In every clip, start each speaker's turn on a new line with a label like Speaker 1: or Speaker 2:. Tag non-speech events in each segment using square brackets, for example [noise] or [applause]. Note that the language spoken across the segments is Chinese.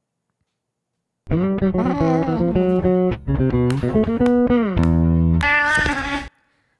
Speaker 1: [laughs]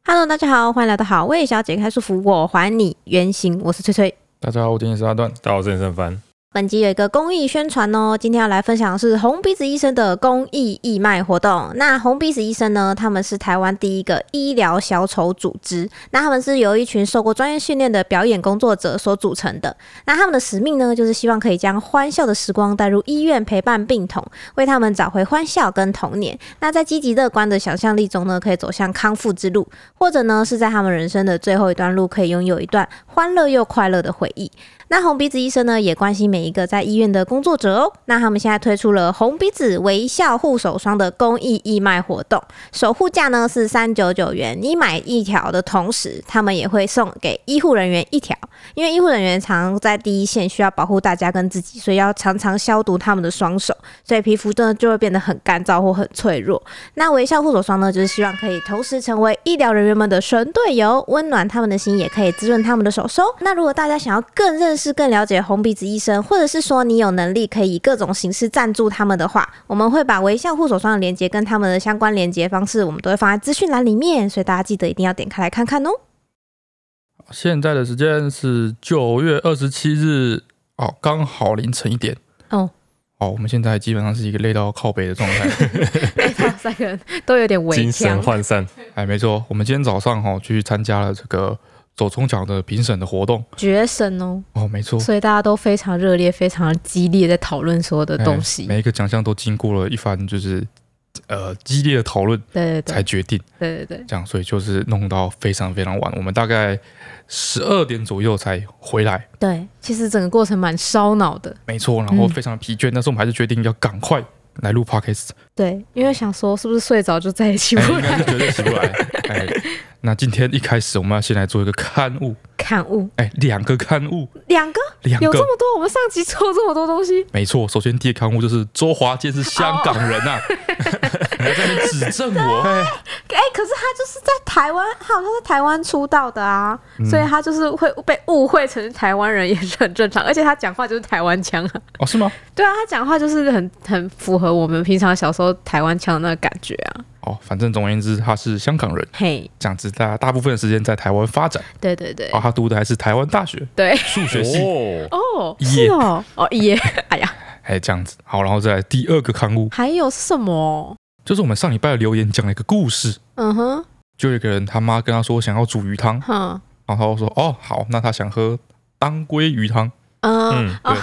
Speaker 1: Hello，大家好，欢迎来到好味小姐开束缚，我还你原形，我是翠翠。
Speaker 2: 大家好，我今天是阿段。
Speaker 3: 大家好，我是陈凡。
Speaker 1: 本集有一个公益宣传哦，今天要来分享的是红鼻子医生的公益义卖活动。那红鼻子医生呢，他们是台湾第一个医疗小丑组织，那他们是由一群受过专业训练的表演工作者所组成的。那他们的使命呢，就是希望可以将欢笑的时光带入医院，陪伴病童，为他们找回欢笑跟童年。那在积极乐观的想象力中呢，可以走向康复之路，或者呢是在他们人生的最后一段路，可以拥有一段欢乐又快乐的回忆。那红鼻子医生呢，也关心每一个在医院的工作者哦。那他们现在推出了红鼻子微笑护手霜的公益义卖活动，守护价呢是三九九元。你买一条的同时，他们也会送给医护人员一条，因为医护人员常在第一线，需要保护大家跟自己，所以要常常消毒他们的双手，所以皮肤真的就会变得很干燥或很脆弱。那微笑护手霜呢，就是希望可以同时成为医疗人员们的神队友，温暖他们的心，也可以滋润他们的手手。那如果大家想要更认识、更了解红鼻子医生，或者是说你有能力可以以各种形式赞助他们的话，我们会把微笑护手霜的链接跟他们的相关连接方式，我们都会放在资讯栏里面，所以大家记得一定要点开来看看哦。
Speaker 2: 现在的时间是九月二十七日，哦，刚好凌晨一点。
Speaker 1: 哦，
Speaker 2: 哦，我们现在基本上是一个累到靠北的状态。
Speaker 1: 三个人都有点
Speaker 3: 精神涣散，
Speaker 2: 哎，没错，我们今天早上哈、哦、去参加了这个走中奖的评审的活动。
Speaker 1: 绝神哦，
Speaker 2: 哦，没错，
Speaker 1: 所以大家都非常热烈、非常激烈在讨论所有的
Speaker 2: 哎每一个奖项都经过了一番就是呃激烈的讨论
Speaker 1: 对对
Speaker 2: 才决定，
Speaker 1: 对对对，
Speaker 2: 这样，所以就是弄到非常非常晚，我们大概十二点左右才回来。
Speaker 1: 对，其实整个过程蛮烧脑的。
Speaker 2: 没错，然后
Speaker 1: 嗯
Speaker 2: 非常疲倦，但是我们还是决定要赶快来录 podcast。
Speaker 1: [laughs] 对，因为想说是不是睡着就再也起
Speaker 2: 哎，
Speaker 1: 不
Speaker 2: 应
Speaker 1: 来？
Speaker 2: 该是绝对起不来。 [laughs] 哎，那今天一开始我们要先来做一个刊物，
Speaker 1: 刊物
Speaker 2: 哎，两个刊物，
Speaker 1: 两个
Speaker 2: 两
Speaker 1: 有这
Speaker 2: 个，
Speaker 1: 么多，我们上集做这么多东西，
Speaker 2: 没错。首先第一个刊物就是周华健是香港人
Speaker 1: [laughs]
Speaker 2: 啊，你还在那边指正我，哎
Speaker 1: 哎、可是他就是在台湾，他好像在台湾出道的啊，
Speaker 2: 嗯
Speaker 1: 所以他就是会被误会成是台湾人也是很正常，而且他讲话就是台湾腔啊，
Speaker 2: 哦是吗？
Speaker 1: 对啊，他讲话就是很很符合我们平常小时候台湾腔的那个感觉啊，
Speaker 2: 哦，反正总而言之他是香港人，
Speaker 1: 嘿，
Speaker 2: 这样子大大部分的时间在台湾发展，
Speaker 1: 对对对，
Speaker 2: 啊，他读的还是台湾大学
Speaker 1: 对，
Speaker 2: 数学系，
Speaker 3: 哦，
Speaker 1: 哦，
Speaker 2: 耶
Speaker 1: 是哦，哦耶，哎呀，
Speaker 2: 哎这样子。好，然后再来第二个刊物，
Speaker 1: 还有是什么？
Speaker 2: 就是我们上礼拜的留言讲了一个故事。
Speaker 1: 嗯哼，
Speaker 2: 就有一个人，他妈跟他说想要煮鱼汤，
Speaker 1: 哼，
Speaker 2: 然后他说哦好，那他想喝当归鱼汤，
Speaker 1: 嗯，
Speaker 3: 嗯，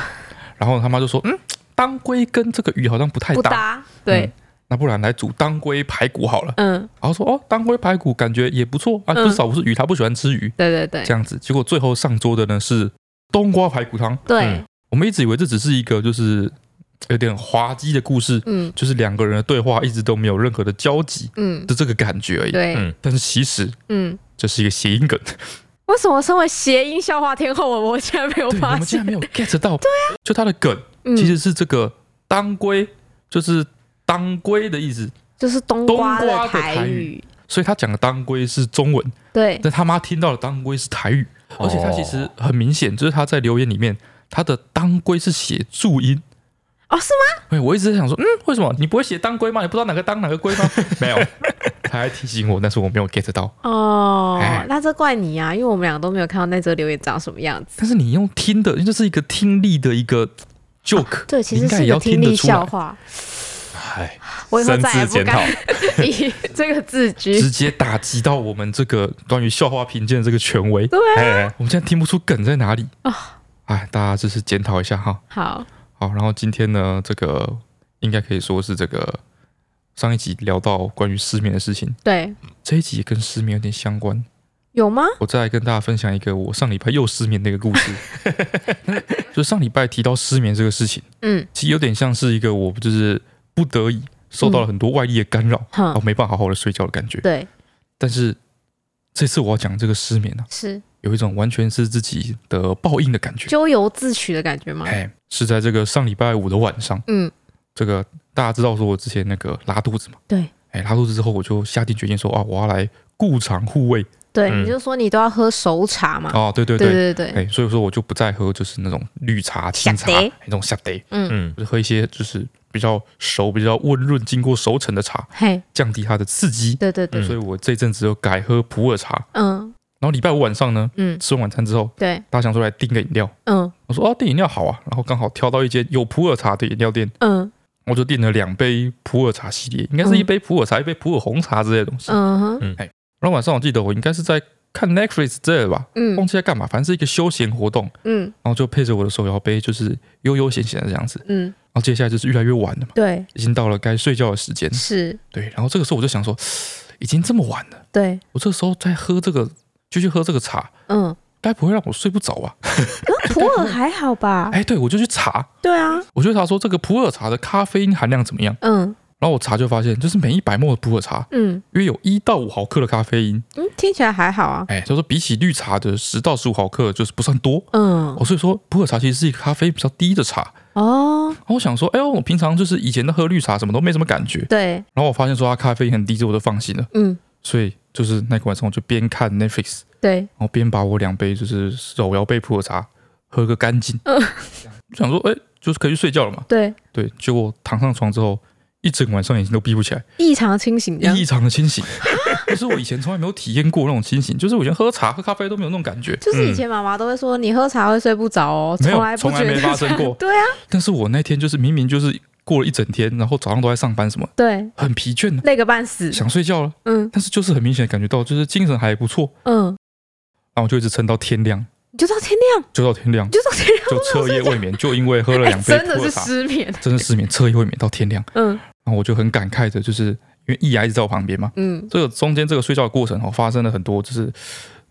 Speaker 2: 然后他妈就说：“嗯，当归跟这个鱼好像不太
Speaker 1: 不
Speaker 2: 搭，
Speaker 1: 搭，对
Speaker 2: 嗯，那不然来煮当归排骨好了。
Speaker 1: 嗯，”
Speaker 2: 然后说：“哦，当归排骨感觉也不错啊，
Speaker 1: 嗯
Speaker 2: 至少不是鱼，他不喜欢吃鱼。
Speaker 1: 对对对
Speaker 2: 这，样子，结果最后上桌的呢是冬瓜排骨汤。
Speaker 1: 对
Speaker 3: 嗯，
Speaker 2: 我们一直以为这只是一个就是有点滑稽的故事，
Speaker 1: 嗯
Speaker 2: 就是两个人的对话一直都没有任何的交集
Speaker 1: 嗯，
Speaker 2: 的这个感觉而已。
Speaker 1: 对，
Speaker 3: 嗯
Speaker 2: 但是其实
Speaker 1: 嗯，
Speaker 2: 这是一个谐音梗，
Speaker 1: 为什么身为谐音笑话天后，我我竟然没有
Speaker 2: 对，我
Speaker 1: 发
Speaker 2: 们竟
Speaker 1: 现
Speaker 2: 然？没有 get
Speaker 1: [laughs]
Speaker 2: 到。对啊，就它的梗
Speaker 1: 嗯
Speaker 2: 其实是这个当归，就是当归的意思。
Speaker 1: 就是冬瓜
Speaker 2: 冬瓜的
Speaker 1: 台
Speaker 2: 台语，所以他讲的当归是中文，
Speaker 1: 对，
Speaker 2: 但他妈听到的当归是台语，而且他其实很明显，就是他在留言里面，他的当归是写注音。
Speaker 1: 哦，是吗？
Speaker 2: 哎，我一直在想说，嗯，为什么你不会写当归吗？你不知道哪个当哪个归 [laughs] 吗？没有，他还提醒我，但是我没有 get 到。
Speaker 1: 哦
Speaker 2: 哎，
Speaker 1: 那这怪你啊，因为我们两个都没有看到那则留言长什么样子。
Speaker 2: 但是你用听的，因为这是一个听力的一个 joke，、
Speaker 1: 哦对，其
Speaker 2: 你
Speaker 1: 实
Speaker 2: 应该
Speaker 1: 是
Speaker 2: 也
Speaker 1: 个
Speaker 2: 要
Speaker 1: 听
Speaker 2: 听得
Speaker 1: 力
Speaker 2: 出来
Speaker 1: 笑。话，
Speaker 3: 哎，
Speaker 1: 我以后
Speaker 3: 深
Speaker 1: 再也
Speaker 3: 自
Speaker 1: 不
Speaker 3: 检讨
Speaker 1: 敢 [laughs] 以这个字居。
Speaker 2: 直接打击到我们这个关于笑话评鉴的这个权
Speaker 1: [laughs]
Speaker 2: 威，
Speaker 1: 对啊，
Speaker 3: 哎，
Speaker 2: 我们现在听不出梗在哪里
Speaker 1: 啊
Speaker 2: 哎，大家就是检讨一下哈。
Speaker 1: 好，
Speaker 2: 好，然后今天呢，这个应该可以说是这个上一集聊到关于失眠的事情，
Speaker 1: 对，
Speaker 2: 这一集跟失眠有点相关。
Speaker 1: 有吗？
Speaker 2: 我再来跟大家分享一个我上礼拜又失眠的一个
Speaker 1: [laughs]
Speaker 2: 故事。就上礼拜提到失眠这个事情，
Speaker 1: 嗯，
Speaker 2: 其实有点像是一个我就是不得已受到了很多外力的干扰，
Speaker 1: 哼
Speaker 2: 哦，没办法好好的睡觉的感觉。
Speaker 1: 嗯对，
Speaker 2: 但是这次我要讲这个失眠啊，
Speaker 1: 是
Speaker 2: 有一种完全是自己的报应的感觉。
Speaker 1: 咎由自取的感觉吗？
Speaker 2: 哎，是在这个上礼拜五的晚上。
Speaker 1: 嗯，
Speaker 2: 这个大家知道说我之前那个拉肚子嘛，
Speaker 1: 对，
Speaker 2: 哎，拉肚子之后我就下定决心说啊，我要来顾肠护胃
Speaker 1: 对，
Speaker 3: 嗯
Speaker 1: 你就说你都要喝熟茶嘛。
Speaker 2: 啊，对对
Speaker 1: 对
Speaker 2: 对，
Speaker 1: 对对，
Speaker 2: 哎，所以说我就不再喝就是那种绿茶、清茶
Speaker 1: 小茶
Speaker 2: 那种下得，
Speaker 3: 嗯，
Speaker 2: 我就喝一些就是比较熟、比较温润、经过熟成的茶，
Speaker 4: 嘿，
Speaker 2: 降低它的刺激。
Speaker 4: 对对对，
Speaker 2: 所以我这阵子又改喝普洱茶。
Speaker 4: 嗯
Speaker 2: 然后礼拜五晚上呢，
Speaker 4: 嗯，
Speaker 2: 吃完晚餐之后，
Speaker 4: 对，
Speaker 2: 大家想说来订个饮料，
Speaker 4: 嗯
Speaker 2: 我说哦订饮料好啊，然后刚好挑到一间有普洱茶的饮料店，
Speaker 4: 嗯
Speaker 2: 我就订了两杯普洱茶系列，应该是一杯普洱茶，一杯普洱红茶之类的东西。哎
Speaker 4: 嗯哼，
Speaker 2: 然后晚上我记得我应该是在看 Netflix 之类的吧，
Speaker 4: 嗯
Speaker 2: 忘记在干嘛，反正是一个休闲活动。
Speaker 4: 嗯
Speaker 2: 然后就配着我的手摇杯，就是悠悠闲闲的这样子。
Speaker 4: 嗯，
Speaker 2: 然后接下来就是越来越晚了嘛，
Speaker 4: 对，
Speaker 2: 已经到了该睡觉的时间。
Speaker 4: 是，
Speaker 2: 对，然后这个时候我就想说，已经这么晚了，
Speaker 4: 对，
Speaker 2: 我这时候再喝这个，继续喝这个茶，
Speaker 4: 嗯，
Speaker 2: 该不会让我睡不着吧？
Speaker 4: 可普洱还好吧？
Speaker 2: 哎，对，我就去查，
Speaker 4: 对啊，
Speaker 2: 我就查说这个普洱茶的咖啡因含量怎么样。
Speaker 4: 嗯
Speaker 2: 然后我查就发现，就是每一百沫的普洱茶
Speaker 4: 嗯
Speaker 2: 约有一到五毫克的咖啡因，
Speaker 4: 嗯，听起来还好啊。
Speaker 2: 哎，就是比起绿茶的十到十五毫克，就是不算多。
Speaker 4: 嗯
Speaker 2: 哦，所以说普洱茶其实是一个咖啡比较低的茶。
Speaker 4: 哦，
Speaker 2: 然后我想说，哎呦，我平常就是以前的喝绿茶什么都没什么感觉，
Speaker 4: 对，
Speaker 2: 然后我发现说它咖啡因很低，之后我就放心了。
Speaker 4: 嗯
Speaker 2: 所以就是那个晚上，我就边看 Netflix，
Speaker 4: 对，
Speaker 2: 然后边把我两杯就是手摇杯普洱茶喝个干净。
Speaker 4: 嗯
Speaker 2: 想说，哎、就是可以去睡觉了嘛。
Speaker 4: 对，
Speaker 2: 对，结果躺上床之后，一整晚上眼睛都闭不起来，
Speaker 4: 异常清醒这样
Speaker 2: 异，常的清醒。 [laughs] 就是我以前从来没有体验过那种清醒，就是我以前喝茶、喝咖啡都没有那种感觉，
Speaker 4: 就是以前妈妈都会说你喝茶会睡不着哦，
Speaker 2: 嗯没有
Speaker 4: 从来不
Speaker 2: 从来
Speaker 4: 觉
Speaker 2: 没
Speaker 4: 得
Speaker 2: 发生过
Speaker 4: 对啊，
Speaker 2: 嗯但是我那天就是明明就是过了一整天，然后早上都在上班，什么
Speaker 4: 对，
Speaker 2: 很疲倦的，
Speaker 4: 累个半死。
Speaker 2: 想睡觉了，
Speaker 4: 嗯
Speaker 2: 但是就是很明显地感觉到就是精神还不错，
Speaker 4: 嗯，
Speaker 2: 然后我就一直撑到天亮，
Speaker 4: 你就到天亮，
Speaker 2: 就到天亮
Speaker 4: 你。就到天亮，
Speaker 2: 就彻夜
Speaker 4: [laughs]
Speaker 2: 未眠，就因为喝了两
Speaker 4: 哎
Speaker 2: 杯
Speaker 4: 真
Speaker 2: 普
Speaker 4: 的
Speaker 2: 洱
Speaker 4: 是
Speaker 2: 茶，
Speaker 4: 失眠。
Speaker 2: 真的失眠，彻夜未眠到天亮。
Speaker 4: 嗯
Speaker 2: 然后我就很感慨的，就是因为易 E 牙一直在我旁边嘛，
Speaker 4: 嗯
Speaker 2: 这个中间这个睡觉的过程哦，发生了很多就是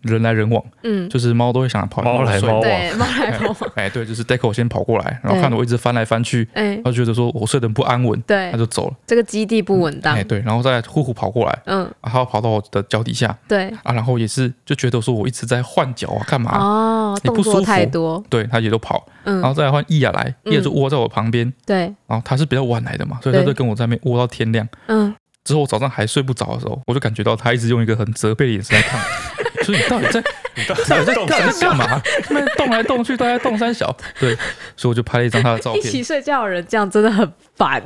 Speaker 2: 人来人往， [laughs]
Speaker 4: 嗯，
Speaker 2: 就是猫都会想跑
Speaker 3: 猫来
Speaker 2: 睡
Speaker 3: 猫往
Speaker 4: 对，猫来猫往，
Speaker 2: 哎，对，就是 Deco 先跑过来，然后
Speaker 4: 对
Speaker 2: 看着我一直翻来翻去，
Speaker 4: 哎，
Speaker 2: 他觉得说我睡得很不安稳， [laughs]
Speaker 4: 对
Speaker 2: 他，就走了。
Speaker 4: 这个基地不稳当
Speaker 2: 哎，。对，然后再呼呼跑过来，
Speaker 4: 嗯，
Speaker 2: 啊，他跑到我的脚底下
Speaker 4: 对，
Speaker 2: 啊，然后也是就觉得说我一直在换脚啊，干嘛啊？
Speaker 4: 哦，
Speaker 2: 你
Speaker 4: 动
Speaker 2: 不舒
Speaker 4: 作太
Speaker 2: 服
Speaker 4: 多。
Speaker 2: 对他也都跑，然后
Speaker 4: 嗯，
Speaker 2: 再来换易雅来，
Speaker 4: 嗯
Speaker 2: 易雅就窝在我旁边，
Speaker 4: 对，
Speaker 2: 然后他是比较晚来的嘛，所以他
Speaker 4: 对
Speaker 2: 就跟我在那边窝到天亮。
Speaker 4: 嗯，
Speaker 2: 之后我早上还睡不着的时候，我就感觉到他一直用一个很责备的眼神来看 [laughs] 我，就是你到底在
Speaker 3: 你到底
Speaker 2: 到底在
Speaker 3: 动
Speaker 2: 干
Speaker 3: 三
Speaker 2: 在
Speaker 3: 小
Speaker 2: 干？嘛？他们动来动去，都在动三小。对，所以我就拍了一张他的照
Speaker 4: 一
Speaker 2: 片
Speaker 4: 起，睡觉的人这样真的很烦。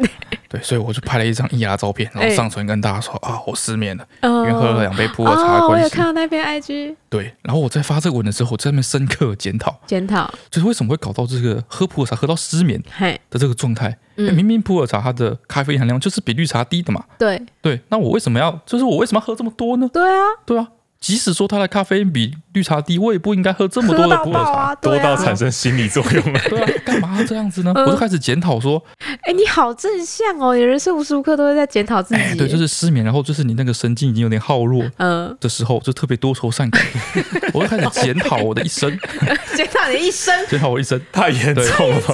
Speaker 2: 对，所以我就拍了一张易雅的照片，然后
Speaker 4: 哎
Speaker 2: 上传跟大家说啊，我失眠了， [laughs] 因
Speaker 4: 嗯
Speaker 2: 为喝了两杯普洱茶的
Speaker 4: 哦，我
Speaker 2: 关
Speaker 4: 有
Speaker 2: 系
Speaker 4: 看。到那篇 IG
Speaker 2: 对，然后我在发这个文的时候，我在那边深刻地检讨。
Speaker 4: 检讨，
Speaker 2: 就是为什么会搞到这个喝普洱茶喝到失眠
Speaker 4: 嘿，
Speaker 2: 的这个状态？
Speaker 4: 嗯
Speaker 2: 因为明明普洱茶它的咖啡因含量就是比绿茶低的嘛，
Speaker 4: 对
Speaker 2: 对，那我为什么要就是我为什么要喝这么多呢？
Speaker 4: 对啊，
Speaker 2: 对啊，即使说它的咖啡因比绿茶低，我也不应该喝这么
Speaker 4: 喝
Speaker 2: 多的
Speaker 4: 到
Speaker 2: 普洱
Speaker 4: 爆
Speaker 2: 茶。
Speaker 4: 啊，
Speaker 3: 多
Speaker 4: 对
Speaker 3: 到
Speaker 4: 啊，
Speaker 3: 产生心理作
Speaker 4: [laughs]
Speaker 3: 用了。
Speaker 2: 对啊，干嘛要这样子呢？
Speaker 4: 嗯
Speaker 2: 我就开始检讨说，
Speaker 4: 哎，你好正向哦，你人生无时无刻都会在检讨自己
Speaker 2: 哎，
Speaker 4: 耶，
Speaker 2: 对，就是失眠，然后就是你那个神经已经有点耗弱
Speaker 4: 嗯，
Speaker 2: 的时候，就特别多愁善感。我就开始检讨我的一生，
Speaker 4: [laughs] 检讨你一生，
Speaker 2: 检讨我一生。
Speaker 3: 太严重了吧？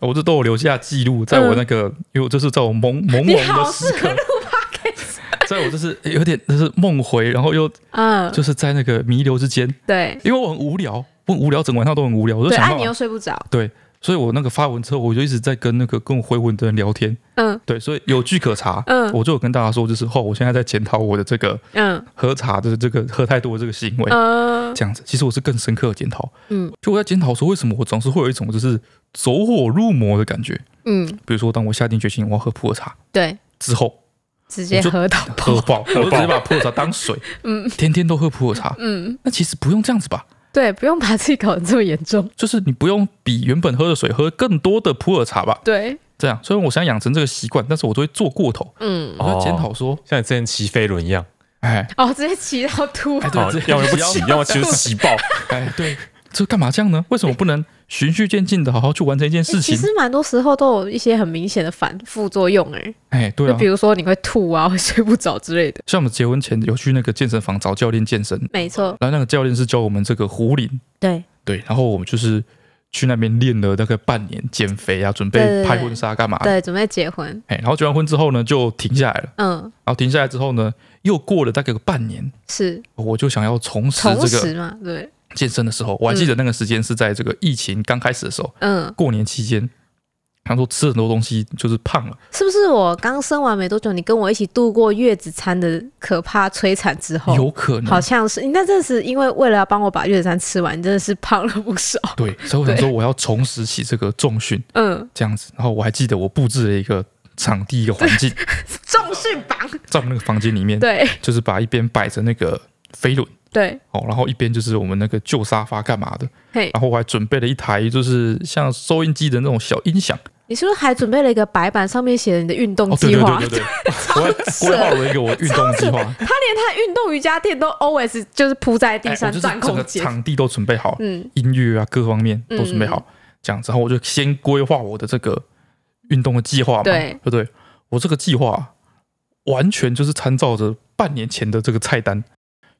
Speaker 2: 我这都有留下记录，在我那个，因为我就是在我朦朦
Speaker 4: 你
Speaker 2: 胧
Speaker 4: 好
Speaker 2: 的
Speaker 4: 适
Speaker 2: 时
Speaker 4: 合
Speaker 2: 刻
Speaker 4: 录，podcast，
Speaker 2: 在我就是哎有点就是梦回，然后又
Speaker 4: 嗯，
Speaker 2: 就是在那个弥留之间，
Speaker 4: 对
Speaker 2: 因为我很无聊，我很无聊，整晚上都很无聊，我就
Speaker 4: 对，
Speaker 2: 想
Speaker 4: 啊，
Speaker 2: 到
Speaker 4: 你又睡不着，
Speaker 2: 对，所以我那个发文之后，我就一直在跟那个跟我回文的人聊天，
Speaker 4: 嗯
Speaker 2: 对，所以有据可查，
Speaker 4: 嗯
Speaker 2: 我就有跟大家说，就是哦，我现在在检讨我的这个
Speaker 4: 嗯
Speaker 2: 喝茶的这个喝太多的这个行为，
Speaker 4: 嗯
Speaker 2: 这样子，其实我是更深刻的检讨，
Speaker 4: 嗯
Speaker 2: 就我在检讨说，为什么我总是会有一种就是走火入魔的感觉，
Speaker 4: 嗯，
Speaker 2: 比如说当我下定决心我要喝普洱茶
Speaker 4: 对，
Speaker 2: 之后，
Speaker 4: [laughs] 直接
Speaker 2: 我就
Speaker 4: 喝到
Speaker 2: 喝
Speaker 4: 爆，
Speaker 2: 爆，我就直
Speaker 3: 爆
Speaker 2: 接把普洱茶当水，
Speaker 4: [laughs] 嗯
Speaker 2: 天天都喝普洱茶，
Speaker 4: 嗯，
Speaker 2: 那其实不用这样子吧。
Speaker 4: 对，不用把自己搞得这么严重，
Speaker 2: 就是你不用比原本喝的水喝更多的普洱茶吧？
Speaker 4: 对，
Speaker 2: 这样，虽然我想养成这个习惯，但是我都会做过头。
Speaker 4: 嗯，
Speaker 3: 哦
Speaker 2: 我就检讨说，
Speaker 3: 像你之前骑飞轮一样，
Speaker 2: 哎
Speaker 4: 哦，直接骑到吐
Speaker 2: 哎，，对
Speaker 3: 好，
Speaker 2: 这
Speaker 3: 要么不骑，要么就是骑 [laughs] 爆。
Speaker 2: 哎，对，这干嘛这样呢？为什么不能循序渐进的好好去完成一件
Speaker 4: 欸
Speaker 2: 事
Speaker 4: 其
Speaker 2: 情？
Speaker 4: 实蛮多时候都有一些很明显的反副作用、欸，哎、
Speaker 2: 哎，对
Speaker 4: 就
Speaker 2: 啊
Speaker 4: 比，如说你会吐啊，会睡不着之类的。
Speaker 2: 像我们结婚前有去那个健身房找教练健身，
Speaker 4: 没错，
Speaker 2: 然后那个教练是教我们这个壶铃，
Speaker 4: 对，
Speaker 2: 对，然后我们就是去那边练了大概半年，减肥啊，准
Speaker 4: 对对
Speaker 2: 备
Speaker 4: 对
Speaker 2: 拍婚纱干嘛的？
Speaker 4: 对，准备结婚，
Speaker 2: 哎，然后结完婚之后呢，就停下来了。
Speaker 4: 嗯，
Speaker 2: 然后停下来之后呢，又过了大概有半年，
Speaker 4: 是
Speaker 2: 我就想要重拾
Speaker 4: 重
Speaker 2: 这个
Speaker 4: 拾嘛，对，
Speaker 2: 健身的时候，我还记得那个时间是在这个疫情刚开始的时候，
Speaker 4: 嗯，
Speaker 2: 过年期间，他说吃很多东西就是胖了，
Speaker 4: 是不是我刚生完没多久，你跟我一起度过月子餐的可怕摧残之后？
Speaker 2: 有可能
Speaker 4: 好像是，那真的是因为为了要帮我把月子餐吃完，你真的是胖了不少。
Speaker 2: 对，所以我想说我要重拾起这个重训
Speaker 4: 嗯，
Speaker 2: 这样子，然后我还记得我布置了一个场地一个环境，
Speaker 4: 重训榜，
Speaker 2: 在我们那个房间里面，
Speaker 4: 对
Speaker 2: 就是把一边摆着那个飞轮
Speaker 4: 对，
Speaker 2: 哦，然后一边就是我们那个旧沙发干嘛的，
Speaker 4: 嘿，
Speaker 2: 然后我还准备了一台就是像收音机的那种小音响，
Speaker 4: 你是不是还准备了一个白板，上面写了你的运动
Speaker 2: 哦，对
Speaker 4: 计
Speaker 2: 对
Speaker 4: 划？
Speaker 3: [laughs]
Speaker 2: 对对对，我还
Speaker 4: 扯
Speaker 2: 规划了一个我运动计划，
Speaker 4: 他连他运动瑜伽垫都 always 就是铺在
Speaker 2: 哎
Speaker 4: 地
Speaker 2: 我
Speaker 4: 上
Speaker 2: 就是
Speaker 4: 占
Speaker 2: 整
Speaker 4: 空
Speaker 2: 个
Speaker 4: 间。
Speaker 2: 场地都准备好，
Speaker 4: 嗯，
Speaker 2: 音乐啊各方面都准备好，这样子，然后我就先规划我的这个运动的计划嘛，
Speaker 4: 对
Speaker 2: 不对？我这个计划完全就是参照着半年前的这个菜单，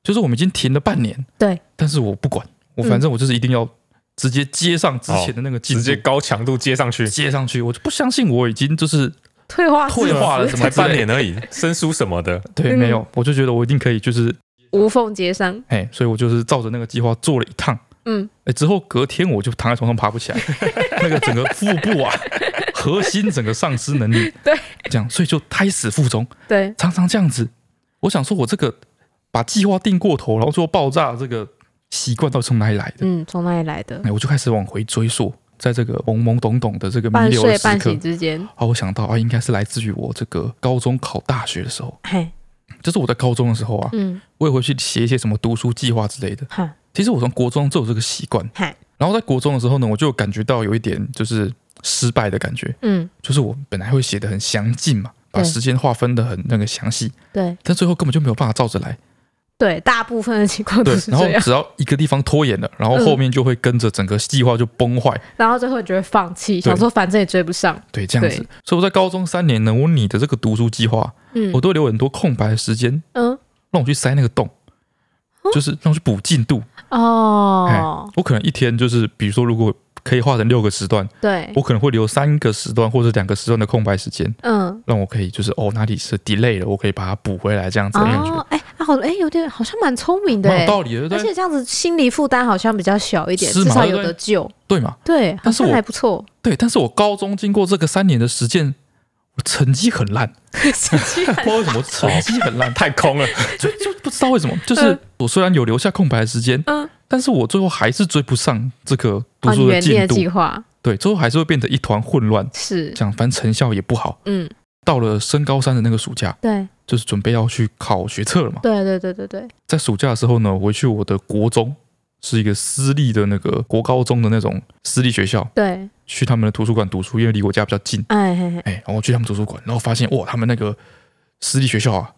Speaker 2: 就是我们已经停了半年，
Speaker 4: 对，嗯
Speaker 2: 但是我不管，我反正我就是一定要直接接上之前的那个进
Speaker 3: 哦直
Speaker 2: 度，
Speaker 3: 接高强度接上去，
Speaker 2: 接上去，我就不相信我已经就是
Speaker 4: 退化
Speaker 2: 退化了什么
Speaker 3: 才
Speaker 2: 之类
Speaker 3: 半
Speaker 2: 的
Speaker 3: 年而已，生疏什么的， [laughs]
Speaker 2: 对，
Speaker 4: 嗯
Speaker 2: 没有，我就觉得我一定可以，就是
Speaker 4: 无缝接上。
Speaker 2: 哎，所以我就是照着那个计划做了一趟。
Speaker 4: 嗯，
Speaker 2: 哎，之后隔天我就躺在床上爬不起
Speaker 4: [laughs]
Speaker 2: 来，那个整个腹部啊、核心整个丧失能力，
Speaker 4: 对，
Speaker 2: 这样，所以就胎死腹中，
Speaker 4: 对，
Speaker 2: 常常这样子。我想说，我这个把计划定过头，然后最后爆炸的这个习惯到底从哪里来的？
Speaker 4: 嗯，从哪里来的？
Speaker 2: 哎，我就开始往回追溯，在这个懵懵懂懂的这个弥
Speaker 4: 半
Speaker 2: 留的
Speaker 4: 睡
Speaker 2: 时
Speaker 4: 半
Speaker 2: 刻
Speaker 4: 醒，之间，
Speaker 2: 啊，我想到啊，应该是来自于我这个高中考大学的时候，
Speaker 4: 嘿，
Speaker 2: 就是我在高中的时候啊，
Speaker 4: 嗯，
Speaker 2: 我也会去写一些什么读书计划之类的。
Speaker 4: 哈，
Speaker 2: 其实我从国中就有这个习惯，
Speaker 4: 嗨，
Speaker 2: 然后在国中的时候呢，我就感觉到有一点就是失败的感觉，
Speaker 4: 嗯，
Speaker 2: 就是我本来会写的很详尽嘛，把
Speaker 4: 对
Speaker 2: 时间划分的很那个详细，
Speaker 4: 对
Speaker 2: 但最后根本就没有办法照着
Speaker 4: [laughs]
Speaker 2: 来。
Speaker 4: 对，大部分的情况都
Speaker 2: 对，
Speaker 4: 是
Speaker 2: 然后
Speaker 4: 这样，嗯
Speaker 2: 只要一个地方拖延了，然后后面就会跟着整个计划就崩坏。
Speaker 4: 然后最后你就会放弃，
Speaker 2: 对
Speaker 4: 想说反正也追不上。
Speaker 2: 对，这样子
Speaker 4: 对。
Speaker 2: 所以我在高中三年呢，我拟的这个读书计划，
Speaker 4: 嗯
Speaker 2: 我都留很多空白的时间，
Speaker 4: 嗯，
Speaker 2: 让我去塞那个洞，就是让我去补进度。
Speaker 4: 哦
Speaker 2: 哎，我可能一天就是，比如说，如果可以画成六个时段，
Speaker 4: 对，
Speaker 2: 我可能会留三个时段或者两个时段的空白时间，
Speaker 4: 嗯，
Speaker 2: 让我可以就是哦哪里是 delay 了，我可以把它补回来，这样子的感觉，
Speaker 4: 哦，哎，啊好，哎，有点好像蛮聪明的，
Speaker 2: 蛮
Speaker 4: 哎
Speaker 2: 有，道理的，
Speaker 4: 而
Speaker 2: 对不对
Speaker 4: 且这样子心理负担好像比较小一点，
Speaker 2: 是
Speaker 4: 至
Speaker 2: 嘛
Speaker 4: 少
Speaker 2: 对不
Speaker 4: 有
Speaker 2: 对
Speaker 4: 得救。
Speaker 2: 对嘛？
Speaker 4: 对，好
Speaker 2: 但是
Speaker 4: 像
Speaker 2: 我
Speaker 4: 还不错。
Speaker 2: 对，但是我高中经过这个三年的实践，我成绩很
Speaker 4: [laughs]
Speaker 2: 烂，
Speaker 4: 神奇
Speaker 2: 不知道为什么成绩
Speaker 4: [laughs]
Speaker 2: 很烂，
Speaker 3: 太空 [laughs] 了，
Speaker 2: 就就不知道为什么，就是
Speaker 4: 嗯
Speaker 2: 我虽然有留下空白的时间，
Speaker 4: 嗯，
Speaker 2: 但是我最后还是追不上这个读
Speaker 4: 哦，你
Speaker 2: 书的
Speaker 4: 原定
Speaker 2: 进
Speaker 4: 的
Speaker 2: 度
Speaker 4: 计，划
Speaker 2: 对，最后还是会变得一团混乱，
Speaker 4: 是，
Speaker 2: 这样反正成效也不好。
Speaker 4: 嗯，
Speaker 2: 到了升高三的那个暑假，
Speaker 4: 对，
Speaker 2: 就是准备要去考学测了嘛。
Speaker 4: 对对对对对，
Speaker 2: 在暑假的时候呢，我去我的国中，是一个私立的那个国高中的那种私立学校，
Speaker 4: 对，
Speaker 2: 去他们的图书馆读书，因为离我家比较近。
Speaker 4: 哎嘿嘿，
Speaker 2: 哎，然后我去他们图书馆，然后发现哇，他们那个私立学校啊，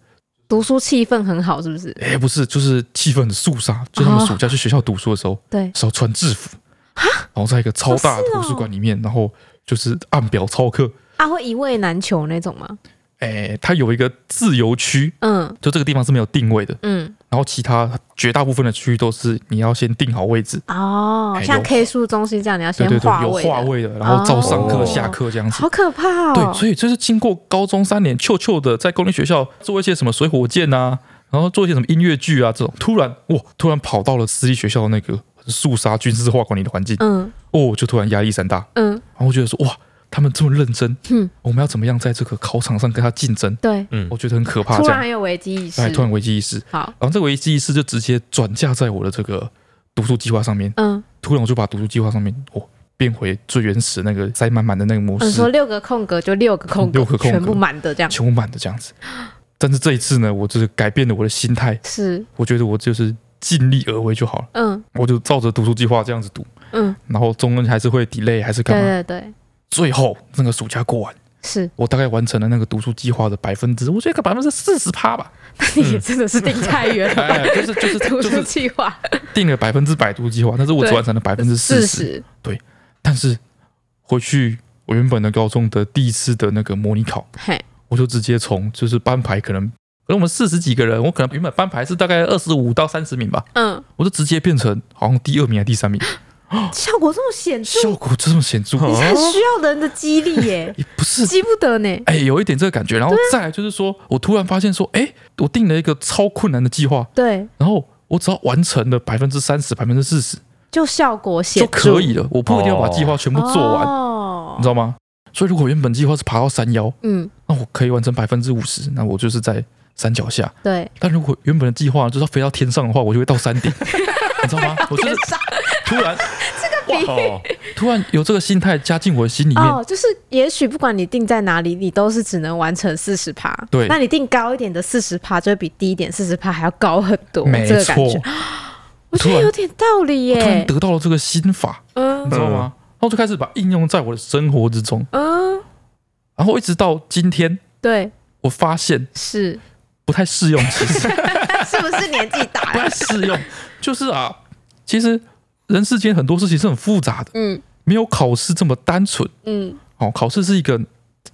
Speaker 4: 读书气氛很好，是不是？
Speaker 2: 哎，不是，就是气氛很肃杀。就他
Speaker 4: 啊
Speaker 2: 们暑假去学校读书的时候，
Speaker 4: 对，
Speaker 2: 是要穿制服然后在一个超大的
Speaker 4: 啊哦是哦
Speaker 2: 图书馆里面，然后就是按表操课。
Speaker 4: 啊，会一位难求那种吗？
Speaker 2: 哎，它有一个自由区，
Speaker 4: 嗯
Speaker 2: 就这个地方是没有定位的，
Speaker 4: 嗯，
Speaker 2: 然后其他绝大部分的区域都是你要先定好位置。
Speaker 4: 哦，
Speaker 2: 哎
Speaker 4: 像
Speaker 2: 有
Speaker 4: K 数中心这样，你要
Speaker 2: 对
Speaker 4: 先
Speaker 2: 对对，
Speaker 4: 划
Speaker 2: 有
Speaker 4: 位
Speaker 2: 话
Speaker 4: 的，
Speaker 2: 位的，然后照上课、
Speaker 3: 哦
Speaker 2: 下课这样子。
Speaker 4: 好可怕哦。
Speaker 2: 对，所以就是经过高中三年，臭臭的在公立学校做一些什么水火箭啊，然后做一些什么音乐剧啊这种，突然哇，突然跑到了私立学校那个肃杀军事化管理的环境，
Speaker 4: 嗯
Speaker 2: 哦，就突然压力山大，
Speaker 4: 嗯，
Speaker 2: 然后我觉得说哇，他们这么认真，哦
Speaker 4: 嗯
Speaker 2: 我们要怎么样在这个考场上跟他竞争？
Speaker 4: 对，
Speaker 3: 嗯
Speaker 2: 我，觉得很可怕，
Speaker 4: 突
Speaker 2: 这
Speaker 4: 然
Speaker 2: 样，
Speaker 4: 很有危机意识
Speaker 2: 哎，，突然危机意识，
Speaker 4: 好，
Speaker 2: 然后这个危机意识就直接转嫁在我的这个读书计划上面，
Speaker 4: 嗯，
Speaker 2: 突然我就把读书计划上面哦。变回最原始那个塞满满的那个模
Speaker 4: 你嗯
Speaker 2: 式，
Speaker 4: 说六个空格就六个空格，
Speaker 2: 六个空格
Speaker 4: 全部满的这样，
Speaker 2: 全部满的这样子。但是这一次呢，我就是改变了我的心态，
Speaker 4: 是，
Speaker 2: 我觉得我就是尽力而为就好了，
Speaker 4: 嗯
Speaker 2: 我就照着读书计划这样子读，
Speaker 4: 嗯，
Speaker 2: 然后中间还是会 delay 还是干
Speaker 4: 对
Speaker 2: 嘛。
Speaker 4: 对对，
Speaker 2: 最后那个暑假过完， [laughs]
Speaker 4: 是，
Speaker 2: 我大概完成了那个读书计划的百分之，我觉得百分之四十趴吧，
Speaker 4: 你也真的是定太远
Speaker 2: [laughs]
Speaker 4: 了。
Speaker 2: 哎，就是就是
Speaker 4: [laughs] 读
Speaker 2: 就
Speaker 4: 书
Speaker 2: 是
Speaker 4: 计划
Speaker 2: 定了百分之百读书计划，但是我只
Speaker 4: 对
Speaker 2: 完成了百分之四
Speaker 4: 四
Speaker 2: 十，
Speaker 4: 十，
Speaker 2: 但是回去我原本的高中的第一次的那个模拟考。
Speaker 4: 嘿，
Speaker 2: 我就直接从就是班排可能，可能我们四十几个人，我可能原本班排是大概二十五到三十名吧，
Speaker 4: 嗯，
Speaker 2: 我就直接变成好像第二名还是第三名，哦
Speaker 4: 效果这么显著，
Speaker 2: 效果这么显著，，
Speaker 4: 你很需要人的激励耶
Speaker 2: 也不哦 [laughs] 是
Speaker 4: 激不得呢。
Speaker 2: 哎、有一点这个感觉。然后再来就是说，我突然发现说，哎、我定了一个超困难的计划，
Speaker 4: 对，
Speaker 2: 然后我只要完成了百分之三十、百分之四十
Speaker 4: 就效果显
Speaker 2: 就
Speaker 4: 著
Speaker 2: 可以了，我不一定要把计划全部做完，
Speaker 4: 哦
Speaker 2: 你知道吗？所以如果原本计划是爬到山腰，
Speaker 4: 嗯，
Speaker 2: 那我可以完成百分之五十，那我就是在山脚下。
Speaker 4: 对，
Speaker 2: 但如果原本的计划就是要飞到天上的话，我就会到山顶，你知道吗？我就是突然
Speaker 3: 哦，
Speaker 2: 突然有这个心态加进我的心里面，
Speaker 4: 哦，就是也许不管你定在哪里，你都是只能完成四十趴。
Speaker 2: 对
Speaker 4: 那你定高一点的四十趴，就会比低一点四十趴还要高很多。
Speaker 2: 没
Speaker 4: 这个感
Speaker 2: 错，
Speaker 4: 觉，我觉
Speaker 2: 突
Speaker 4: 得
Speaker 2: 然
Speaker 4: 有点道理
Speaker 2: 我突然
Speaker 4: 耶。
Speaker 2: 得到了这个心法，
Speaker 4: 嗯
Speaker 2: 你知道吗？然后就开始把应用在我的生活之中，
Speaker 4: 嗯，
Speaker 2: 然后一直到今天，
Speaker 4: 对，
Speaker 2: 我发现
Speaker 4: 是
Speaker 2: 不太适用，其实
Speaker 4: 是不是年纪大
Speaker 2: 不太
Speaker 4: 了？
Speaker 2: 适用，就是啊，其实人世间很多事情是很复杂的，
Speaker 4: [laughs] 嗯
Speaker 2: 没有考试这么单纯。
Speaker 4: 嗯，
Speaker 2: 哦，考试是一个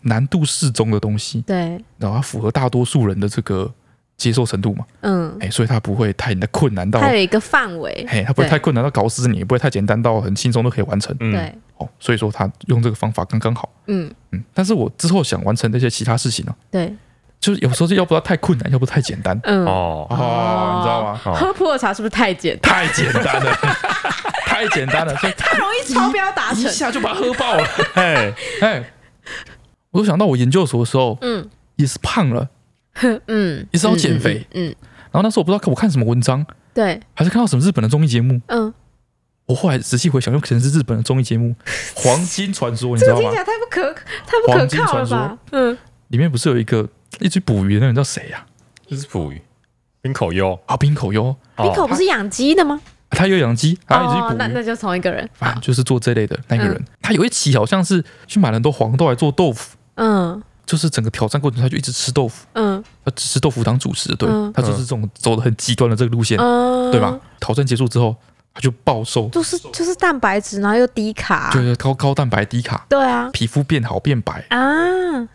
Speaker 2: 难度适中的东西，
Speaker 4: 对，
Speaker 2: 然后它符合大多数人的这个接受程度嘛，
Speaker 4: 嗯，
Speaker 2: 哎，所以它不会太困难到，
Speaker 4: 它有一个范围，
Speaker 2: 嘿，它不会
Speaker 4: 对
Speaker 2: 太困难到搞死你，也不会太简单到很轻松都可以完成。
Speaker 3: 嗯，
Speaker 4: 对，
Speaker 2: 哦，所以说他用这个方法刚刚好。
Speaker 4: 嗯
Speaker 2: 嗯，但是我之后想完成的一些其他事情呢、
Speaker 4: 对，
Speaker 2: 就是有时候就要不然太困难，要不太简单。
Speaker 4: 嗯。
Speaker 3: 哦，
Speaker 4: 哦
Speaker 2: 哦，你知道吗？
Speaker 4: 喝普洱茶 [laughs] 是不是太简单？
Speaker 2: 太简单 [laughs] 了，太简单了，所以
Speaker 4: 它容易超标达
Speaker 2: 一
Speaker 4: 成。
Speaker 2: 下就把它喝爆了。
Speaker 3: 嘿，
Speaker 2: 哎，我就想到我研究所的时候
Speaker 4: 嗯
Speaker 2: 也是胖了，
Speaker 4: [laughs] 嗯，
Speaker 2: 也是要减肥。
Speaker 4: 嗯，嗯，
Speaker 2: 然后那时候我不知道看我看什么文章，
Speaker 4: 嗯对，
Speaker 2: 还是看到什么日本的综艺节目。
Speaker 4: 嗯，
Speaker 2: 我后来仔细回想，又可能是日本的综艺节 [laughs] 目《黄金传说》，你
Speaker 4: 这个
Speaker 2: 知道
Speaker 4: 听
Speaker 2: 吗
Speaker 4: 起？来太不可太不可靠了
Speaker 2: 黄
Speaker 4: 吧？嗯，
Speaker 2: 里面不是有一个一直捕鱼的那人叫谁呀？
Speaker 3: 这是捕鱼，冰口哦优，
Speaker 2: 啊，冰口优，
Speaker 4: 冰
Speaker 3: 哦
Speaker 4: 口不是养鸡的吗？
Speaker 2: 他有养鸡，啊他一直去捕
Speaker 4: 哦，那
Speaker 2: 鱼。
Speaker 4: 那就同一个人。
Speaker 2: 反正就是做这类的那个
Speaker 4: 嗯
Speaker 2: 人，他有一期好像是去买了很多黄豆来做豆腐，
Speaker 4: 嗯
Speaker 2: 就是整个挑战过程中他就一直吃豆腐，
Speaker 4: 嗯
Speaker 2: 他只吃豆腐当主食的，对、
Speaker 4: 嗯
Speaker 2: 他就是这种走的很极端的这个路线，
Speaker 4: 嗯，
Speaker 2: 对吧？？挑战结束之后，他就暴瘦，
Speaker 4: 就是就是蛋白质，然后又低卡，
Speaker 2: 就是高高蛋白低卡，
Speaker 4: 对啊
Speaker 2: 皮肤变好变白，
Speaker 4: 啊，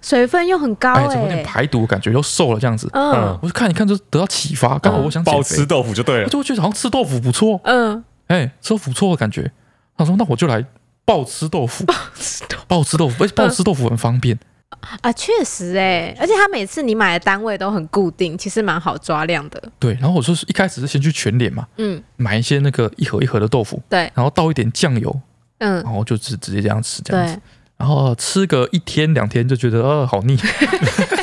Speaker 4: 水分又很高
Speaker 2: 哎，怎么有点
Speaker 4: 哎，
Speaker 2: 排毒感觉又瘦了这样子，
Speaker 4: 嗯
Speaker 2: 我就看一看就得到启发，刚好我想
Speaker 3: 暴
Speaker 2: 减
Speaker 3: 吃
Speaker 2: 肥，
Speaker 3: 豆腐就对
Speaker 2: 我
Speaker 3: [laughs] 了，
Speaker 2: 就会觉得好像吃豆腐不错，
Speaker 4: 嗯，
Speaker 2: 哎，吃豆腐不错的感觉，他说那我就来暴吃豆腐，暴吃豆腐，
Speaker 4: 嗯
Speaker 2: 而且暴吃豆腐很方便。
Speaker 4: 啊，确实哎，而且它每次你买的单位都很固定，其实蛮好抓量的。
Speaker 2: 对，然后我就是一开始是先去全脸嘛，
Speaker 4: 嗯，
Speaker 2: 买一些那个一盒一盒的豆腐，
Speaker 4: 对，
Speaker 2: 然后倒一点酱油，
Speaker 4: 嗯，
Speaker 2: 然后就直直接这样吃哦这样子
Speaker 4: 对，，
Speaker 2: 然后吃个一天两天就觉得呃好
Speaker 4: [laughs]
Speaker 2: 腻，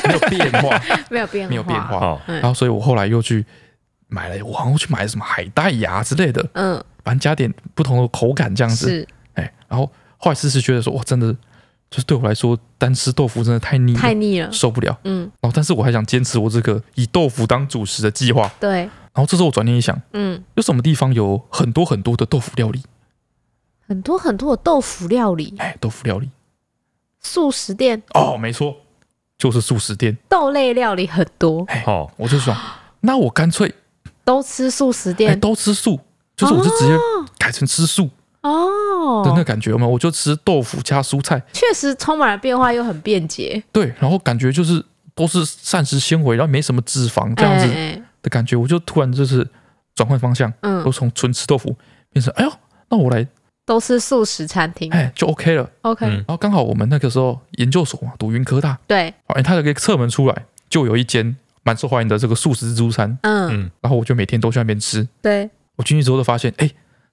Speaker 2: 没有变化，
Speaker 4: 没有变化，
Speaker 2: 没有变化。
Speaker 3: 哦，
Speaker 4: 嗯
Speaker 2: 然后所以我后来又去买了，我好像去买什么海带芽之类的，
Speaker 4: 嗯，
Speaker 2: 反正加点不同的口感这样子。
Speaker 4: 是
Speaker 2: 哎，然后后来试试觉得说哇，真的就是对我来说单吃豆腐真的太腻了，
Speaker 4: 太腻了。
Speaker 2: 受不了。
Speaker 4: 嗯，
Speaker 2: 然后但是我还想坚持我这个以豆腐当主食的计划。
Speaker 4: 对，
Speaker 2: 然后这时候我转念一想。
Speaker 4: 嗯，
Speaker 2: 有什么地方有很多很多的豆腐料理？
Speaker 4: 很多很多的豆腐料理、
Speaker 2: 哎，哦豆腐料理
Speaker 4: 素食店、
Speaker 2: 哦，没错，就是素食店。
Speaker 4: 豆类料理很多，
Speaker 2: 哎，
Speaker 3: 哦，
Speaker 2: 我就
Speaker 4: [gasps]
Speaker 2: 想，那我干脆
Speaker 4: 都吃素食
Speaker 2: 哎
Speaker 4: 店
Speaker 2: 都吃素，就是我就直接改成吃素
Speaker 4: 哦
Speaker 2: 的那感觉嘛，我就吃豆腐加蔬菜，
Speaker 4: 确实充满了变化，又很便捷，
Speaker 2: 对，然后感觉就是都是膳食纤维，然后没什么脂肪这样子
Speaker 4: 哎哎
Speaker 2: 的感觉，我就突然就是转换方向，
Speaker 4: 嗯
Speaker 2: 我，从纯吃豆腐变成哎呦，那我来
Speaker 4: 都是素食餐厅。
Speaker 2: 哎就 OK 了。
Speaker 4: OK，、
Speaker 3: 嗯
Speaker 2: 然后刚好我们那个时候研究所嘛，读云科大，
Speaker 4: 对，
Speaker 2: 哎，它有一个侧门出来，就有一间蛮受欢迎的这个素食自助餐，
Speaker 4: 嗯，
Speaker 3: 嗯
Speaker 2: 然后我就每天都去那边吃。
Speaker 4: 对
Speaker 2: 我进去之后就发现，哎，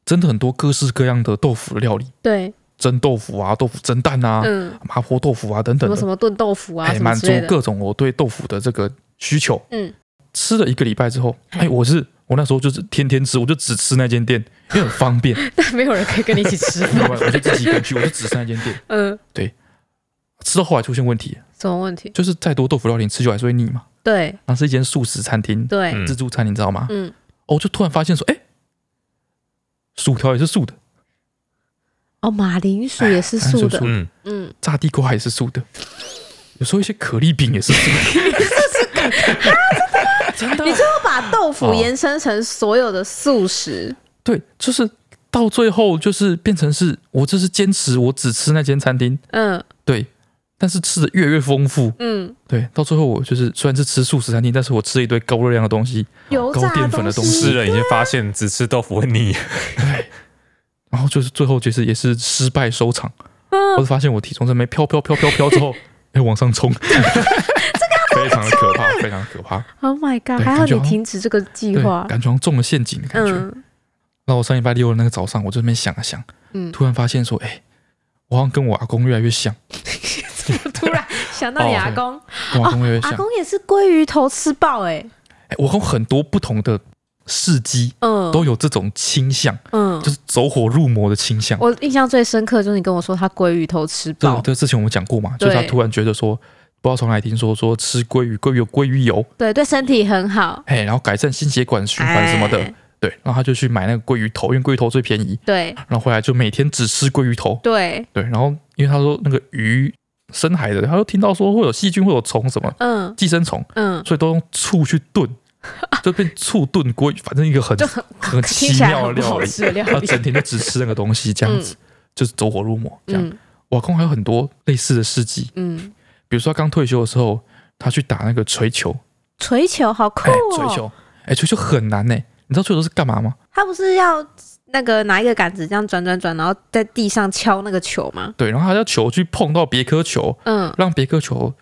Speaker 2: 真的很多各式各样的豆腐料理，
Speaker 4: 对，
Speaker 2: 蒸豆腐啊，豆腐蒸蛋啊，
Speaker 4: 嗯，
Speaker 2: 麻婆豆腐啊等
Speaker 4: 什
Speaker 2: 等
Speaker 4: 么什
Speaker 2: 的，
Speaker 4: 么炖豆腐啊，
Speaker 2: 哎，
Speaker 4: 什么
Speaker 2: 满
Speaker 4: 之
Speaker 2: 足
Speaker 4: 类的，
Speaker 2: 各种我对豆腐的这个需求。
Speaker 4: 嗯， [laughs]
Speaker 2: 吃了一个礼拜之后，
Speaker 4: 嘿
Speaker 2: 哎，我是我那时候就是天天吃，我就只吃那间店，因为很方便，
Speaker 4: [laughs] 但没有人可以跟你一起吃
Speaker 2: 你
Speaker 4: 饭。
Speaker 2: [laughs] 懂吗我就自己一个人去，我就只吃那间店。
Speaker 4: 嗯，
Speaker 2: 吃到后来出现问题，
Speaker 4: 什么问题？
Speaker 2: 就是再多豆腐料理你吃久还是会腻嘛。
Speaker 4: 对
Speaker 2: 然后是一间素食餐厅，
Speaker 4: 对，
Speaker 3: 嗯
Speaker 2: 自助餐，你知道吗？
Speaker 4: 嗯，
Speaker 2: 哦，我就突然发现说，哎，薯条也是素的，
Speaker 4: 哦，马铃薯也是
Speaker 2: 哎
Speaker 4: 素
Speaker 2: 马
Speaker 4: 的
Speaker 2: 铃，
Speaker 3: 嗯，
Speaker 4: 嗯，
Speaker 2: 炸地瓜也是素的，有时候一些可丽饼也是素的。真的
Speaker 4: 你就把豆腐
Speaker 3: 哦
Speaker 4: 延伸成所有的素食。
Speaker 2: [laughs] 对，就是到最后就是变成是我就是坚持我只吃那间餐厅，
Speaker 4: 嗯
Speaker 2: 对，但是吃的越来越丰富，
Speaker 4: 嗯，
Speaker 2: 对，到最后我就是虽然是吃素食餐厅，但是我吃了一堆高热量的东西，
Speaker 4: 油
Speaker 2: 高
Speaker 4: 炸
Speaker 2: 淀粉的东西
Speaker 3: 吃了已经发现只吃豆腐会腻，
Speaker 2: 对，然后就是最后其实也是失败收场，我就发现我体重在那边飘飘飘飘飘之后，哎往上冲， [laughs] 非常的可怕，非常的可怕，
Speaker 4: Oh my god！还好
Speaker 2: 对感觉
Speaker 4: 你
Speaker 2: 好像
Speaker 4: 停止这个计
Speaker 2: 对，
Speaker 4: 划。
Speaker 2: 感觉好像中了陷阱的感觉。
Speaker 4: 嗯
Speaker 2: 那我上礼拜六的那个早上，我就在那边想啊想，
Speaker 4: 嗯
Speaker 2: 突然发现说，哎、我好像跟我阿公越来越像。
Speaker 4: [laughs] 想到你
Speaker 2: 哦
Speaker 4: 阿公，
Speaker 2: 跟我阿公有点像
Speaker 4: 哦阿。公也是鲑鱼头吃爆哎、
Speaker 2: 哎我跟很多不同的事迹
Speaker 4: 嗯
Speaker 2: 都有这种倾向，
Speaker 4: 嗯
Speaker 2: 就，是走火入魔的倾向。
Speaker 4: 我印象最深刻就是你跟我说他鲑鱼头吃
Speaker 2: 这
Speaker 4: 爆，
Speaker 2: 这之前我们讲过嘛，就是他
Speaker 4: 对
Speaker 2: 突然觉得说，不知道从哪里听说说吃鲑鱼，鲑鱼有鲑鱼油，
Speaker 4: 对对，身体很好，
Speaker 2: 哎，然后改善心血管循环什么的
Speaker 4: 哎，
Speaker 2: 对，然后他就去买那个鲑鱼头，因为鲑鱼头最便宜，
Speaker 4: 对
Speaker 2: 然后回来就每天只吃鲑鱼头，
Speaker 4: 对，
Speaker 2: 对，然后因为他说那个鱼深海的，他就听到说会有细菌，会有虫什么
Speaker 4: 嗯
Speaker 2: 寄生虫，
Speaker 4: 嗯，
Speaker 2: 所以都用醋去
Speaker 4: [laughs]
Speaker 2: 炖，就变醋炖鲑鱼，反正一个很
Speaker 4: 就很
Speaker 2: 很
Speaker 4: [laughs] 听
Speaker 2: 奇
Speaker 4: 起来
Speaker 2: 妙的
Speaker 4: 很不
Speaker 2: 料
Speaker 4: 好
Speaker 2: 理，
Speaker 4: 吃的料
Speaker 2: 他
Speaker 4: 理，
Speaker 2: 整天就只吃那个东西，这样子、就是走火入魔。这样，
Speaker 4: 嗯
Speaker 2: 我阿公还有很多类似的事迹，
Speaker 4: 嗯，
Speaker 2: 比如说他刚退休的时候，他去打那个锤球，
Speaker 4: 锤球好酷
Speaker 2: 哎、
Speaker 4: 哦，
Speaker 2: 锤球，哎、锤球很难呢、你知道锤球是干嘛吗？
Speaker 4: 他不是要那个拿一个杆子这样转转转，然后在地上敲那个球吗？
Speaker 2: 对，然后他要球去碰到别颗球，
Speaker 4: 嗯，
Speaker 2: 让别颗球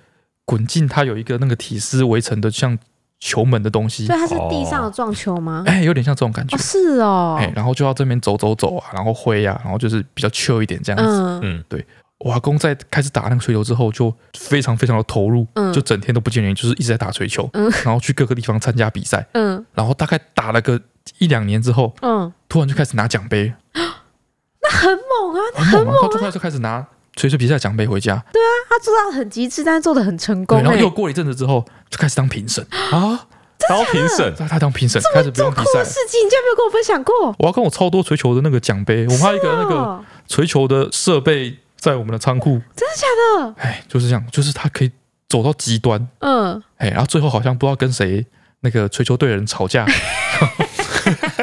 Speaker 2: 滚进他有一个那个铁丝围成的像球门的东西
Speaker 4: 所，以他是地上有撞球吗？
Speaker 2: 哎、有点像这种感觉
Speaker 4: 哦，，是哦
Speaker 2: 哎、，然后就要这边走走走啊，然后挥啊，然后就是比较 chill 一点这样子。
Speaker 4: 嗯
Speaker 3: 嗯，
Speaker 2: 我阿公在开始打那个锤球之后，就非常非常的投入，
Speaker 4: 嗯
Speaker 2: 就整天都不见人，就是一直在打锤球，
Speaker 4: 嗯
Speaker 2: 然后去各个地方参加比赛，
Speaker 4: 嗯
Speaker 2: 然后大概打了个一两年之后，
Speaker 4: 嗯，
Speaker 2: 突然就开始拿奖
Speaker 4: [laughs]
Speaker 2: 杯，
Speaker 4: 很猛啊！
Speaker 2: 很猛啊！他就突然就开始拿锤球比赛奖杯回家，
Speaker 4: 他做到很极致，但是做的很成功
Speaker 2: 对，然后
Speaker 4: 哎、
Speaker 2: 又过了一阵子之后，就开始当评审啊，
Speaker 3: [laughs] 然后评审
Speaker 2: 他他当评审，开始不
Speaker 4: 这
Speaker 2: 用
Speaker 4: 么
Speaker 2: 比
Speaker 4: 酷
Speaker 2: 赛
Speaker 4: 的
Speaker 2: 了。
Speaker 4: 事情，你竟然没有跟我分享过？
Speaker 2: 我要跟我超多锤球的那个奖杯，我们还有一个那个
Speaker 4: 哦，
Speaker 2: 锤球的设备在我们的仓库，
Speaker 4: 真的假的？
Speaker 2: 哎，就是这样，就是他可以走到极端，
Speaker 4: 嗯，
Speaker 2: 哎，然后最后好像不知道跟谁那个锤球队的人吵架，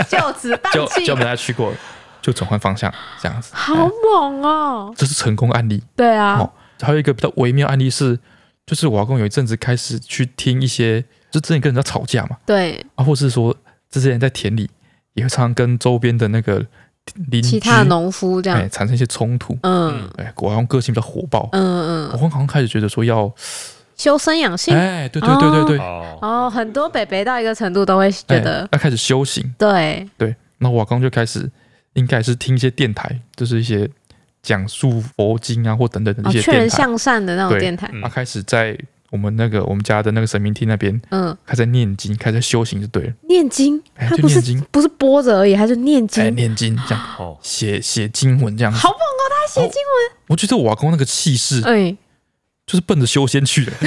Speaker 4: 就此放
Speaker 2: 就
Speaker 4: 弃
Speaker 2: 就，没再去过了，就转换方向这样子。
Speaker 4: 好猛哦！
Speaker 2: 这是成功案例。
Speaker 4: 对啊，
Speaker 2: 哦还有一个比较微妙案例是，就是我阿公有一阵子开始去听一些，就之前跟人家吵架嘛，
Speaker 4: 对，
Speaker 2: 啊，或是说之前在田里也会常常跟周边的那个邻居
Speaker 4: 其他的农夫这样，
Speaker 2: 哎产生一些冲突。
Speaker 4: 嗯
Speaker 2: 哎，我阿公个性比较火爆，
Speaker 4: 嗯
Speaker 2: 我
Speaker 4: 嗯，
Speaker 2: 阿公好像开始觉得说要，
Speaker 4: 修身养性。
Speaker 2: 哎，对对对对对，
Speaker 3: 哦，
Speaker 4: 哦，很多北北到一个程度都会觉
Speaker 2: 哎
Speaker 4: 得，
Speaker 2: 要开始修行。
Speaker 4: 对，
Speaker 2: 对，那我阿公就开始应该是听一些电台，就是一些讲述佛经啊或等等的
Speaker 4: 哦，
Speaker 2: 一些
Speaker 4: 劝
Speaker 2: 电
Speaker 4: 人
Speaker 2: 台。
Speaker 4: 向善的那种
Speaker 2: 对
Speaker 4: 电台，
Speaker 2: 他开始在我们那个我们家的那个神明厅那边
Speaker 4: 嗯，
Speaker 2: 开始念经，开始修行就对了。
Speaker 4: 念经，
Speaker 2: 哎
Speaker 4: 他
Speaker 2: 就
Speaker 4: 不
Speaker 2: 念
Speaker 4: 是
Speaker 2: 经
Speaker 4: 不是播着而已，他就念
Speaker 2: 哎，
Speaker 4: 经，
Speaker 2: 念经这样
Speaker 3: 哦，
Speaker 4: [gasps]
Speaker 2: 写写经哦文这样子。
Speaker 4: 好猛哦，他还写经
Speaker 2: 我觉得我阿公那个气势
Speaker 4: 文，哎，
Speaker 2: 就是奔着修仙去的，
Speaker 4: [laughs]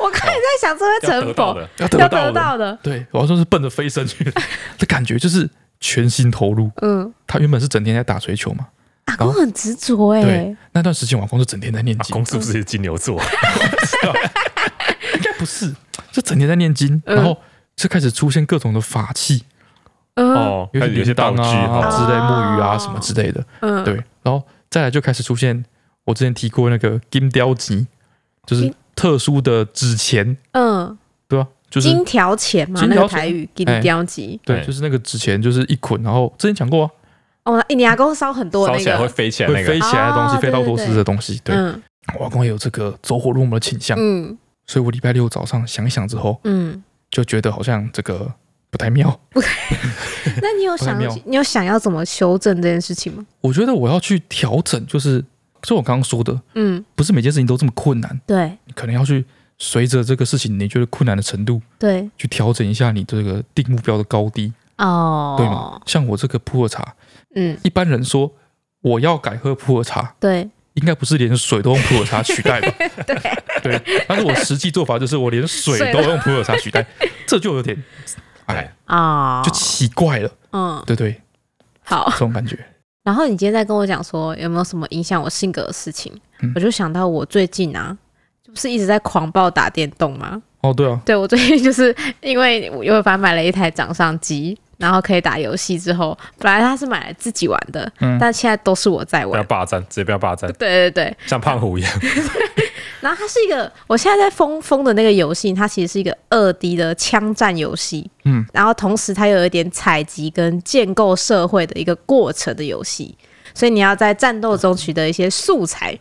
Speaker 4: 我刚才在想这会
Speaker 3: 要得
Speaker 4: 成
Speaker 3: 到
Speaker 4: 否
Speaker 3: 的，
Speaker 2: 嗯要
Speaker 4: 要得
Speaker 2: 得到的。
Speaker 4: 到的，
Speaker 2: 对，我要说是奔着飞升去的，这感觉就是全心投入。
Speaker 4: 嗯，
Speaker 2: 他原本是整天在打锤球嘛，
Speaker 4: 阿公很执着哎
Speaker 2: 对，那段时间我阿公是整天在念
Speaker 3: 阿
Speaker 2: 经，
Speaker 3: 公是不是金牛座？
Speaker 2: 应该不是，就整天在念经，
Speaker 4: 嗯
Speaker 2: 然后就开始出现各种的法器，
Speaker 4: 嗯
Speaker 3: 哦，
Speaker 2: 有
Speaker 3: 开
Speaker 2: 些
Speaker 3: 始有些道
Speaker 2: 铃
Speaker 3: 具
Speaker 2: 铛啊
Speaker 3: 哈，
Speaker 2: 之类、木鱼啊
Speaker 4: 哦
Speaker 2: 什么之类的，
Speaker 4: 嗯，
Speaker 2: 对，然后再来就开始出现我之前提过那个金雕集，就是
Speaker 4: 金
Speaker 2: 特殊的纸钱，
Speaker 4: 嗯，
Speaker 2: 对吧？就是
Speaker 4: 金条钱嘛，
Speaker 2: 金
Speaker 4: 那
Speaker 2: 条
Speaker 4: 个
Speaker 2: 钱
Speaker 4: 台语金
Speaker 2: 哎
Speaker 4: 雕集，
Speaker 2: 对，
Speaker 3: 哎
Speaker 2: 就是那个纸钱，就是一捆，然后之前讲过啊，
Speaker 4: 哦，你阿公烧很多
Speaker 3: 烧
Speaker 4: 那
Speaker 3: 起来会
Speaker 4: 个，
Speaker 3: 飞起来
Speaker 2: 会
Speaker 3: 那
Speaker 2: 飞
Speaker 3: 个，
Speaker 2: 起来的东西，
Speaker 4: 哦
Speaker 2: 飞到
Speaker 4: 对
Speaker 2: 多
Speaker 4: 对
Speaker 2: 斯的东西，对，
Speaker 4: 嗯
Speaker 2: 我阿公也有这个走火入魔的倾向，
Speaker 4: 嗯
Speaker 2: 所以我礼拜六早上想一想之后，
Speaker 4: 嗯，
Speaker 2: 就觉得好像这个不太妙，
Speaker 4: [laughs] 那你有
Speaker 2: 不太
Speaker 4: 想
Speaker 2: 妙
Speaker 4: 你有想要怎么修正这件事情吗？
Speaker 2: 我觉得我要去调整，就是就我刚刚说的，
Speaker 4: 嗯，
Speaker 2: 不是每件事情都这么困难，
Speaker 4: 对
Speaker 2: 你可能要去随着这个事情你觉得困难的程度
Speaker 4: 对，
Speaker 2: 去调整一下你这个定目标的高低，
Speaker 4: 哦，
Speaker 2: 对吗？像我这个普洱茶，
Speaker 4: 嗯，
Speaker 2: 一般人说我要改喝普洱茶，
Speaker 4: 对，
Speaker 2: 应该不是连水都用普洱茶取代吧？
Speaker 4: [laughs] 对
Speaker 2: 对，但是我实际做法就是我连水
Speaker 4: 水
Speaker 2: 都
Speaker 4: 都
Speaker 2: 用普洱茶
Speaker 4: [laughs]
Speaker 2: 取代，这就有点哎
Speaker 4: 啊，
Speaker 2: 就奇怪了，
Speaker 4: 嗯，
Speaker 2: 对对，
Speaker 4: 好。 [laughs]
Speaker 2: 这种感觉。
Speaker 4: 然后你今天在跟我讲说有没有什么影响我性格的事情，
Speaker 2: 嗯
Speaker 4: 我就想到我最近啊，就不是一直在狂暴打电动吗？
Speaker 2: 哦，对啊，
Speaker 4: 对我最近就是因为我又把买了一台掌上机，然后可以打游戏之后，本来他是买来自己玩的，
Speaker 2: 嗯
Speaker 4: 但现在都是我在
Speaker 3: 不要
Speaker 4: 玩。
Speaker 3: 霸占，直接不要霸占，
Speaker 4: 对对对，
Speaker 3: 像胖虎一样，
Speaker 4: 然后它是一个，我现在在疯疯的那个游戏，它其实是一个二 D 的枪战游戏，
Speaker 2: 嗯，
Speaker 4: 然后同时它又有一点采集跟建构社会的一个过程的游戏，所以你要在战斗中取得一些素材。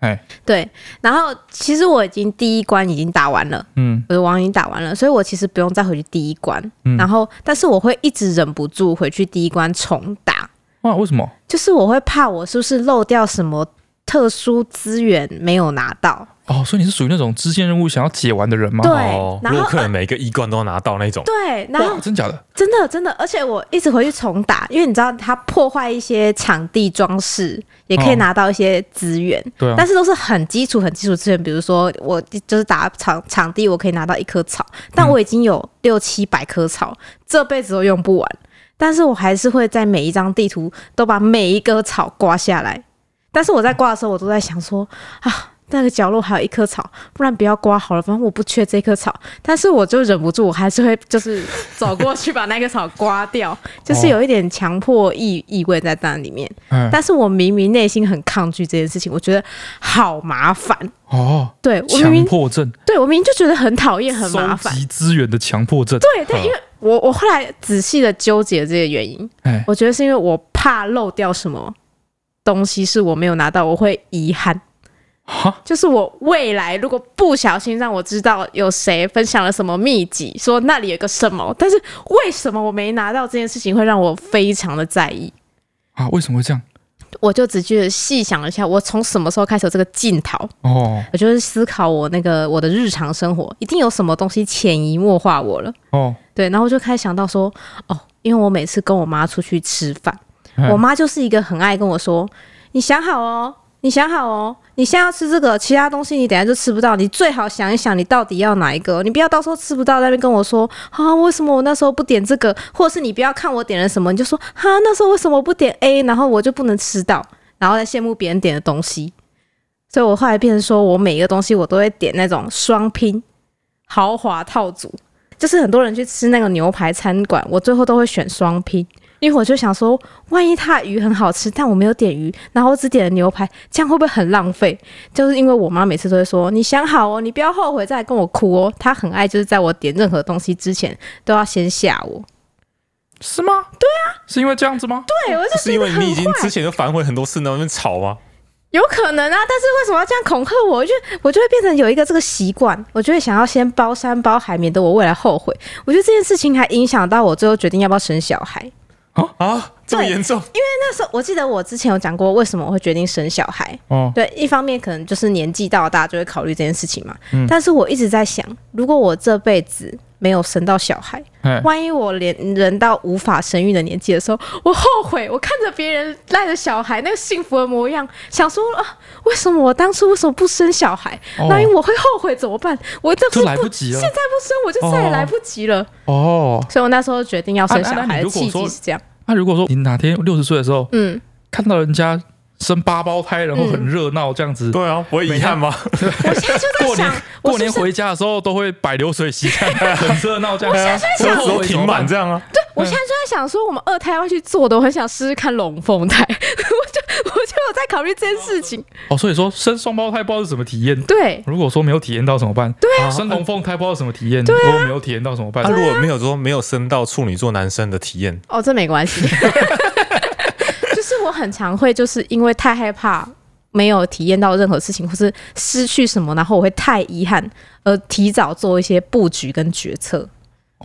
Speaker 2: 哎，
Speaker 4: 对，然后其实我已经第一关已经打完了，
Speaker 2: 嗯
Speaker 4: 我的网已经打完了，所以我其实不用再回去第一关，
Speaker 2: 嗯
Speaker 4: 然后但是我会一直忍不住回去第一关重打，
Speaker 2: 哇，为什么？
Speaker 4: 就是我会怕我是不是漏掉什么。特殊资源没有拿到，
Speaker 2: 哦，所以你是属于那种支线任务想要解完的人吗？
Speaker 4: 对
Speaker 3: 哦，
Speaker 4: 然
Speaker 3: 如
Speaker 4: 后
Speaker 3: 果客人每一个一冠都拿到那种，
Speaker 4: 对，然后
Speaker 2: 哇，真假的？
Speaker 4: 真的真的，而且我一直回去重打，因为你知道它破坏一些场地装饰，也可以
Speaker 2: 哦
Speaker 4: 拿到一些资源，
Speaker 2: 对啊
Speaker 4: 但，是都是很基础很基础资源，比如说我就是打场场地，我可以拿到一棵草，
Speaker 2: 嗯
Speaker 4: 但我已经有六七百棵草，这辈子都用不完，但是我还是会在每一张地图都把每一棵草刮下来，但是我在刮的时候，我都在想说啊。那个角落还有一棵草，不然不要刮好了，反正我不缺这棵草。但是我就忍不住，我还是会就是走过去把那棵草刮掉， [laughs]
Speaker 2: 哦
Speaker 4: 就是有一点强迫意意味在那里面。
Speaker 2: 嗯，
Speaker 4: 但是我明明内心很抗拒这件事情，我觉得好麻烦。
Speaker 2: 哦，
Speaker 4: 对我明
Speaker 2: 强
Speaker 4: 明
Speaker 2: 迫症，
Speaker 4: 对我明明就觉得很讨厌、很麻
Speaker 2: 收
Speaker 4: 烦。
Speaker 2: 集资源的强迫症。
Speaker 4: 对，但因为我我后来仔细的纠结这个原因，
Speaker 2: 哎，
Speaker 4: 我觉得是因为我怕漏掉什么东西是我没有拿到，我会遗憾。
Speaker 2: 哈，
Speaker 4: 就是我未来如果不小心让我知道有谁分享了什么秘籍，说那里有个什么，但是为什么我没拿到这件事情会让我非常的在意。
Speaker 2: 啊，为什么会这样？
Speaker 4: 我就只去细想了一下，我从什么时候开始有这个镜头？
Speaker 2: 哦
Speaker 4: 我就是思考我那个我的日常生活，一定有什么东西潜移默化我了。
Speaker 2: 哦，
Speaker 4: 对，然后我就开始想到说，哦，因为我每次跟我妈出去吃饭，
Speaker 2: 哎
Speaker 4: 我妈就是一个很爱跟我说，你想好哦，你想好哦，你现在要吃这个，其他东西你等一下就吃不到，你最好想一想你到底要哪一个，你不要到时候吃不到在那边跟我说啊，为什么我那时候不点这个，或者是你不要看我点了什么，你就说啊，那时候为什么我不点 A，然后我就不能吃到，然后再羡慕别人点的东西。所以我后来变成说，我每一个东西我都会点那种双拼豪华套组，就是很多人去吃那个牛排餐馆，我最后都会选双拼，因为我就想说，万一它的鱼很好吃，但我没有点鱼，然后我只点了牛排，这样会不会很浪费？就是因为我妈每次都会说，你想好哦，你不要后悔再来跟我哭哦。她很爱就是在我点任何东西之前都要先吓我。
Speaker 2: 是吗？对啊，是因为这样子吗？
Speaker 4: 对，我就
Speaker 3: 不是
Speaker 4: 觉
Speaker 3: 因
Speaker 4: 得
Speaker 3: 为
Speaker 4: 很
Speaker 3: 你已经
Speaker 4: 坏
Speaker 3: 之前就反悔很多次，然后在那边吵吗？
Speaker 4: 有可能啊，但是为什么要这样恐吓我？我就我就会变成有一个这个习惯，我就会想要先包山包海，免得我未来后悔。我觉得这件事情还影响到我最后决定要不要生小孩。
Speaker 3: 啊，这么严重？
Speaker 4: 那时候我记得我之前有讲过，为什么我会决定生小孩。
Speaker 2: 哦，
Speaker 4: 对，一方面可能就是年纪到了，大家就会考虑这件事情嘛。
Speaker 2: 嗯
Speaker 4: 但是我一直在想，如果我这辈子没有生到小孩，
Speaker 2: 哎，
Speaker 4: 万一我连人到无法生育的年纪的时候，我后悔，我看着别人带着小孩那个幸福的模样，想说啊，为什么我当初为什么不生小孩？
Speaker 2: 哦
Speaker 4: 万一我会后悔怎么办？我这
Speaker 2: 就来不及了
Speaker 4: 现在不生我就再也
Speaker 2: 哦
Speaker 4: 来不及了。
Speaker 2: 哦，
Speaker 4: 所以我那时候决定要生
Speaker 2: 啊
Speaker 4: 小
Speaker 2: 那那你
Speaker 4: 孩的
Speaker 2: 如果
Speaker 4: 契机
Speaker 2: 说
Speaker 4: 是这样，
Speaker 2: 那如果说你哪天六十岁的时候
Speaker 4: 嗯，
Speaker 2: 看到人家生八胞胎，然后很热闹这样子，
Speaker 3: 对啊，不会遗憾吗？
Speaker 4: 我现在就在
Speaker 2: 过年
Speaker 4: 想，我
Speaker 2: 过
Speaker 4: 是不
Speaker 2: 年
Speaker 4: 是
Speaker 2: 回家的时候都会摆流水席，很热闹这样子。
Speaker 3: 车
Speaker 4: 想
Speaker 3: 子都停满啊这样啊，
Speaker 4: 我现在就在想说，我们二胎要去做的，我很想试试看龙凤胎， [laughs] 我就我就有在考虑这件事情。
Speaker 2: 哦，所以说生双胞胎不知道是什么体验。
Speaker 4: 对，
Speaker 2: 如果说没有体验到怎么办？对啊，生龙凤胎不知道什么体验。
Speaker 4: 啊
Speaker 2: 如果没有体验到怎么办
Speaker 3: 他？啊如果没有说没有升到处女座男生的体验，
Speaker 4: 哦，这没关系。 [laughs] 就是我很常会，就是因为太害怕没有体验到任何事情，或是失去什么，然后我会太遗憾，而提早做一些布局跟决策。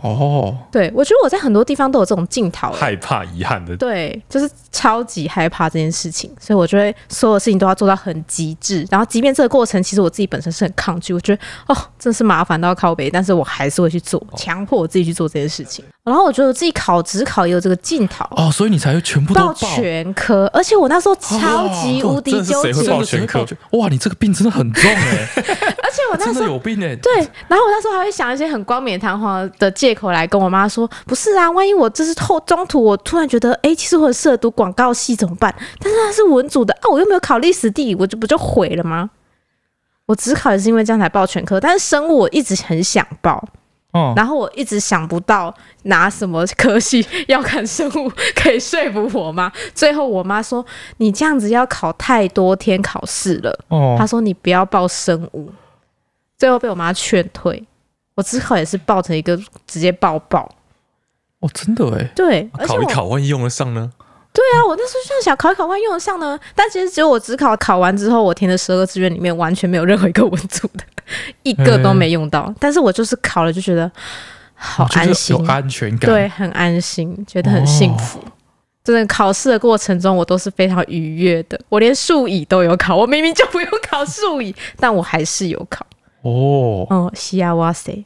Speaker 2: 哦，
Speaker 4: 对我觉得我在很多地方都有这种镜头、欸
Speaker 3: 害怕遗憾的，
Speaker 4: 对，就是超级害怕这件事情，所以我就会所有事情都要做到很极致。然后，即便这个过程其实我自己本身是很抗拒，我觉得哦，真是麻烦到靠背，但是我还是会去做，强迫我自己去做这件事情。然后，我觉得我自己考职考也有这个镜
Speaker 2: [laughs]
Speaker 4: 头。
Speaker 2: 哦，所以你才会全部都
Speaker 4: 报
Speaker 2: 报。
Speaker 4: 全科，而且我那时候超级无敌
Speaker 3: 哦真
Speaker 4: 纠
Speaker 3: 的是谁会
Speaker 4: 结，
Speaker 3: 报全科
Speaker 2: 真的是会报全哇，你这个病真的很重哎，
Speaker 3: [laughs]
Speaker 4: 而且我那
Speaker 2: 真
Speaker 4: 时
Speaker 2: 的
Speaker 4: 候
Speaker 2: 有病
Speaker 3: 欸
Speaker 2: 哎。
Speaker 4: 对， [laughs] 然后我那时候还会想一些很冠冕堂皇的借口来跟我妈说，不是啊，万一我这是后中途我突然觉得，哎，其实我很适合读广告系怎么办？但是它是文组的啊，我又没有考历史地理，我就不就毁了吗？我只考也是因为这样才报全科，但是生物我一直很想报，
Speaker 2: 哦，
Speaker 4: 然后我一直想不到拿什么科系要看生物可以说服我妈。最后我妈说：“你这样子要考太多天考试了。”他
Speaker 2: 哦，
Speaker 4: 说你不要报生物，最后被我妈劝退。我之后也是抱成一个直接抱抱，
Speaker 2: 哦，真的哎。
Speaker 4: 对，而且
Speaker 3: 考
Speaker 4: 我
Speaker 3: 一考，万一用得上呢？
Speaker 4: 对啊，我那时候就想考一考，万一用得上呢？但其实只有我只考考完之后，我填的十二个志愿里面完全没有任何一个文组的，一个都没用到。但是我就是考了，就觉得好
Speaker 2: 嗯哦就是
Speaker 4: 安心
Speaker 2: 有，安全感。哦
Speaker 4: 对，很安心，觉得很幸福。真的考试的过程中，我都是非常愉悦的。我连数乙都有考，我明明就不用考数乙，但我还是有考。
Speaker 2: 哦，
Speaker 4: 哦，西亚哇塞，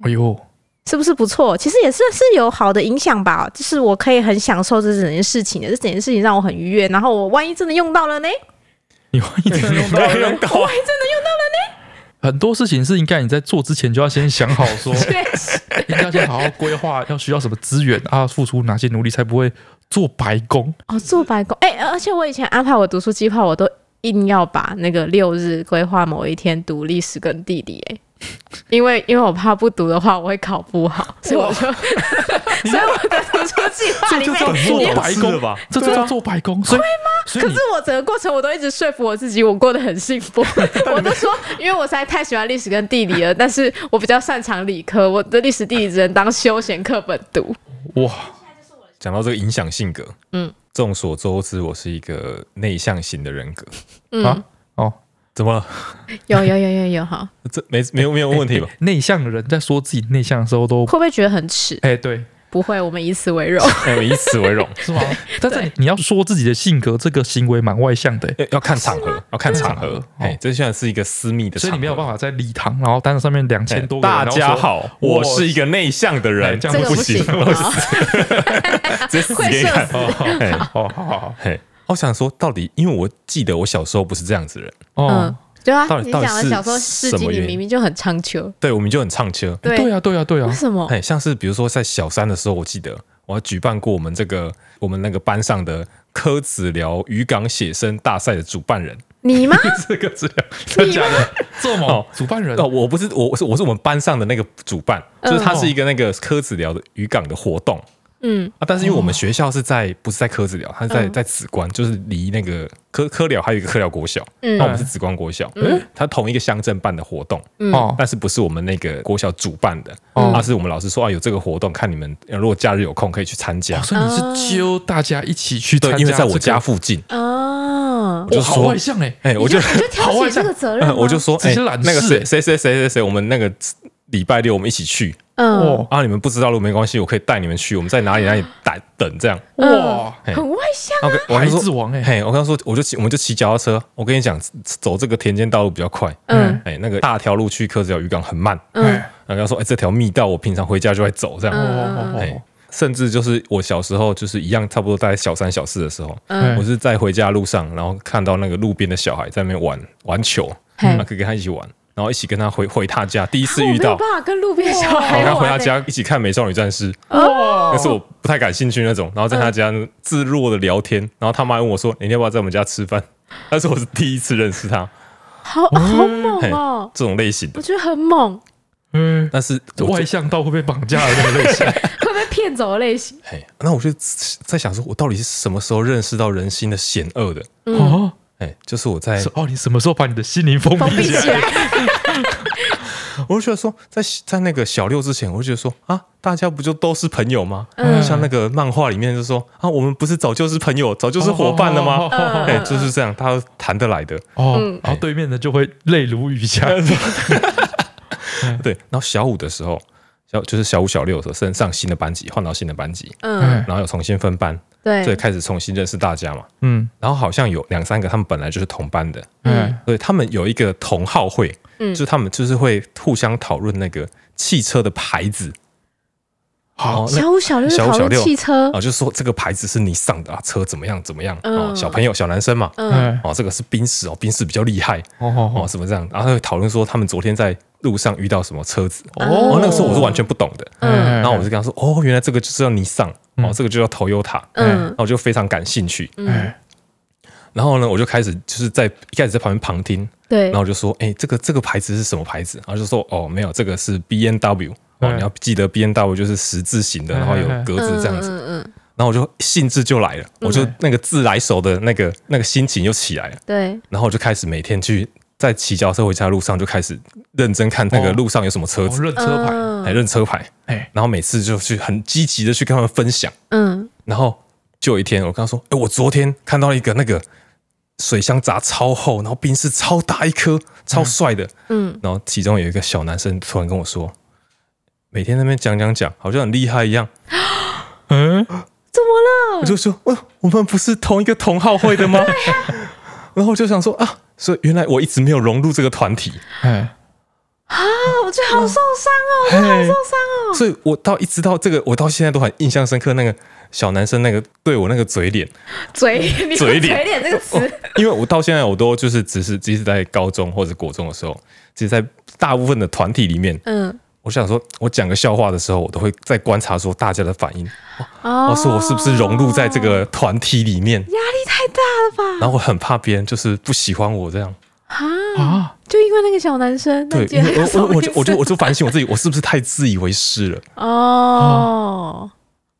Speaker 2: 哎呦，
Speaker 4: 是不是不错？其实也是是有好的影响吧，就是我可以很享受这整件事情的，这整件事情让我很愉悦。然后我万一真的用到 [laughs] 了呢？
Speaker 2: 你万一真的用到
Speaker 3: [laughs] 没用到啊，
Speaker 2: [laughs] 很多事情是应该你在做之前就要先想好
Speaker 4: [laughs]
Speaker 3: [laughs]
Speaker 2: 说，
Speaker 4: 确实，
Speaker 2: 应该先好好规划要需要什么资源啊，付出哪些努力才不会做白工。
Speaker 4: 哦，做白工，哎、而且我以前安排我读书计划，我都硬要把那个六日规划某一天读历史跟地理、 [laughs] 哎，因为因为我怕不读的话我会考不好，所以我就， [laughs] 所以我的读书计划里
Speaker 3: 这
Speaker 4: 面
Speaker 3: 就
Speaker 2: 你
Speaker 3: 叫做
Speaker 2: 也
Speaker 3: 白
Speaker 2: 是
Speaker 3: 工吧？
Speaker 2: 这就叫做白工，所以所以
Speaker 4: 可
Speaker 2: 你
Speaker 4: 是我整个过程我都一直说服我自己，我过得很幸
Speaker 3: [laughs]
Speaker 4: 福。我都说，因为我实在太喜欢历史跟地理了，但是我比较擅长理科，我的历史地理只能当休闲课本读。
Speaker 2: 哇，
Speaker 3: 讲到这个影响性格，
Speaker 4: 嗯
Speaker 3: 嗯，众所周知，我是一个内向型的人格。
Speaker 4: 嗯，
Speaker 2: 啊哦，
Speaker 3: 怎么了？
Speaker 4: 有有有有有，好，
Speaker 3: 这没没有没有
Speaker 2: [laughs]
Speaker 3: 问题吧？
Speaker 2: 欸内向的人在说自己内向的时候都
Speaker 4: 会不会觉得很耻？
Speaker 2: 哎、对，
Speaker 4: 不会，我们以此为荣。
Speaker 3: 哎我以此为荣。
Speaker 2: 是吗？但是你你要说自己的性格，这个行为蛮外向的、欸
Speaker 3: 哎要要看场合，要看场合
Speaker 2: 哦。
Speaker 3: 哎，这现在是一个私密的场合，
Speaker 2: 所以你没有办
Speaker 3: 法。
Speaker 2: 法在礼堂，然后单子上面两千多个人
Speaker 3: 哎大家，好，
Speaker 2: 我
Speaker 3: 我是一个内向的
Speaker 2: 哎
Speaker 3: 人，
Speaker 2: 这样
Speaker 4: 这个
Speaker 2: 会不
Speaker 4: 不
Speaker 3: 行
Speaker 4: 行，，
Speaker 3: 我
Speaker 4: 好
Speaker 3: [laughs] 直接死
Speaker 4: 会
Speaker 3: 给你
Speaker 4: 社
Speaker 3: 看。
Speaker 4: 死。
Speaker 2: 然后说
Speaker 3: 哎
Speaker 2: 哦，哦好好好，
Speaker 3: 嘿，我想说，到底因为我记得我小时候不是这样子的人，
Speaker 2: 哦
Speaker 4: 嗯，，对啊
Speaker 3: 到，底
Speaker 4: 你讲
Speaker 3: 到底
Speaker 4: 的
Speaker 3: 是
Speaker 4: 小时候事
Speaker 3: 什
Speaker 4: 迹，
Speaker 3: 么
Speaker 4: 你
Speaker 3: 原因
Speaker 4: 明明就很唱秋。
Speaker 3: 对，我们就很唱车。
Speaker 4: 对，
Speaker 2: 对啊，对啊，对
Speaker 4: [laughs]
Speaker 2: 啊
Speaker 4: 为，什么？
Speaker 3: 哎，像是比如说在小三的时候，我记得我还举办过我们这个我们那个班上的科子寮渔港写生大赛的主办人。
Speaker 4: 你
Speaker 3: [laughs]
Speaker 4: 吗？
Speaker 2: 这个资料真的假的？这么
Speaker 3: 哦
Speaker 2: 主办人
Speaker 3: 哦，我不是我，我是我是我们班上的那个主办，就是它
Speaker 2: 嗯
Speaker 3: 是一个那个科子寮的渔港的活动。
Speaker 4: 嗯，
Speaker 3: 啊，但是因为我们学校是在不是在科子寮，它是在
Speaker 4: 嗯
Speaker 3: 在紫关，就是离那个科科寮还有一个科寮国小，
Speaker 4: 嗯
Speaker 3: 那我们是紫关国小，它同一个乡镇办的活动，
Speaker 4: 嗯
Speaker 2: 哦
Speaker 3: 但是不是我们那个国小主办的，
Speaker 2: 嗯
Speaker 3: 而是我们老师说啊有这个活动，看你们呃如果假日有空可以去参加
Speaker 2: 哦，，所以你是揪大家一起去参
Speaker 3: 对，
Speaker 2: 加，
Speaker 3: 因为在我家，附近，
Speaker 4: 哦
Speaker 3: 我，就
Speaker 2: 哇好
Speaker 3: 说
Speaker 2: 外向哎，
Speaker 3: 哎，我就
Speaker 4: 你就挑
Speaker 2: 好
Speaker 4: 起
Speaker 2: 啊
Speaker 4: 这个责任吗
Speaker 3: 嗯， [laughs] 我就说
Speaker 2: 这
Speaker 3: 哎
Speaker 2: 是懒事
Speaker 3: 那个谁
Speaker 2: 哎
Speaker 3: 谁谁谁谁谁，我们那个礼拜六我们一起去
Speaker 4: 嗯
Speaker 2: 哦
Speaker 3: 啊，你们不知道路没关系，我可以带你们去，我们在哪里哪里等等这样。
Speaker 4: 嗯
Speaker 2: 哇，
Speaker 3: 嘿
Speaker 4: 很外向。
Speaker 3: 啊我
Speaker 2: 孩
Speaker 3: 跟我
Speaker 2: 子
Speaker 3: 说，
Speaker 2: 王哎，
Speaker 3: 嘿，我刚说，我就骑，我们就骑脚踏车。我跟你讲，走这个田间道路比较快。
Speaker 4: 嗯
Speaker 3: 哎，那个大条路去科子寮渔港很慢。
Speaker 4: 嗯
Speaker 3: 然后他说，哎，这条密道我平常回家就会走这
Speaker 2: 哦
Speaker 3: 样。
Speaker 2: 哦
Speaker 3: 哎、
Speaker 2: 哦
Speaker 3: 甚至就是我小时候就是一样，差不多在小三小四的时候，
Speaker 2: 嗯
Speaker 3: 我是在回家路上，然后看到那个路边的小孩在那边玩玩球，
Speaker 4: 嘿
Speaker 3: 那可以跟他一起玩，然后一起跟他回回他家。第一次
Speaker 4: 啊 [laughs] 我
Speaker 3: 遇
Speaker 4: 没有
Speaker 3: 到，
Speaker 4: 办法跟路边小
Speaker 3: 然
Speaker 4: 孩
Speaker 3: 后他
Speaker 4: 玩、啊
Speaker 3: 回他家一起看《美少女战士》。
Speaker 4: 哦
Speaker 3: 哦
Speaker 2: 哇
Speaker 3: 那是我不太感兴趣那种。然后在他家自若的聊天，然后他妈还问我说：“你要不要在我们家吃饭？” [laughs] 但是我是第一次认识他
Speaker 4: 好好猛哦、
Speaker 3: 这种类型的
Speaker 4: 我，觉得很猛，
Speaker 2: 嗯，
Speaker 3: 但是我
Speaker 2: 外
Speaker 3: 就
Speaker 2: 向到会被绑架的那个类
Speaker 4: [laughs]
Speaker 2: 型，
Speaker 4: 会被骗走的类
Speaker 3: [laughs]
Speaker 4: 型。
Speaker 3: 哎，那我就在想说，我到底是什么时候认识到人心的险恶的？
Speaker 4: 嗯
Speaker 2: 哦，
Speaker 3: 哎，就是我在
Speaker 2: 是，哦，你什么时候把你的心灵封
Speaker 4: 封闭
Speaker 2: 闭起
Speaker 4: 起
Speaker 2: 来？
Speaker 4: 来，
Speaker 3: 我就觉得说，在在那个小六之前，我就觉得说啊，大家不就都是朋友吗？
Speaker 4: 嗯
Speaker 3: 像那个漫画里面就说啊，我们不是早就是朋友，早就是伙伴了
Speaker 2: 哦
Speaker 3: 吗？
Speaker 2: 哦哦哦
Speaker 3: [laughs] 哎，
Speaker 4: 嗯
Speaker 3: 就是这样，大家都谈得来的。
Speaker 2: 哦，然后对面的就会泪如雨下，
Speaker 3: 嗯对，然后小五的时候，小就是小五小六的时候，升上新的班级，换到新的班级，
Speaker 2: 哎
Speaker 4: 嗯，
Speaker 3: 然后有重新分班，所以
Speaker 4: 对，
Speaker 3: 开始重新认识大家嘛。
Speaker 2: 嗯
Speaker 3: 然后好像有两三个他们本来就是同班的，
Speaker 2: 嗯
Speaker 3: 所以他们有一个同好会，
Speaker 4: 嗯
Speaker 3: 就是他们就是会互相讨论那个汽车的牌子，
Speaker 2: 好
Speaker 3: 那
Speaker 4: 小五小六就
Speaker 3: 小五
Speaker 4: 讨
Speaker 3: 小
Speaker 4: 论
Speaker 3: 六
Speaker 4: 汽车
Speaker 3: 啊、，就说这个牌子是你上的啊，车怎么样怎么样哦
Speaker 4: 嗯，
Speaker 3: 小朋友小男生嘛，
Speaker 4: 嗯
Speaker 2: 哎
Speaker 3: 哦，这个是宾士哦，宾士比较厉害
Speaker 2: 哦哦
Speaker 3: 哦，什么这样，然后他会讨论说他们昨天在路上遇到什么车子，
Speaker 2: 哦
Speaker 3: 哦，那个时候我是完全不懂的，
Speaker 4: 嗯
Speaker 3: 然后我就跟他说：“哦，原来这个就是要尼桑，哦
Speaker 2: 嗯，
Speaker 3: 这个就叫 Toyota。”
Speaker 4: 嗯
Speaker 3: 然后我就非常感兴趣。
Speaker 4: 嗯，
Speaker 3: 然后呢，我就开始就是在一开始在旁边旁听，
Speaker 4: 对
Speaker 3: 然后我就说：“哎，这个这个牌子是什么牌子？”然后就说：“哦，没有，这个是 B N W。”哦，
Speaker 2: 嗯
Speaker 3: 你要记得 B N W 就是十字形的，
Speaker 2: 嗯
Speaker 3: 然后有格子这样子。
Speaker 4: 嗯嗯嗯，
Speaker 3: 然后我就兴致就来了，
Speaker 2: 嗯
Speaker 3: 我就那个自来熟的那个那个心情又起来了。
Speaker 4: 对，
Speaker 3: 然后我就开始每天去在骑脚踏车回家的路上就开始认真看那个
Speaker 2: 哦
Speaker 3: 路上有什么车
Speaker 2: 哦
Speaker 3: 子，
Speaker 2: 认车牌，
Speaker 3: 哎，
Speaker 4: 嗯
Speaker 3: 认车牌。
Speaker 2: 哎
Speaker 3: 然后每次就去很积极的去跟他们分享。
Speaker 4: 嗯，
Speaker 3: 然后就有一天，我跟他说：“哎、我昨天看到一个那个水箱砸超厚，然后冰是超大一颗，超帅的。
Speaker 4: 嗯
Speaker 3: 然后其中有一个小男生突然跟
Speaker 4: [gasps]
Speaker 3: 我说，每天在那边讲讲讲，好像很厉害一样。
Speaker 2: 嗯，
Speaker 4: 怎么了？
Speaker 3: 我就说，哦，我们不是同一个同好会的吗？ [laughs] 然后我就想说啊，所以原来我一直没有融入这个
Speaker 4: [laughs]
Speaker 3: 团体，
Speaker 2: 哎，
Speaker 4: 啊我觉得好受伤哦，我觉得好
Speaker 3: 哎
Speaker 4: 受伤哦。
Speaker 3: 所以我到一直到这个，我到现在都很印象深刻。那个小男生那个对我那个嘴脸，
Speaker 4: 嘴
Speaker 3: [laughs]
Speaker 4: 脸，
Speaker 3: 嘴
Speaker 4: 你用
Speaker 3: 脸哦
Speaker 4: 嘴脸这个词，
Speaker 3: 因为我到现在我都就是只是即使在高中或者国中的时候，其实在大部分的团体里面，
Speaker 4: 嗯，
Speaker 3: 我想说我讲个笑话的时候，我都会在观察说大家的反应，
Speaker 4: 哦
Speaker 3: 哦，说我是不是融入在这个团体里面，
Speaker 4: 压力太大了吧？
Speaker 3: 然后我很怕别人就是不喜欢我这样。
Speaker 4: 啊，
Speaker 2: 啊，
Speaker 4: 就因为那个小男生，那
Speaker 3: 对
Speaker 4: 你，觉
Speaker 3: 因
Speaker 4: 得
Speaker 3: 为我我我就
Speaker 4: 什么意
Speaker 3: 我就我就反省我自己，我是不是太自以为是了？
Speaker 4: 思哦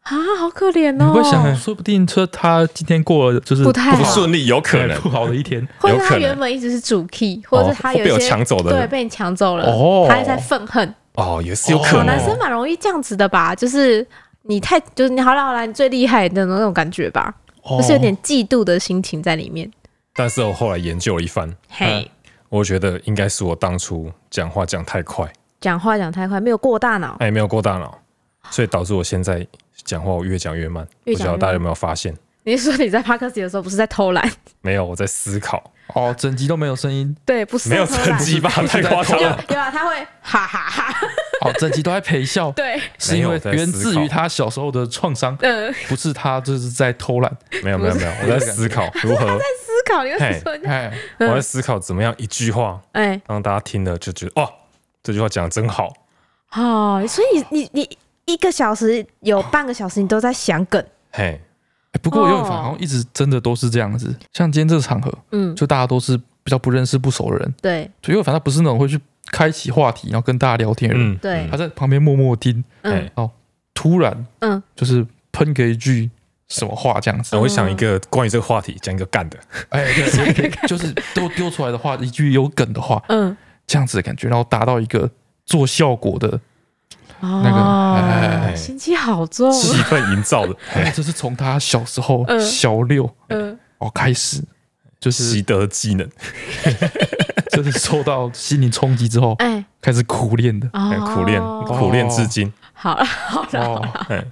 Speaker 4: 啊，好可怜
Speaker 2: 你
Speaker 4: 哦。
Speaker 2: 会想，说不定说他今天过了就是
Speaker 4: 不太
Speaker 3: 不
Speaker 4: 好
Speaker 3: 顺利有可
Speaker 2: 对
Speaker 3: 能
Speaker 2: 不好的一天，
Speaker 4: 或者
Speaker 3: 有
Speaker 4: 他
Speaker 3: 可能哦
Speaker 4: 原本一直是主 key，或者是他有
Speaker 3: 被
Speaker 4: 一
Speaker 3: 我
Speaker 4: 些
Speaker 3: 抢走的
Speaker 4: 对，被你抢走了，
Speaker 2: 哦
Speaker 4: 他还在愤恨。
Speaker 3: 哦，也是有可
Speaker 4: 小
Speaker 3: 能。
Speaker 4: 男生蛮容易这样子的吧，就是你太就是你好了好了，你最厉害的那种感觉吧，
Speaker 2: 哦
Speaker 4: 就是有点嫉妒的心情在里面。
Speaker 3: 但是我后来研究了一番，
Speaker 2: 嗯
Speaker 4: 嘿，
Speaker 3: 我觉得应该是我当初讲话讲太快，
Speaker 4: 讲话讲太快，没有过大脑，
Speaker 3: 哎，没有过大脑，所以导致我现在讲话我越讲越慢。
Speaker 4: 越
Speaker 3: 不
Speaker 4: 讲
Speaker 3: 知
Speaker 4: 越慢
Speaker 3: 道大家有没有发现？
Speaker 4: 你是说你在 p 克斯 c 的时候不是在偷懒？ [laughs]
Speaker 3: 没有，我在思考，
Speaker 2: 哦，整集都没有声音，
Speaker 4: 对，不是
Speaker 3: 没有
Speaker 4: 在偷懒 [laughs]
Speaker 3: 成绩吧？太夸张了。
Speaker 4: 有啊，他会哈哈哈，
Speaker 2: 哦，整集都在陪笑
Speaker 4: [laughs] 对，
Speaker 2: 是因
Speaker 3: 没
Speaker 2: 为
Speaker 3: 有在思考
Speaker 2: 源自于他小时候的创伤，
Speaker 4: 嗯，
Speaker 2: 不是他就是在偷懒，
Speaker 3: 没有没有没有，我在思考如何，
Speaker 4: 思考你为什么说人家
Speaker 2: 哎，
Speaker 3: 我在思考怎么样一句话
Speaker 4: 哎，
Speaker 3: 让大家听了就觉得哇，这句话讲的真好。
Speaker 4: 哦，所以你你你一个小时有半个小时你都在想梗，
Speaker 3: 嘿，
Speaker 2: 哎不过有点烦，
Speaker 4: 哦
Speaker 2: 好像一直真的都是这样子。像今天这个场合，
Speaker 4: 嗯，
Speaker 2: 就大家都是比较不认识、不熟的人，
Speaker 4: 对
Speaker 2: 就因为反正不是那种会去开启话题，然后跟大家聊天的人，
Speaker 3: 嗯，
Speaker 4: 对
Speaker 2: 他在旁边默默听，
Speaker 4: 嗯
Speaker 3: 哎，
Speaker 2: 突然
Speaker 4: 嗯，
Speaker 2: 就是喷给一句什么话这样子
Speaker 3: 哎那，我想一个
Speaker 4: 嗯
Speaker 3: 关于这个话题，讲一个干的，
Speaker 2: 哎，
Speaker 4: [laughs]
Speaker 2: 对对对，就是都丢出来的话，一句有梗的话，
Speaker 4: 嗯，
Speaker 2: 这样子的感觉，然后达到一个做效果的，个哎
Speaker 4: 哦，心机好重，
Speaker 3: 气氛
Speaker 2: [laughs]
Speaker 3: 营造的，
Speaker 2: 哎，这是从他小时候
Speaker 4: 嗯
Speaker 2: 小六
Speaker 4: 嗯，
Speaker 2: 哦开始，就是
Speaker 3: 习得技能，
Speaker 2: 就是受到心理冲击之后
Speaker 4: 哎，
Speaker 2: 开始苦练的。
Speaker 4: 哦
Speaker 3: 哎，苦练苦练至今。
Speaker 4: 好了好了，
Speaker 2: 哦
Speaker 3: 嗯，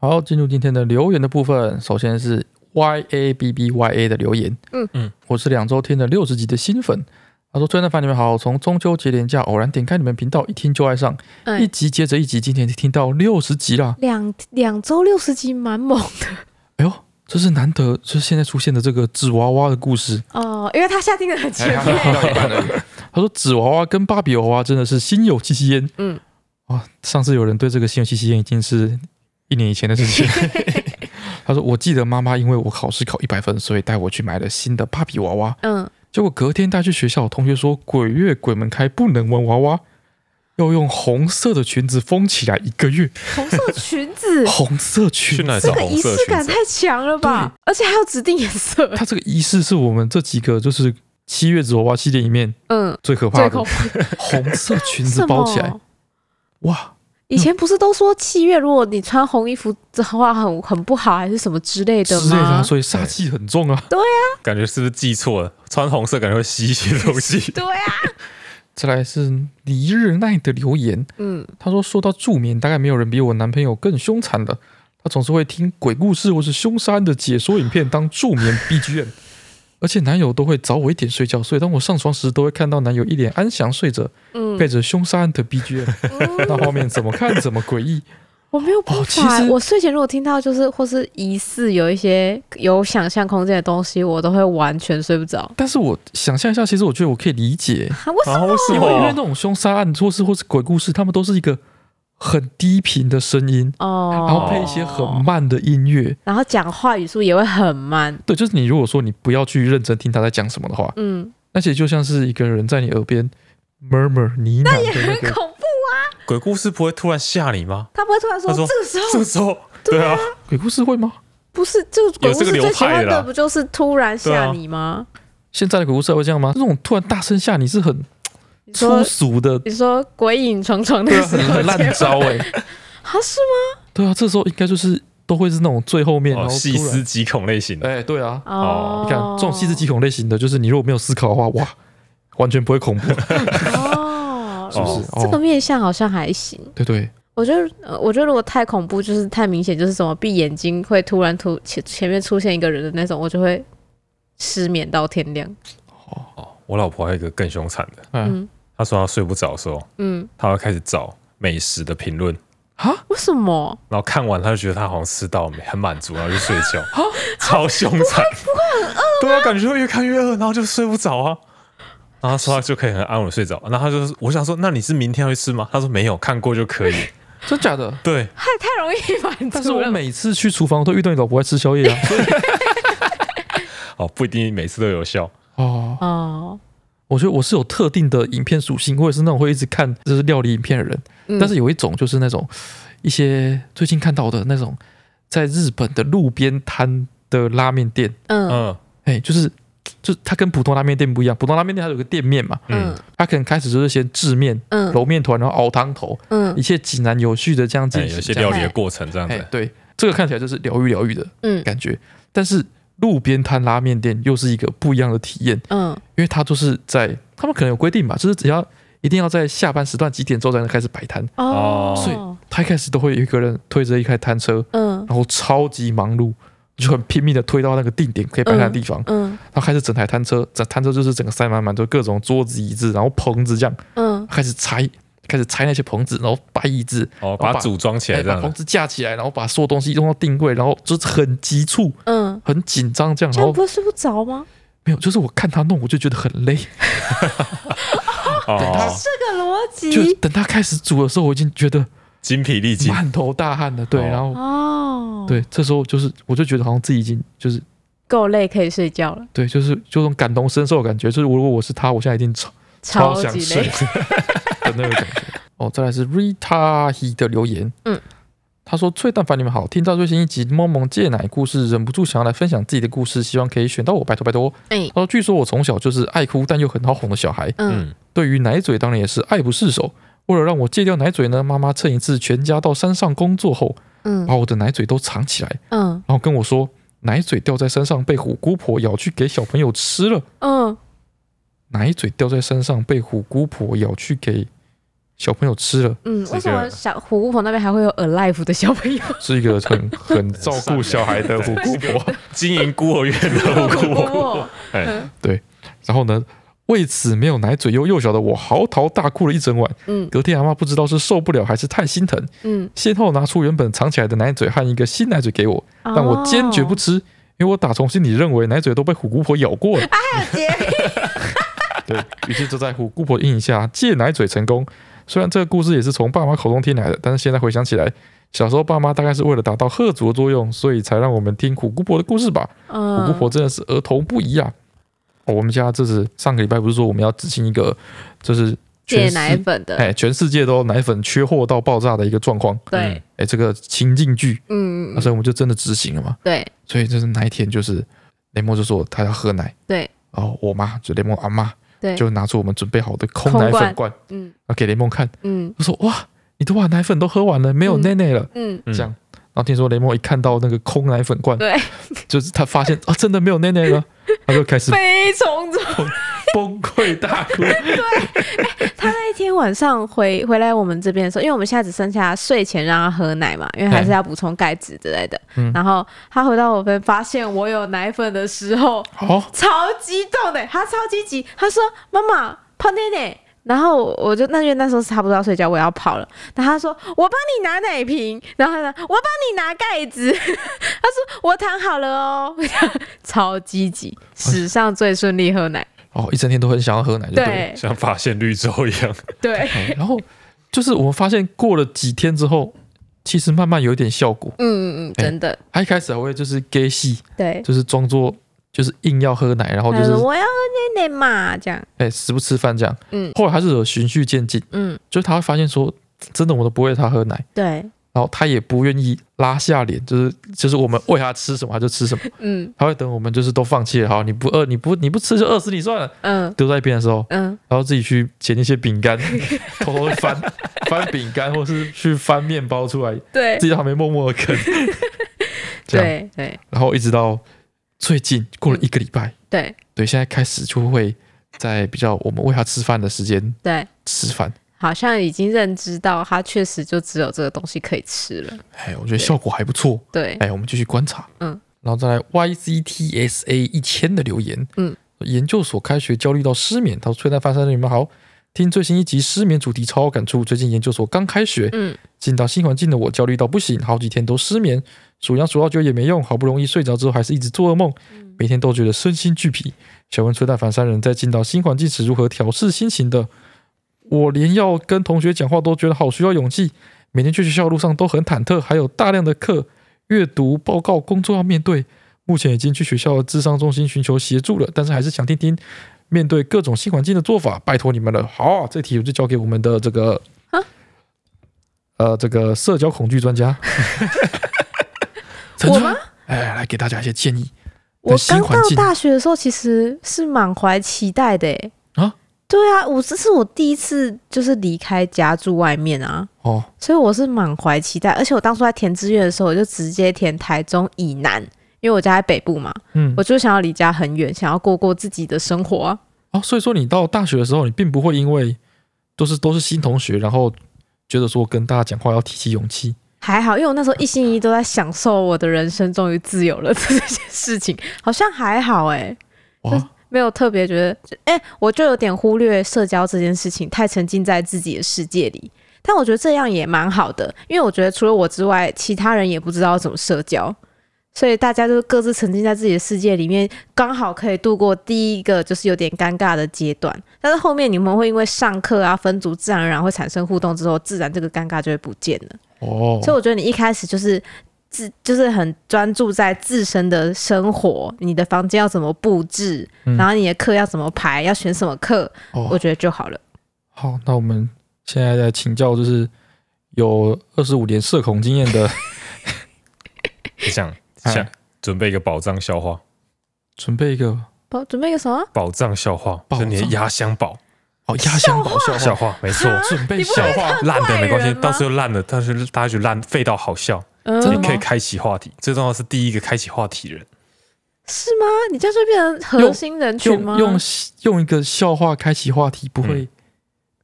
Speaker 2: 好，进入今天的留言的部分，首先是 Y A B B Y A 的留言，
Speaker 4: 嗯
Speaker 3: 嗯，
Speaker 2: 我是两周听的六十集的新粉。他说：“崔的凡，你们好！从中秋节连假偶然点开你们频道，一听就爱上，
Speaker 4: 哎
Speaker 2: 一集接着一集，今天听到六十集啦！
Speaker 4: 两两周六十集蛮猛的
Speaker 2: 哎呦，这是难得，就是现在出现的这个纸娃娃的故事。
Speaker 4: 哦，因为他下定的 [laughs] 很
Speaker 2: 哎
Speaker 4: 前面，
Speaker 2: 到一半而已。 [laughs] 他说纸娃娃跟芭比娃娃真的是心有戚戚焉。
Speaker 4: 嗯，
Speaker 2: 哇，上次有人对这个心有戚戚焉已经是一年以前的
Speaker 4: [laughs]
Speaker 2: 事情。他说我记得妈妈因为我考试考一百分，所以带我去买了新的芭比娃娃。
Speaker 4: 嗯，
Speaker 2: 结果隔天带去学校，同学说鬼月鬼门开不能玩娃娃。要用红色的裙子封起来一个
Speaker 4: [laughs]
Speaker 2: 月，
Speaker 4: 红色裙 [laughs] 子。
Speaker 2: 红色裙
Speaker 3: 去哪里
Speaker 4: 这
Speaker 2: 子。
Speaker 3: 找
Speaker 4: 个
Speaker 3: 红
Speaker 4: 仪
Speaker 3: 色
Speaker 4: 式
Speaker 3: 的裙
Speaker 4: 感
Speaker 3: 子？
Speaker 4: 太强了吧！而且还有指定颜色，
Speaker 2: 它这个仪式是我们这几个就是七月纸娃娃系列里面
Speaker 4: 嗯，
Speaker 2: 最可怕
Speaker 4: 最
Speaker 2: 的
Speaker 4: 恐，怖。
Speaker 2: 红色裙
Speaker 4: 什
Speaker 2: 子
Speaker 4: 么
Speaker 2: 包起来，哇！
Speaker 4: 以前不是都说七月如果你穿红衣服的话很很不好，还是什么之类
Speaker 2: 之
Speaker 4: 的
Speaker 2: 类的啊、
Speaker 4: 吗？。
Speaker 2: 所以煞气很重啊。
Speaker 3: 感觉是不是记错了？穿红色感觉会吸一些东西
Speaker 2: [laughs]
Speaker 4: 对啊，
Speaker 2: 再来是尼日奈的留言，
Speaker 4: 嗯，
Speaker 2: 他说说到助眠，大概没有人比我男朋友更凶残了。他总是会听鬼故事或是凶杀案的解说影片当助眠 BGM，而且男友都会早我一点睡觉，所以当我上床时都会看到男友一脸安详睡着，
Speaker 4: 嗯哦
Speaker 2: 配着凶杀案的 BGM，那画面怎么看怎么诡异。
Speaker 4: 我没有办
Speaker 2: 哦其
Speaker 4: 法欸、
Speaker 2: 实
Speaker 4: 我睡前如果听到就是或是疑似有一些有想象空间的东西，我都会完全睡不着。
Speaker 2: 但是我想象一下，其实我觉得我可以理解，
Speaker 4: 啊，为什
Speaker 3: 然
Speaker 4: 么？
Speaker 3: 后是
Speaker 2: 因为因为那
Speaker 3: 哦，
Speaker 2: 种凶杀案或是或是鬼故事，他们都是一个很低频的声音，
Speaker 4: 哦，
Speaker 2: 然后配一些很，慢的音乐。
Speaker 4: 然后讲话语速也会很慢。
Speaker 2: 对，就是你如果说你不要去认真听他在讲什么的话，
Speaker 4: 嗯，
Speaker 2: 那其实就像是一个人在你耳边 murmur 呢喃的那个。
Speaker 4: 恐怖。
Speaker 3: 鬼故事不会突然吓你吗？
Speaker 4: 他不会突然说
Speaker 3: 他说
Speaker 4: 这个
Speaker 3: [laughs]
Speaker 4: 时
Speaker 3: 这
Speaker 4: 候
Speaker 3: 个时候，对啊，
Speaker 2: 鬼故事会吗？
Speaker 4: 不是这个鬼
Speaker 3: 有
Speaker 4: 故事
Speaker 3: 这个
Speaker 4: 最
Speaker 3: 流
Speaker 4: 喜
Speaker 3: 派
Speaker 4: 欢
Speaker 3: 的啦
Speaker 4: 的不就是突然
Speaker 3: 对
Speaker 4: 吓
Speaker 3: 啊
Speaker 4: 你吗？
Speaker 2: 现在的鬼故事还会这样吗？这种突然大声吓你是很
Speaker 4: 你
Speaker 2: 粗
Speaker 4: 说
Speaker 2: 俗的，
Speaker 4: 你说鬼影重重的
Speaker 2: 啊对啊，
Speaker 4: 时
Speaker 2: 很
Speaker 4: 候
Speaker 2: 很烂
Speaker 4: 结
Speaker 2: 招
Speaker 4: 婚
Speaker 2: 哎、
Speaker 4: 啊是吗？
Speaker 2: 对啊，这时候应该就是都会是那种最后面，然
Speaker 3: 哦，
Speaker 2: 后
Speaker 3: 细
Speaker 2: 突然
Speaker 3: 思，极恐类型的，
Speaker 2: 哎、对啊，
Speaker 4: 哦
Speaker 3: 哦，
Speaker 2: 你看这种细思极恐类型的，就是你如果没有思考的话，哇，完全不会恐怖，
Speaker 4: 哦，
Speaker 2: [laughs] 是不是？
Speaker 4: 这个
Speaker 2: 哦，
Speaker 4: 面相好像还行。
Speaker 2: 对对，
Speaker 4: 我觉得，呃我觉得如果太恐怖，就是太明显，就是什么闭眼睛会突然突前前面出现一个人的那种，我就会失眠到天亮。
Speaker 3: 哦，我老婆还有一个更凶残的，
Speaker 2: 嗯，
Speaker 4: 嗯
Speaker 3: 她说她睡不着的时候，
Speaker 4: 嗯，
Speaker 3: 她会开始找美食的评论，
Speaker 2: 哈，
Speaker 4: 为什么？
Speaker 3: 然后看完她就觉得她好像吃到没，很满足，然后就睡 [laughs] 觉，超凶残，哦不会很饿对啊，感觉会越看越饿，然后就睡不着啊。然后她说她就可以很安稳地睡着，然后她就是我想说，那你是明天会吃吗？她说没有，看过就可以。 [laughs]
Speaker 2: 真假的？
Speaker 3: 对，
Speaker 4: 太太容易满
Speaker 2: 但是
Speaker 4: 足
Speaker 2: 我
Speaker 4: 了。
Speaker 2: 每次去厨房都遇到你老婆在吃宵夜啊。 [laughs]
Speaker 3: 哦，不一定每次都有效。
Speaker 2: 哦，
Speaker 4: 哦，
Speaker 2: 我觉得我是有特定的影片属性，或者是那种会一直看就是料理影片的人。
Speaker 4: 嗯
Speaker 2: 但是有一种就是那种一些最近看到的那种，在日本的路边摊的拉面店，
Speaker 4: 嗯
Speaker 3: 嗯
Speaker 2: 哎，就是就是它跟普通拉面店不一样，普通拉面店它有个店面嘛，
Speaker 3: 嗯
Speaker 4: 嗯
Speaker 2: 它可能开始就是先制面、
Speaker 4: 嗯
Speaker 2: 揉面团，然后熬汤头，
Speaker 4: 嗯
Speaker 2: 一切井然有序的这样
Speaker 3: 哎，
Speaker 2: 进行。
Speaker 3: 有些
Speaker 2: 这样
Speaker 3: 料理的过程这样
Speaker 2: 哎
Speaker 3: 子，，
Speaker 2: 对，这个看起来就是疗愈疗愈的
Speaker 4: 嗯
Speaker 2: 感觉，但是路边摊拉面店又是一个不一样的体验，
Speaker 4: 嗯
Speaker 2: 因为它就是在他们可能有规定吧，就是只要一定要在下班时段几点之后才能开始摆摊，
Speaker 4: 哦，
Speaker 2: 所以他一开始都会有一个人推着一台摊车，
Speaker 4: 嗯
Speaker 2: 然后超级忙碌。就很拼命的推到那个定点可以摆摊的地方，
Speaker 4: 嗯
Speaker 2: 然后开始整台摊车，整摊车就是整个塞满满，就各种桌子椅子，然后棚子这样，
Speaker 4: 嗯
Speaker 2: 开始拆，开始拆那些棚子，然后摆椅子，
Speaker 3: 哦，把它
Speaker 2: 把
Speaker 3: 组装起来
Speaker 2: 哎
Speaker 3: 这样
Speaker 2: 把
Speaker 3: 子
Speaker 2: 棚。子架起来，然后把所有东西弄到定位，然后就是很急促，
Speaker 4: 嗯，
Speaker 2: 很紧张这样，
Speaker 4: 这
Speaker 2: 然
Speaker 4: 样
Speaker 2: 后
Speaker 4: 不会睡不着吗？
Speaker 2: 没有，就是我看他弄，我就觉得很累。
Speaker 3: 哦
Speaker 2: 等它
Speaker 4: 这个逻
Speaker 2: 就等他开始煮的时候，我已经觉得
Speaker 3: 精疲力尽，
Speaker 2: 满头大汗了。对，
Speaker 3: 哦
Speaker 2: 然后
Speaker 4: 哦，，
Speaker 2: 对，这时候就是我就觉得好像自己已经就是
Speaker 4: 够累可以睡觉了，
Speaker 2: 对，就是就种感同身受的感觉。就是如果我是他，我现在一定超超想
Speaker 4: 级
Speaker 2: 睡
Speaker 4: 累。
Speaker 2: [laughs] 的那个感觉。哦，再来是 Rita He 的留言，
Speaker 4: 嗯。
Speaker 2: 他说：“翠蛋凡你们好，听到最新一集《萌萌戒奶故事》，忍不住想要来分享自己的故事，希望可以选到我，拜托拜托。”
Speaker 4: 哎
Speaker 2: 他说：“据说我从小就是爱哭但又很好哄的小孩，
Speaker 4: 嗯
Speaker 3: 嗯，
Speaker 2: 对于奶嘴当然也是爱不释手。为了让我戒掉奶嘴呢，妈妈趁一次全家到山上工作后，
Speaker 4: 嗯
Speaker 2: 把我的奶嘴都藏起来，
Speaker 4: 嗯
Speaker 2: 然后跟我说奶嘴掉在山上被虎姑婆咬去给小朋友吃了，
Speaker 4: 嗯，
Speaker 2: 奶嘴掉在山上被虎姑婆咬去给小朋友吃了，
Speaker 4: 嗯，
Speaker 3: 这
Speaker 4: 为什么
Speaker 3: 个
Speaker 4: 小虎姑婆那边还会有 alive 的小
Speaker 2: [laughs]
Speaker 4: 朋友？
Speaker 2: 是一个很很照顾小孩的虎姑婆。
Speaker 3: 经营孤儿院的
Speaker 4: 虎姑
Speaker 3: 孤儿，
Speaker 4: 婆，
Speaker 3: 哎，
Speaker 2: 然后呢，为此没有奶嘴又幼小的我嚎啕大哭了一整晚。
Speaker 4: 嗯
Speaker 2: 隔天阿妈不知道是受不了还是太心疼，
Speaker 4: 嗯，
Speaker 2: 先后拿出原本藏起来的奶嘴和一个新奶嘴给我，但我坚
Speaker 4: 哦
Speaker 2: 决不吃，因为我打从心里认为奶嘴都被虎姑婆咬过了。
Speaker 4: 啊接。
Speaker 2: 对于是就在虎姑婆阴影下戒奶嘴成功。虽然这个故事也是从爸妈口中听来的，但是现在回想起来，小时候爸妈大概是为了达到贺族的作用，所以才让我们听虎姑婆的故事吧。虎
Speaker 4: 嗯，
Speaker 2: 姑婆真的是儿童不宜啊！哦、我们家这是上个礼拜不是说我们要执行一个，就是全
Speaker 4: 戒
Speaker 2: 世
Speaker 4: 奶粉的，
Speaker 2: 哎，全世界都奶粉缺货到爆炸的一个状况。
Speaker 4: [laughs] 对，
Speaker 2: 哎，这个情境剧，
Speaker 4: 嗯
Speaker 2: 啊，所以我们就真的执行了嘛。
Speaker 4: 对
Speaker 2: 所以就是那一天，就是雷蒙就说他要喝奶，
Speaker 4: 对
Speaker 2: 然后我妈就雷蒙阿妈
Speaker 4: 对，
Speaker 2: 就拿出我们准备好的空
Speaker 4: 空
Speaker 2: 奶粉
Speaker 4: 罐
Speaker 2: 罐，
Speaker 4: 嗯
Speaker 2: 然后给雷蒙看，
Speaker 4: 嗯
Speaker 2: 我说哇，你都把奶粉都喝完了，没有
Speaker 4: 嗯
Speaker 2: 内内了，
Speaker 4: 嗯，
Speaker 3: 嗯
Speaker 2: 这样。然后听说雷蒙一看到那个空奶粉罐，
Speaker 4: 对，
Speaker 2: 就是他发现啊，真的没有内内了，他就开始
Speaker 4: [laughs] 非从中。
Speaker 2: 崩溃大 [laughs] 哭。
Speaker 4: 他那一天晚上回回来我们这边的时候，因为我们现在只剩下睡前让他喝奶嘛，因为还是要补充钙质之类的。
Speaker 2: 嗯
Speaker 4: 然后他回到我们发现我有奶粉的时候，
Speaker 2: 好、哦，
Speaker 4: 超激动的，他超积极，他说：“妈妈泡奶奶。”然后我就那因为那时候差不多要睡觉，我要跑了。然后他说：“我帮你拿奶瓶。”然后他说：“我帮你拿盖子。” [laughs] 他说：“我躺好了哦。” [laughs] 超积极，史上最顺利喝奶。
Speaker 2: 哦，一整天都很想要喝奶，就对了。
Speaker 4: 对
Speaker 3: 像发现绿洲一
Speaker 2: [laughs]
Speaker 3: 样。
Speaker 4: 对，
Speaker 2: 哎然后就是我们发现过了几天之后，其实慢慢有一点效果。
Speaker 4: 嗯嗯嗯，真的
Speaker 2: 他一开始还会就是 gay 戏，
Speaker 4: 对。
Speaker 2: 就是装作就是硬要喝奶，然后就
Speaker 4: 他说
Speaker 2: 是
Speaker 4: 嗯我要喝奶奶嘛，这样，
Speaker 2: 哎死不吃饭这样。
Speaker 4: 嗯
Speaker 2: 后来他是有循序渐进，
Speaker 4: 嗯，
Speaker 2: 就是他会发现说，真的我都不喂他喝奶，
Speaker 4: 对，
Speaker 2: 然后他也不愿意拉下脸，就是就是我们喂他吃什么他就吃什么，
Speaker 4: 嗯
Speaker 2: 他会等我们就是都放弃了，好你不饿你不你不吃就饿死你算了，
Speaker 4: 嗯
Speaker 2: 丢在一边的时候，
Speaker 4: 嗯
Speaker 2: 然后自己去捡一些饼干，偷偷地翻 [laughs] 翻饼干，或是去翻面包出来，
Speaker 4: 对
Speaker 2: 自己在旁边默默的啃，这样，
Speaker 4: 对对
Speaker 2: 然后一直到最近过了一个礼拜，
Speaker 4: 对
Speaker 2: 对，现在开始就会在比较我们喂他吃饭的时间
Speaker 4: 对，
Speaker 2: 吃饭，
Speaker 4: 好像已经认知到它确实就只有这个东西可以吃了。
Speaker 2: 哎，我觉得效果还不错。
Speaker 4: 对，
Speaker 2: 哎，我们继续观察，
Speaker 4: 嗯，
Speaker 2: 然后再来 YZTSA 一千的留言，
Speaker 4: 嗯，
Speaker 2: 研究所开学焦虑到失眠，他说崔丹发生你们好。听最新一集失眠主题超有感触。最近研究所刚开学，
Speaker 4: 嗯，
Speaker 2: 进到新环境的我焦虑到不行，好几天都失眠，数羊数到九也没用，好不容易睡着之后还是一直做噩梦，
Speaker 4: 嗯
Speaker 2: 每天都觉得身心俱疲。想问崔大凡三人在进到新环境时如何调试心情的？我连要跟同学讲话都觉得好需要勇气，每天去学校的路上都很忐忑，还有大量的课、阅读、报告、工作要面对。目前已经去学校的智商中心寻求协助了，但是还是想听听面对各种新环境的做法，拜托你们了。好，这题我就交给我们的这个
Speaker 4: 啊，
Speaker 2: 呃，这个社交恐惧专家
Speaker 4: [laughs]
Speaker 2: 陈
Speaker 4: 我
Speaker 2: 川
Speaker 4: 吗？
Speaker 2: 哎，来给大家一些建议。
Speaker 4: 我
Speaker 2: 新
Speaker 4: 刚
Speaker 2: 环
Speaker 4: 到
Speaker 2: 境
Speaker 4: 大学的时候，其实是满怀期待的欸。
Speaker 2: 啊，
Speaker 4: 对啊，我这是我第一次就是离开家住外面啊，
Speaker 2: 哦，
Speaker 4: 所以我是满怀期待。而且我当初在填志愿的时候，我就直接填台中以南，因为我家在北部嘛，
Speaker 2: 嗯
Speaker 4: 我，就想要离家很远，想要过过自己的生活啊。
Speaker 2: 哦，所以说你到大学的时候，你并不会因为都是都是新同学，然后觉得说跟大家讲话要提起勇气。
Speaker 4: 还好，因为我那时候一心一意都在享受我的人生终于自由了 [laughs] 这件事情，好像还好哎、
Speaker 2: 哇，
Speaker 4: 没有特别觉得，就哎、我就有点忽略社交这件事情，太沉浸在自己的世界里。但我觉得这样也蛮好的，因为我觉得除了我之外，其他人也不知道怎么社交，所以大家就各自沉浸在自己的世界里面，刚好可以度过第一个就是有点尴尬的阶段。但是后面你们会因为上课啊、分组，自然而然会产生互动之后，自然这个尴尬就会不见了。
Speaker 2: 哦，
Speaker 4: 所以我觉得你一开始就是自就是很专注在自身的生活，你的房间要怎么布置，
Speaker 2: 嗯
Speaker 4: 然后你的课要怎么排，要选什么课，
Speaker 2: 哦
Speaker 4: 我觉得就好了。
Speaker 2: 好，那我们现在来请教，就是有二十五年社恐经验的，
Speaker 3: 你想想
Speaker 2: 哎，
Speaker 3: 准备一个宝藏笑话，
Speaker 2: 准备一个
Speaker 4: 好，哦准备一个什么？
Speaker 3: 宝藏笑话，
Speaker 2: 宝
Speaker 3: 就
Speaker 2: 藏
Speaker 3: 你的压箱宝
Speaker 2: 哦压箱宝笑
Speaker 3: 笑
Speaker 2: 话，
Speaker 3: 话，没错，
Speaker 2: 准备
Speaker 4: 你不
Speaker 2: 笑
Speaker 4: 会
Speaker 2: 话，
Speaker 3: 烂的没
Speaker 4: 坏
Speaker 3: 关系
Speaker 4: 啊人，吗
Speaker 3: 到时候烂了，但是大家就烂，废到好笑，
Speaker 4: 嗯
Speaker 2: 真
Speaker 3: 你
Speaker 2: 的吗
Speaker 3: 可以开启话题，最重要的是第一个开启话题人，
Speaker 4: 是吗？你这样就变成核心人群吗 [laughs]
Speaker 2: 用？用用一个笑话开启话题，不会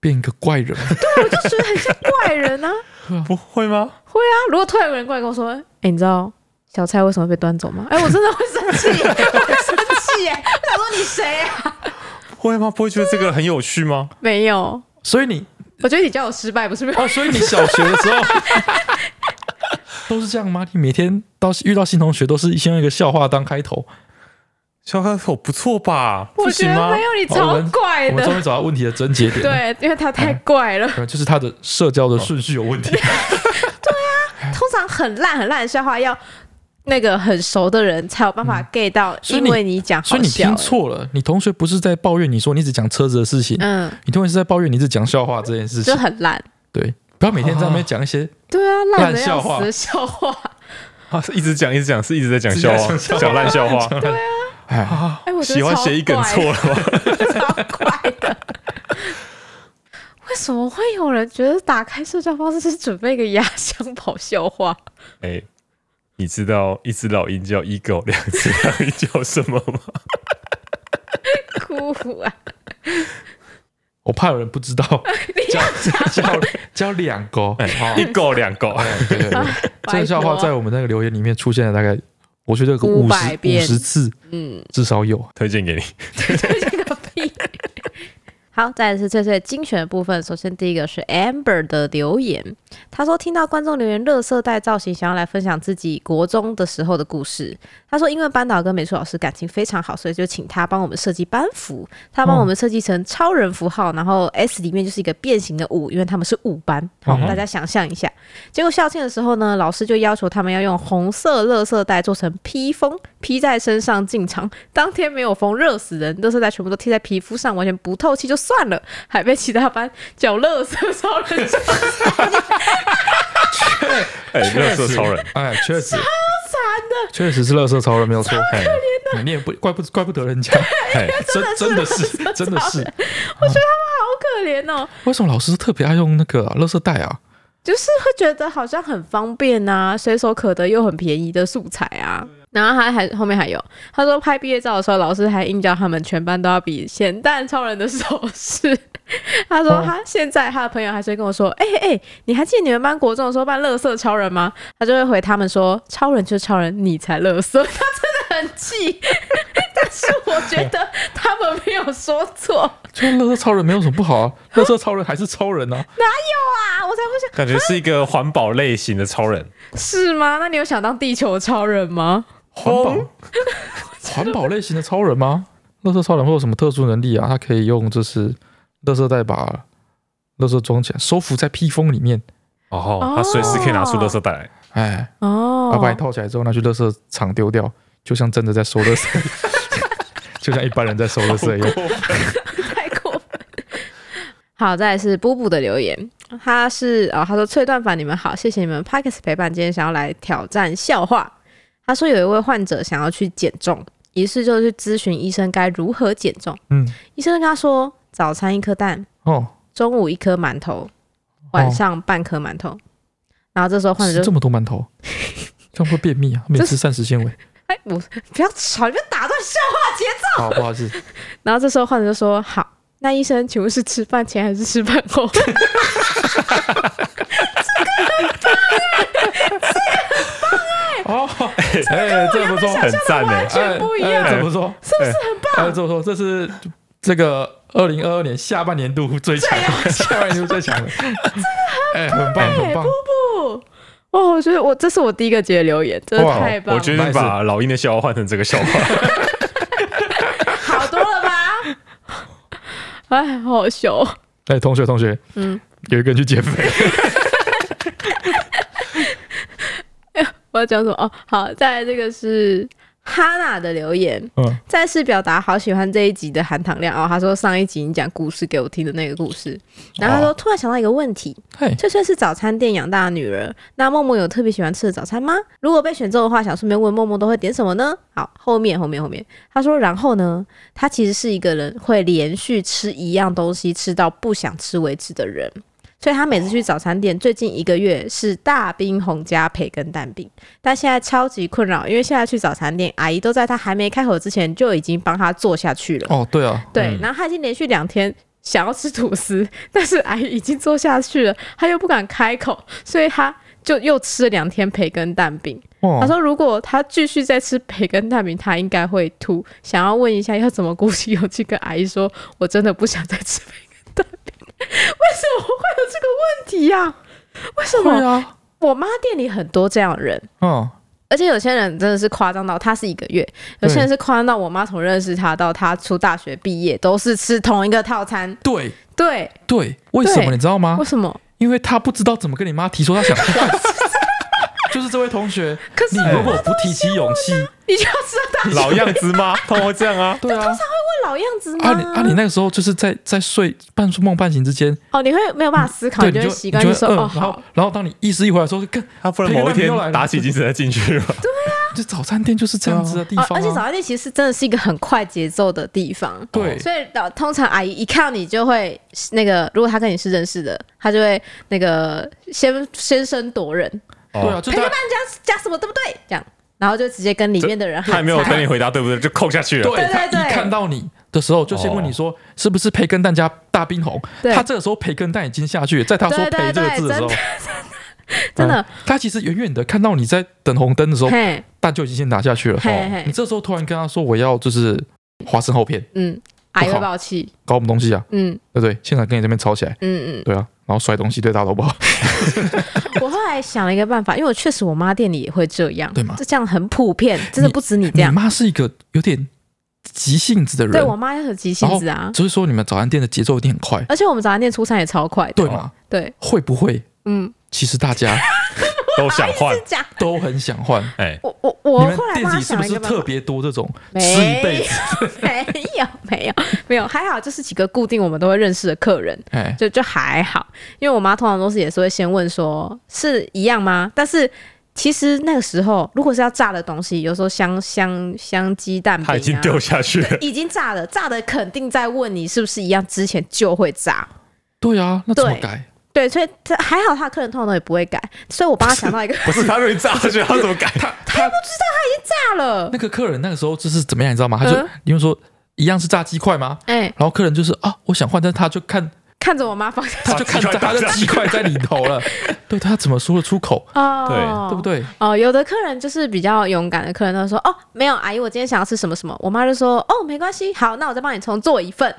Speaker 2: 变一个怪人 [laughs] 吗？
Speaker 4: 就觉得很像怪人
Speaker 2: [laughs]
Speaker 4: 啊！啊，
Speaker 3: 不会吗？
Speaker 2: 啊
Speaker 4: 如果突然有人过来跟我说：“哎、你知道小蔡为什么被端走
Speaker 2: [laughs]
Speaker 4: 吗？”哎、我真的会生气，我会生气耶！我想说你谁啊？
Speaker 3: 会吗？不会觉得这个很有趣吗？
Speaker 4: 没有，
Speaker 2: 所以你
Speaker 4: 我觉得你叫我失败，不是没有。
Speaker 2: 哦，所以你小学的时候 [laughs] 都是这样吗？你每天到遇到新同学都是先用一个笑话当开头？
Speaker 3: 笑话口不错吧？
Speaker 4: 我
Speaker 3: 不
Speaker 4: 觉得
Speaker 3: 行吗
Speaker 4: 没？有，你
Speaker 2: 好我
Speaker 4: 超
Speaker 2: 们
Speaker 4: 怪
Speaker 2: 我们终
Speaker 4: 的。
Speaker 2: 于找到问题的症结点了，
Speaker 4: [laughs] 对，因为他太怪
Speaker 2: [laughs]
Speaker 4: 了。
Speaker 2: 可能就是他的社交的顺序有问题。
Speaker 4: 通常很烂很烂的笑话，要那个很熟的人才有办法 get 到，
Speaker 2: 嗯所以
Speaker 4: 因
Speaker 2: 你
Speaker 4: 为你讲
Speaker 2: 所
Speaker 4: 好
Speaker 2: 以你
Speaker 4: 笑欸
Speaker 2: 听。错了，你同学不是在抱怨你说你只讲车子的事情，
Speaker 4: 嗯，
Speaker 2: 你同学是在抱怨你只讲笑话这件事情
Speaker 4: 就。很烂。
Speaker 2: 对，不要每天在那边讲一些
Speaker 4: 对啊，烂的
Speaker 2: 烂笑
Speaker 4: 要
Speaker 2: 话
Speaker 4: 死的笑
Speaker 2: [laughs]
Speaker 4: 话。
Speaker 3: 啊， [laughs] 一直讲一直讲，是一直在讲
Speaker 2: 自己
Speaker 3: 笑
Speaker 2: 在
Speaker 3: 话，
Speaker 2: 讲笑话
Speaker 3: 讲烂笑话，
Speaker 2: 哎，
Speaker 4: 哎，我觉得
Speaker 3: 喜欢
Speaker 4: 超
Speaker 3: 谐音梗
Speaker 4: 怪
Speaker 3: 错了吗？
Speaker 4: 的，超怪的。为什么会有人觉得打开社交方式是准备一个压箱宝笑话？
Speaker 3: 哎，你知道一只老鹰叫 eagle，两只老鹰叫什么吗？
Speaker 4: 哭啊！
Speaker 2: 我怕有人不知道，叫叫叫两个，
Speaker 3: 哎
Speaker 2: 好
Speaker 3: 一狗两狗，
Speaker 2: 对对对，这个笑话在我们那个留言里面出现了大概，我觉得有个五
Speaker 4: 500
Speaker 2: 十五
Speaker 4: 遍
Speaker 2: 十次
Speaker 4: 嗯，
Speaker 2: 至少有。
Speaker 3: [laughs] 推荐给你。
Speaker 4: 推荐个屁。好，再来是翠翠精选的部分。首先，第一个是 Amber 的留言，她说听到观众留言“乐色带造型”，想要来分享自己国中的时候的故事。她说，因为班导跟美术老师感情非常好，所以就请他帮我们设计班服。他帮我们设计成超人符号，然后 S 里面就是一个变形的五，因为他们是五班。好，
Speaker 2: 嗯哼
Speaker 4: 大家想象一下。结果校庆的时候呢，老师就要求他们要用红色乐色带做成披风，披在身上进场。当天没有风，热死人，乐色带全部都贴在皮肤上，完全不透气就算了，还被其他班叫乐色 [laughs] 超人笑惨
Speaker 3: 哎，热色超人，
Speaker 2: 哎，确实，
Speaker 4: 的。
Speaker 2: 确实是乐色超人，没有错。哎，你也不怪不怪不得人家，
Speaker 3: 哎，
Speaker 2: 真真的是真的是。
Speaker 4: 好可怜哦，
Speaker 2: 为什么老师特别爱用那个啊乐色袋啊？
Speaker 4: 就是会觉得好像很方便啊，随手可得又很便宜的素材啊。然后他还后面还有，他说拍毕业照的时候，老师还硬叫他们全班都要比咸蛋超人的手势， [laughs] 他说他现在他的朋友还是会跟我说，哎、哎、你还记得你们班国中的时候扮乐色超人吗？他就会回他们说，超人就是超人，你才乐色。 [laughs] 他真的很气，但是我觉得他们没有说错啊
Speaker 2: 就乐色超人没有什么不好啊，乐色超人还是超人啊。
Speaker 4: 啊，我才不想
Speaker 3: 感觉是一个环保类型的超人，
Speaker 4: 是吗？那你有想当地球超人吗？
Speaker 2: 环保环保类型的超人吗？乐色超人会有什么特殊能力啊？他可以用就是乐色袋把乐色装起来，收服在披风里面。
Speaker 3: 哦，他随时可以拿出垃圾袋来。
Speaker 2: 哎，
Speaker 4: 哦，
Speaker 2: 把把你套起来之后拿去乐色场丢掉，就像真的在收乐色，就像一般人在收乐
Speaker 3: [laughs]
Speaker 2: 色一样。
Speaker 4: 太过分。好，再来是布布的留言，他是哦，他说翠段凡你们好，谢谢你们 p a c k e s 陪伴，今天想要来挑战笑话。他说有一位患者想要去减重，于是就去咨询医生该如何减重。
Speaker 2: 嗯，
Speaker 4: 医生跟他说，早餐一颗蛋，
Speaker 2: 哦，
Speaker 4: 中午一颗馒头，晚上半颗馒头。然后这时候患者
Speaker 2: 吃
Speaker 4: 就
Speaker 2: 这么多馒头，这样会便秘啊！每
Speaker 4: 这
Speaker 2: 次膳食纤维，
Speaker 4: 哎，我不要吵，你不要打断笑话节奏。
Speaker 2: 好不好意思，
Speaker 4: 然后这时候患者就说：“好，那医生，请问是吃饭前还是吃饭后？”
Speaker 2: 哦，哎，这不错，
Speaker 3: 很赞
Speaker 4: 完
Speaker 3: 哎，
Speaker 4: 全不一样，
Speaker 2: 哎，这不错，
Speaker 4: 是不是很棒？
Speaker 2: 哎，这不错，这是这个二零二二年下半年度最 [laughs] 强，下半年度最强
Speaker 4: [laughs]
Speaker 2: 的，哎，很棒，很棒，
Speaker 4: 不不，哇，我觉得哦我这是我第一个截留言，真的
Speaker 2: 哇
Speaker 4: 太棒
Speaker 3: 我
Speaker 4: 了，
Speaker 3: 决定把老鹰的笑话换成这个笑话。
Speaker 4: 好多了吧？哎，好好笑哦。
Speaker 2: 哎，同学，同学，
Speaker 4: 嗯，
Speaker 2: 有一个人去减肥，
Speaker 4: [laughs] 我要讲什么？哦，好，再来这个是哈娜的留言，
Speaker 2: 嗯，
Speaker 4: 再次表达好喜欢这一集的含糖量哦。他说上一集你讲故事给我听的那个故事，然后他说、突然想到一个问题，
Speaker 2: 哦嘿，
Speaker 4: 翠翠是早餐店养大的女儿，那默默有特别喜欢吃的早餐吗？如果被选中的话，想顺便问默默都会点什么呢？好，后面后面后面，他说，然后呢，他其实是一个人会连续吃一样东西吃到不想吃为止的人，所以他每次去早餐店，最近一个月是大冰红加培根蛋饼，但现在超级困扰，因为现在去早餐店，阿姨都在他还没开口之前就已经帮他做下去了。
Speaker 2: 哦，对啊，
Speaker 4: 对，
Speaker 3: 嗯
Speaker 4: 然后他已经连续两天想要吃吐司， [laughs] 但是阿姨已经做下去了，他又不敢开口，所以他就又吃了两天培根蛋饼。他
Speaker 2: 哇，
Speaker 4: 说，如果他继续再吃培根蛋饼，他应该会吐。想要问一下，要怎么鼓起勇气跟阿姨说，我真的不想再吃培根蛋饼？ [laughs] 为什么会有这个问题呀、为什
Speaker 2: 对
Speaker 4: 么？
Speaker 2: 啊，
Speaker 4: 我妈店里很多这样的人。
Speaker 2: 嗯，
Speaker 4: 而且有些人真的是夸张到他是一个月，有些人是夸张到我妈从认识他到他出大学毕业都是吃同一个套餐。
Speaker 2: 对
Speaker 4: 对，
Speaker 2: 对，为什么
Speaker 4: 对
Speaker 2: 你知道吗
Speaker 4: 为？什么？
Speaker 2: 因为他不知道怎么跟你妈提出
Speaker 4: [laughs]
Speaker 2: 他想换。就是这位同学，
Speaker 4: 可是
Speaker 2: 你如果不提起勇气，
Speaker 4: 你就要知道他
Speaker 3: 老样子吗？他们会这样啊？
Speaker 2: 对啊，
Speaker 4: 会老样子吗？
Speaker 2: 啊你啊你那个时候就是在在睡半睡梦半醒之间，
Speaker 4: 哦，你会没有办法思考，
Speaker 2: 对，
Speaker 4: 你
Speaker 2: 你
Speaker 4: 就会
Speaker 2: 就
Speaker 4: 习惯
Speaker 2: 你
Speaker 4: 就
Speaker 2: 就
Speaker 4: 说
Speaker 2: 会
Speaker 4: 哦
Speaker 2: 嗯然后
Speaker 4: 好，
Speaker 2: 然后当你意识一回来的时候，看
Speaker 3: 他不能某一天打起精神再进去吗？
Speaker 2: 这早餐店就是这样子的地
Speaker 4: 哦
Speaker 2: 方啊，
Speaker 4: 而且早餐店其实真的是一个很快节奏的地方。
Speaker 2: 对
Speaker 4: 所以老通常阿姨一看到你就会那个，如果她跟你是认识的，她就会那个先先声夺人，
Speaker 3: 哦
Speaker 2: 对啊，，就
Speaker 4: 培根
Speaker 2: 在
Speaker 4: 蛋加加什么对不对？这样，然后就直接跟里面的人
Speaker 3: 他也
Speaker 4: 喊
Speaker 3: 没有
Speaker 4: 菜
Speaker 3: 跟你回答对不对，就扣下去了。
Speaker 2: 对
Speaker 4: 啊对
Speaker 2: 他
Speaker 4: 对
Speaker 2: 一看到你的时候就先问你说是不是培根蛋加大冰红，
Speaker 4: 对
Speaker 2: 他这个时候培根蛋已经下去了，在他说
Speaker 4: 对对
Speaker 2: 培这个
Speaker 4: 对
Speaker 2: 字的时候
Speaker 4: 真，真的
Speaker 2: 嗯，他其实远远的看到你在等红灯的时候，
Speaker 4: 嘿，
Speaker 2: 蛋就已经先打下去了。哦
Speaker 4: 嘿嘿
Speaker 2: 你这时候突然跟他说我要就是花生厚片，
Speaker 4: 嗯，阿姨
Speaker 2: 不
Speaker 4: 会
Speaker 2: 好
Speaker 4: 爆气，
Speaker 2: 搞什么东西啊？
Speaker 4: 嗯
Speaker 2: 对不对？现场跟你这边吵起来，
Speaker 4: 嗯嗯。
Speaker 2: 对啊，然后摔东西对大家都不好。
Speaker 4: [laughs] 我后来想了一个办法，因为我确实我妈店里也会这样，
Speaker 2: 对吗
Speaker 4: 这这样很普遍，真的不止你这
Speaker 2: 你
Speaker 4: 样。
Speaker 2: 妈是一个有点急性子的人，
Speaker 4: 对我妈也很急性子啊，
Speaker 2: 就是说你们早餐店的节奏一定很快，
Speaker 4: 而且我们早餐店出餐也超快的，
Speaker 2: 对吗？
Speaker 4: 对，
Speaker 2: 会不会
Speaker 4: 嗯，
Speaker 2: 其实
Speaker 4: [laughs]
Speaker 2: 大家
Speaker 3: 都想换
Speaker 4: 是，假。
Speaker 2: 都很想换？
Speaker 3: 哎，
Speaker 4: 我我
Speaker 2: 你
Speaker 4: 我
Speaker 2: 们
Speaker 4: 后来
Speaker 2: 店
Speaker 4: 妈
Speaker 2: 里是
Speaker 4: 想
Speaker 2: 不
Speaker 4: 了一
Speaker 2: 是
Speaker 4: 个办法
Speaker 2: 特，别多这种吃
Speaker 4: 没
Speaker 2: 一辈子？
Speaker 4: 没有没有没有，还好就是几个固定我们都会认识的客人，
Speaker 2: 哎，
Speaker 4: 就就还好，因为我妈通常都是也是会先问说是一样吗？但是其实那个时候，如果是要炸的东西，有时候香香香鸡蛋饼、啊、
Speaker 3: 他已经掉下去了。
Speaker 4: 已经炸了，炸的肯定在问你是不是一样，之前就会炸。
Speaker 2: 对啊，那怎么
Speaker 4: 对
Speaker 2: 改？
Speaker 4: 对，所以他还好，他的客人通常都也不会改，所以我帮他想到一个
Speaker 3: 不是他被炸下去， [laughs] 他怎么改？
Speaker 2: 他他
Speaker 4: 炸了
Speaker 2: 那，个客人那个时候就是怎么样，你知道吗？他就
Speaker 4: 嗯
Speaker 2: 因为说一样是炸鸡
Speaker 4: [laughs]
Speaker 2: 块吗？
Speaker 4: 哎、
Speaker 2: 然后客人就是啊，我想换，但是他就看
Speaker 4: 看着我妈放下
Speaker 2: 他就看
Speaker 3: 把鸡块
Speaker 2: 他的
Speaker 3: 打
Speaker 2: 鸡块在里头
Speaker 4: [laughs]
Speaker 2: 了，对他怎么说得出口，
Speaker 4: 哦，
Speaker 2: 对不？对？
Speaker 4: 哦，有的客人就是比较勇敢的客人，他说：“哦，没有，阿姨，我今天想要吃什么什么。”我妈就说：“哦，没关系，好，那我再帮你重做一份。”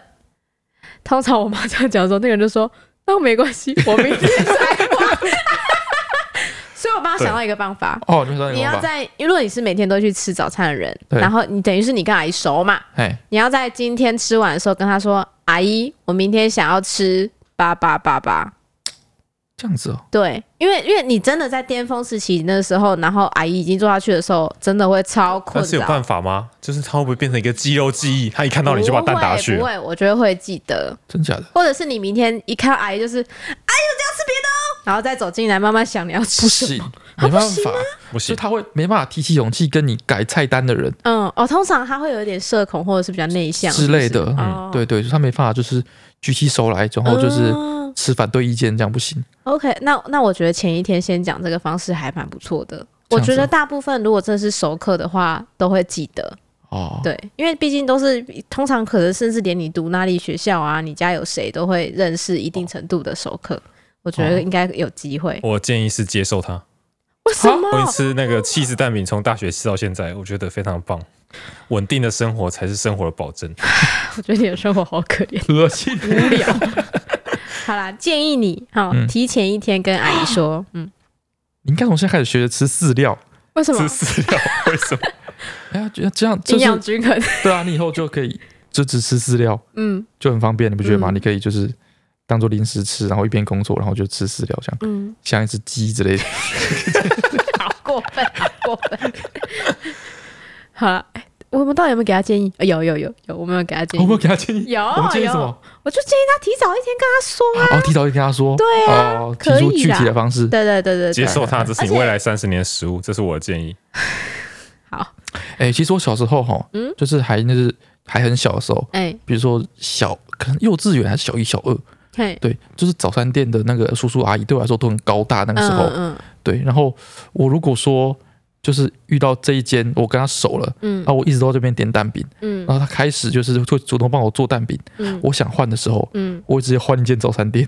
Speaker 4: 通常我妈这样讲的时候，那个人就说：“那没关系，我明天再换。” [laughs] 所以我妈想到一个办法，
Speaker 2: 哦，你会说
Speaker 4: 你
Speaker 2: 那
Speaker 4: 要
Speaker 2: 个吧？
Speaker 4: 在，如果你是每天都去吃早餐的人，
Speaker 2: 对
Speaker 4: 然后你等于是你跟阿姨熟嘛，
Speaker 2: 哎，
Speaker 4: 你要在今天吃完的时候跟她说：“阿姨，我明天想要吃八八八八。”
Speaker 2: 这样子哦，
Speaker 4: 对，因为因为你真的在巅峰时期那时候，然后阿姨已经做下去的时候，真的会超困
Speaker 3: 但
Speaker 4: 扰。
Speaker 3: 是有办法吗？就是他会不会变成一个肌肉记忆？他一看到你就把蛋打去
Speaker 4: 不
Speaker 3: 了，
Speaker 4: 会，不会我觉得会记得，
Speaker 2: 真假的？
Speaker 4: 或者是你明天一看到阿姨就是，阿姨我就要吃别的哦，然后再走进来慢慢想你要
Speaker 2: 不
Speaker 4: 吃什么。啊
Speaker 2: 行，没办法，
Speaker 3: 不
Speaker 2: 所以。
Speaker 3: 行
Speaker 2: 他会没办法提起勇气跟你改菜单的人
Speaker 4: 嗯，哦，通常他会有一点社恐，或者是比较内向
Speaker 2: 之类的，
Speaker 4: 嗯，
Speaker 2: 嗯，
Speaker 4: 哦
Speaker 2: 对对，就是他没办法，就是举起手来，然后就是
Speaker 4: 嗯
Speaker 2: 持反对意见，这样不行。
Speaker 4: OK，那那我觉得前一天先讲这个方式还蛮不错的。
Speaker 2: 这
Speaker 4: 我
Speaker 2: 样子
Speaker 4: 觉得大部分如果真的是熟客的话，都会记得。
Speaker 2: 哦，
Speaker 4: 对，因为毕竟都是通常可能甚至连你读哪里学校啊，你家有谁都会认识一
Speaker 2: 哦
Speaker 4: 定程度的熟客，我觉得应该有机会。
Speaker 3: 我建议是接受它。
Speaker 4: 为什么？
Speaker 3: 我一吃那个气质蛋饼，从大学吃到现在，我觉得非常棒。稳定的生活才是生活的保
Speaker 4: [laughs]
Speaker 3: 证。
Speaker 4: 我觉得你的生活好可怜，
Speaker 2: 恶心。
Speaker 4: 无聊。 [laughs] 好啦，建议你好、
Speaker 2: 嗯
Speaker 4: 提前一天跟阿姨
Speaker 2: [gasps]
Speaker 4: 说，嗯，
Speaker 2: 你应该从现在开始学着吃饲料，
Speaker 4: 为什
Speaker 3: 吃
Speaker 4: 么
Speaker 3: 饲料为什么？
Speaker 2: 哎呀，这这样就
Speaker 4: 营养
Speaker 2: 是
Speaker 4: 均衡？
Speaker 2: 对啊，你以后就可以就只吃饲料，
Speaker 4: 嗯
Speaker 2: 就很方便，你不觉得吗？
Speaker 4: 嗯
Speaker 2: 你可以就是当做零食吃，然后一边工作，然后就吃饲料，这样
Speaker 4: 嗯，
Speaker 2: 像一只鸡之
Speaker 4: [laughs]
Speaker 2: 类的。
Speaker 4: 好过分，好过分。好了，哎我们到底有没有给他建议？呃有有有有，我们有给他建
Speaker 2: 哦我
Speaker 4: 议
Speaker 2: 们。给他建议，
Speaker 4: 有
Speaker 2: 我们建议
Speaker 4: 有
Speaker 2: 什么？
Speaker 4: 我就建议他提早一天跟他说啊。
Speaker 2: 哦，提早就跟他说，对
Speaker 4: 啊
Speaker 2: 哦，提
Speaker 4: 可
Speaker 2: 出
Speaker 4: 以
Speaker 2: 具
Speaker 4: 啦
Speaker 2: 体的方式。
Speaker 4: 对对对对对，
Speaker 3: 接受它，这是
Speaker 4: 而
Speaker 3: 你
Speaker 4: 且
Speaker 3: 未来三十年的食物，这是我的建议。
Speaker 4: 好，
Speaker 2: 哎，其实我小时候哈，
Speaker 4: 嗯
Speaker 2: 就是还那是还很小的时候，
Speaker 4: 哎、
Speaker 2: 比如说小可能幼稚园还是小一小二，
Speaker 4: 嘿，
Speaker 2: 对，就是早餐店的那个叔叔阿姨对我来说都很高大那个时候，
Speaker 4: 嗯
Speaker 2: 对。然后我如果说就是遇到这一间我跟他熟了，
Speaker 4: 嗯
Speaker 2: 啊，我一直都在这边点蛋饼，
Speaker 4: 嗯
Speaker 2: 然后他开始就是会主动帮我做蛋饼，
Speaker 4: 嗯
Speaker 2: 我想换的时候，
Speaker 4: 嗯，
Speaker 2: 我会直接换一间早餐店，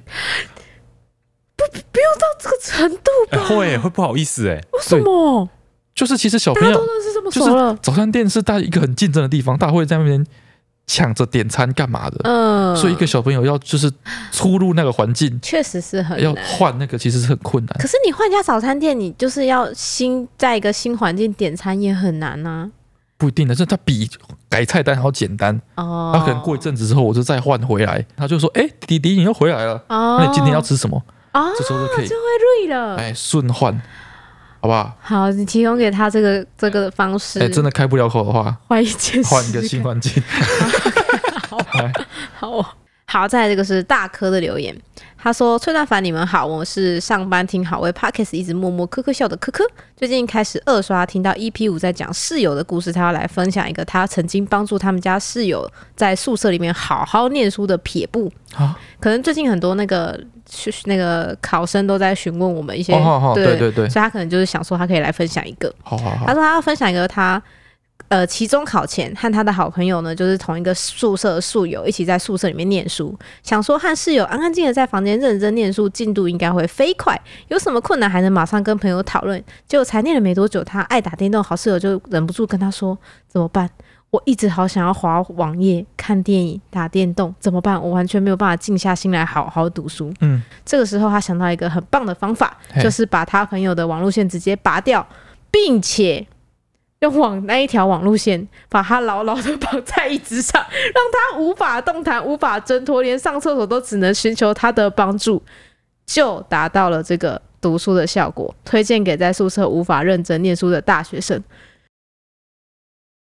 Speaker 4: 这个程度
Speaker 3: 哎会会不好意思哎、
Speaker 4: 为什么？
Speaker 2: 就是其实小
Speaker 4: 大
Speaker 2: 朋
Speaker 4: 家都
Speaker 2: 友
Speaker 4: 认识这么
Speaker 2: 就
Speaker 4: 熟了
Speaker 2: 是，早餐店是大家一个很竞争的地方，大家会在那边抢着点餐干嘛的，
Speaker 4: 嗯，
Speaker 2: 所以一个小朋友要就是出入那个环境，
Speaker 4: 确实是很
Speaker 2: 要
Speaker 4: 难。
Speaker 2: 换那个其实是很困难。
Speaker 4: 可是你换一家早餐店，你就是要新在一个新环境点餐也很难呐、
Speaker 2: 不一定的，是它比改菜单还要简单。
Speaker 4: 哦，
Speaker 2: 他可能过一阵子之后，我就再换回来，他就说：“哎、弟弟，你又回来了，
Speaker 4: 哦，
Speaker 2: 那你今天要吃什么？”
Speaker 4: 哦，
Speaker 2: 这时候就可以
Speaker 4: 就会累了。
Speaker 2: 哎顺换，好不好？
Speaker 4: 好，你提供给他这个这个方式，
Speaker 2: 哎、真的开不了口的
Speaker 4: [laughs]
Speaker 2: 话，
Speaker 4: 换一件，
Speaker 2: 换一个新环境。哎
Speaker 4: 好、哦。好，再来这个是大科的留言，他说：“崔大凡，你们好，我是上班听好为 Pockets 一直默默咯咯笑的科科，最近开始二刷，听到 EP 五在讲室友的故事，他要来分享一个他曾经帮助他们家室友在宿舍里面好好念书的撇步。
Speaker 2: 啊，
Speaker 4: 可能最近很多那个学那个考生都在询问我们一些，
Speaker 2: 哦好好，对
Speaker 4: 对
Speaker 2: 对对，
Speaker 4: 所以他可能就是想说他可以来分享一个。
Speaker 2: 好好
Speaker 4: 他
Speaker 2: 好，
Speaker 4: 说他要分享一个他呃期中考前和他的好朋友呢，就是同一个宿舍的宿友，一起在宿舍里面念书，想说和室友安安静静地在房间认真念书，进度应该会飞快。有什么困难还能马上跟朋友讨论。结果才念了没多久，他爱打电动好室友就忍不住跟他说：“怎么办？”我一直好想要滑网页、看电影、打电动，怎么办？我完全没有办法静下心来好好读书。
Speaker 2: 嗯，
Speaker 4: 这个时候他想到一个很棒的方法，
Speaker 2: 嘿
Speaker 4: 就是把他朋友的网路线直接拔掉，并且用网那一条网路线把他牢牢的绑在椅子上，让他无法动弹、无法挣脱，连上厕所都只能寻求他的帮助，就达到了这个读书的效果。推荐给在宿舍无法认真念书的大学生，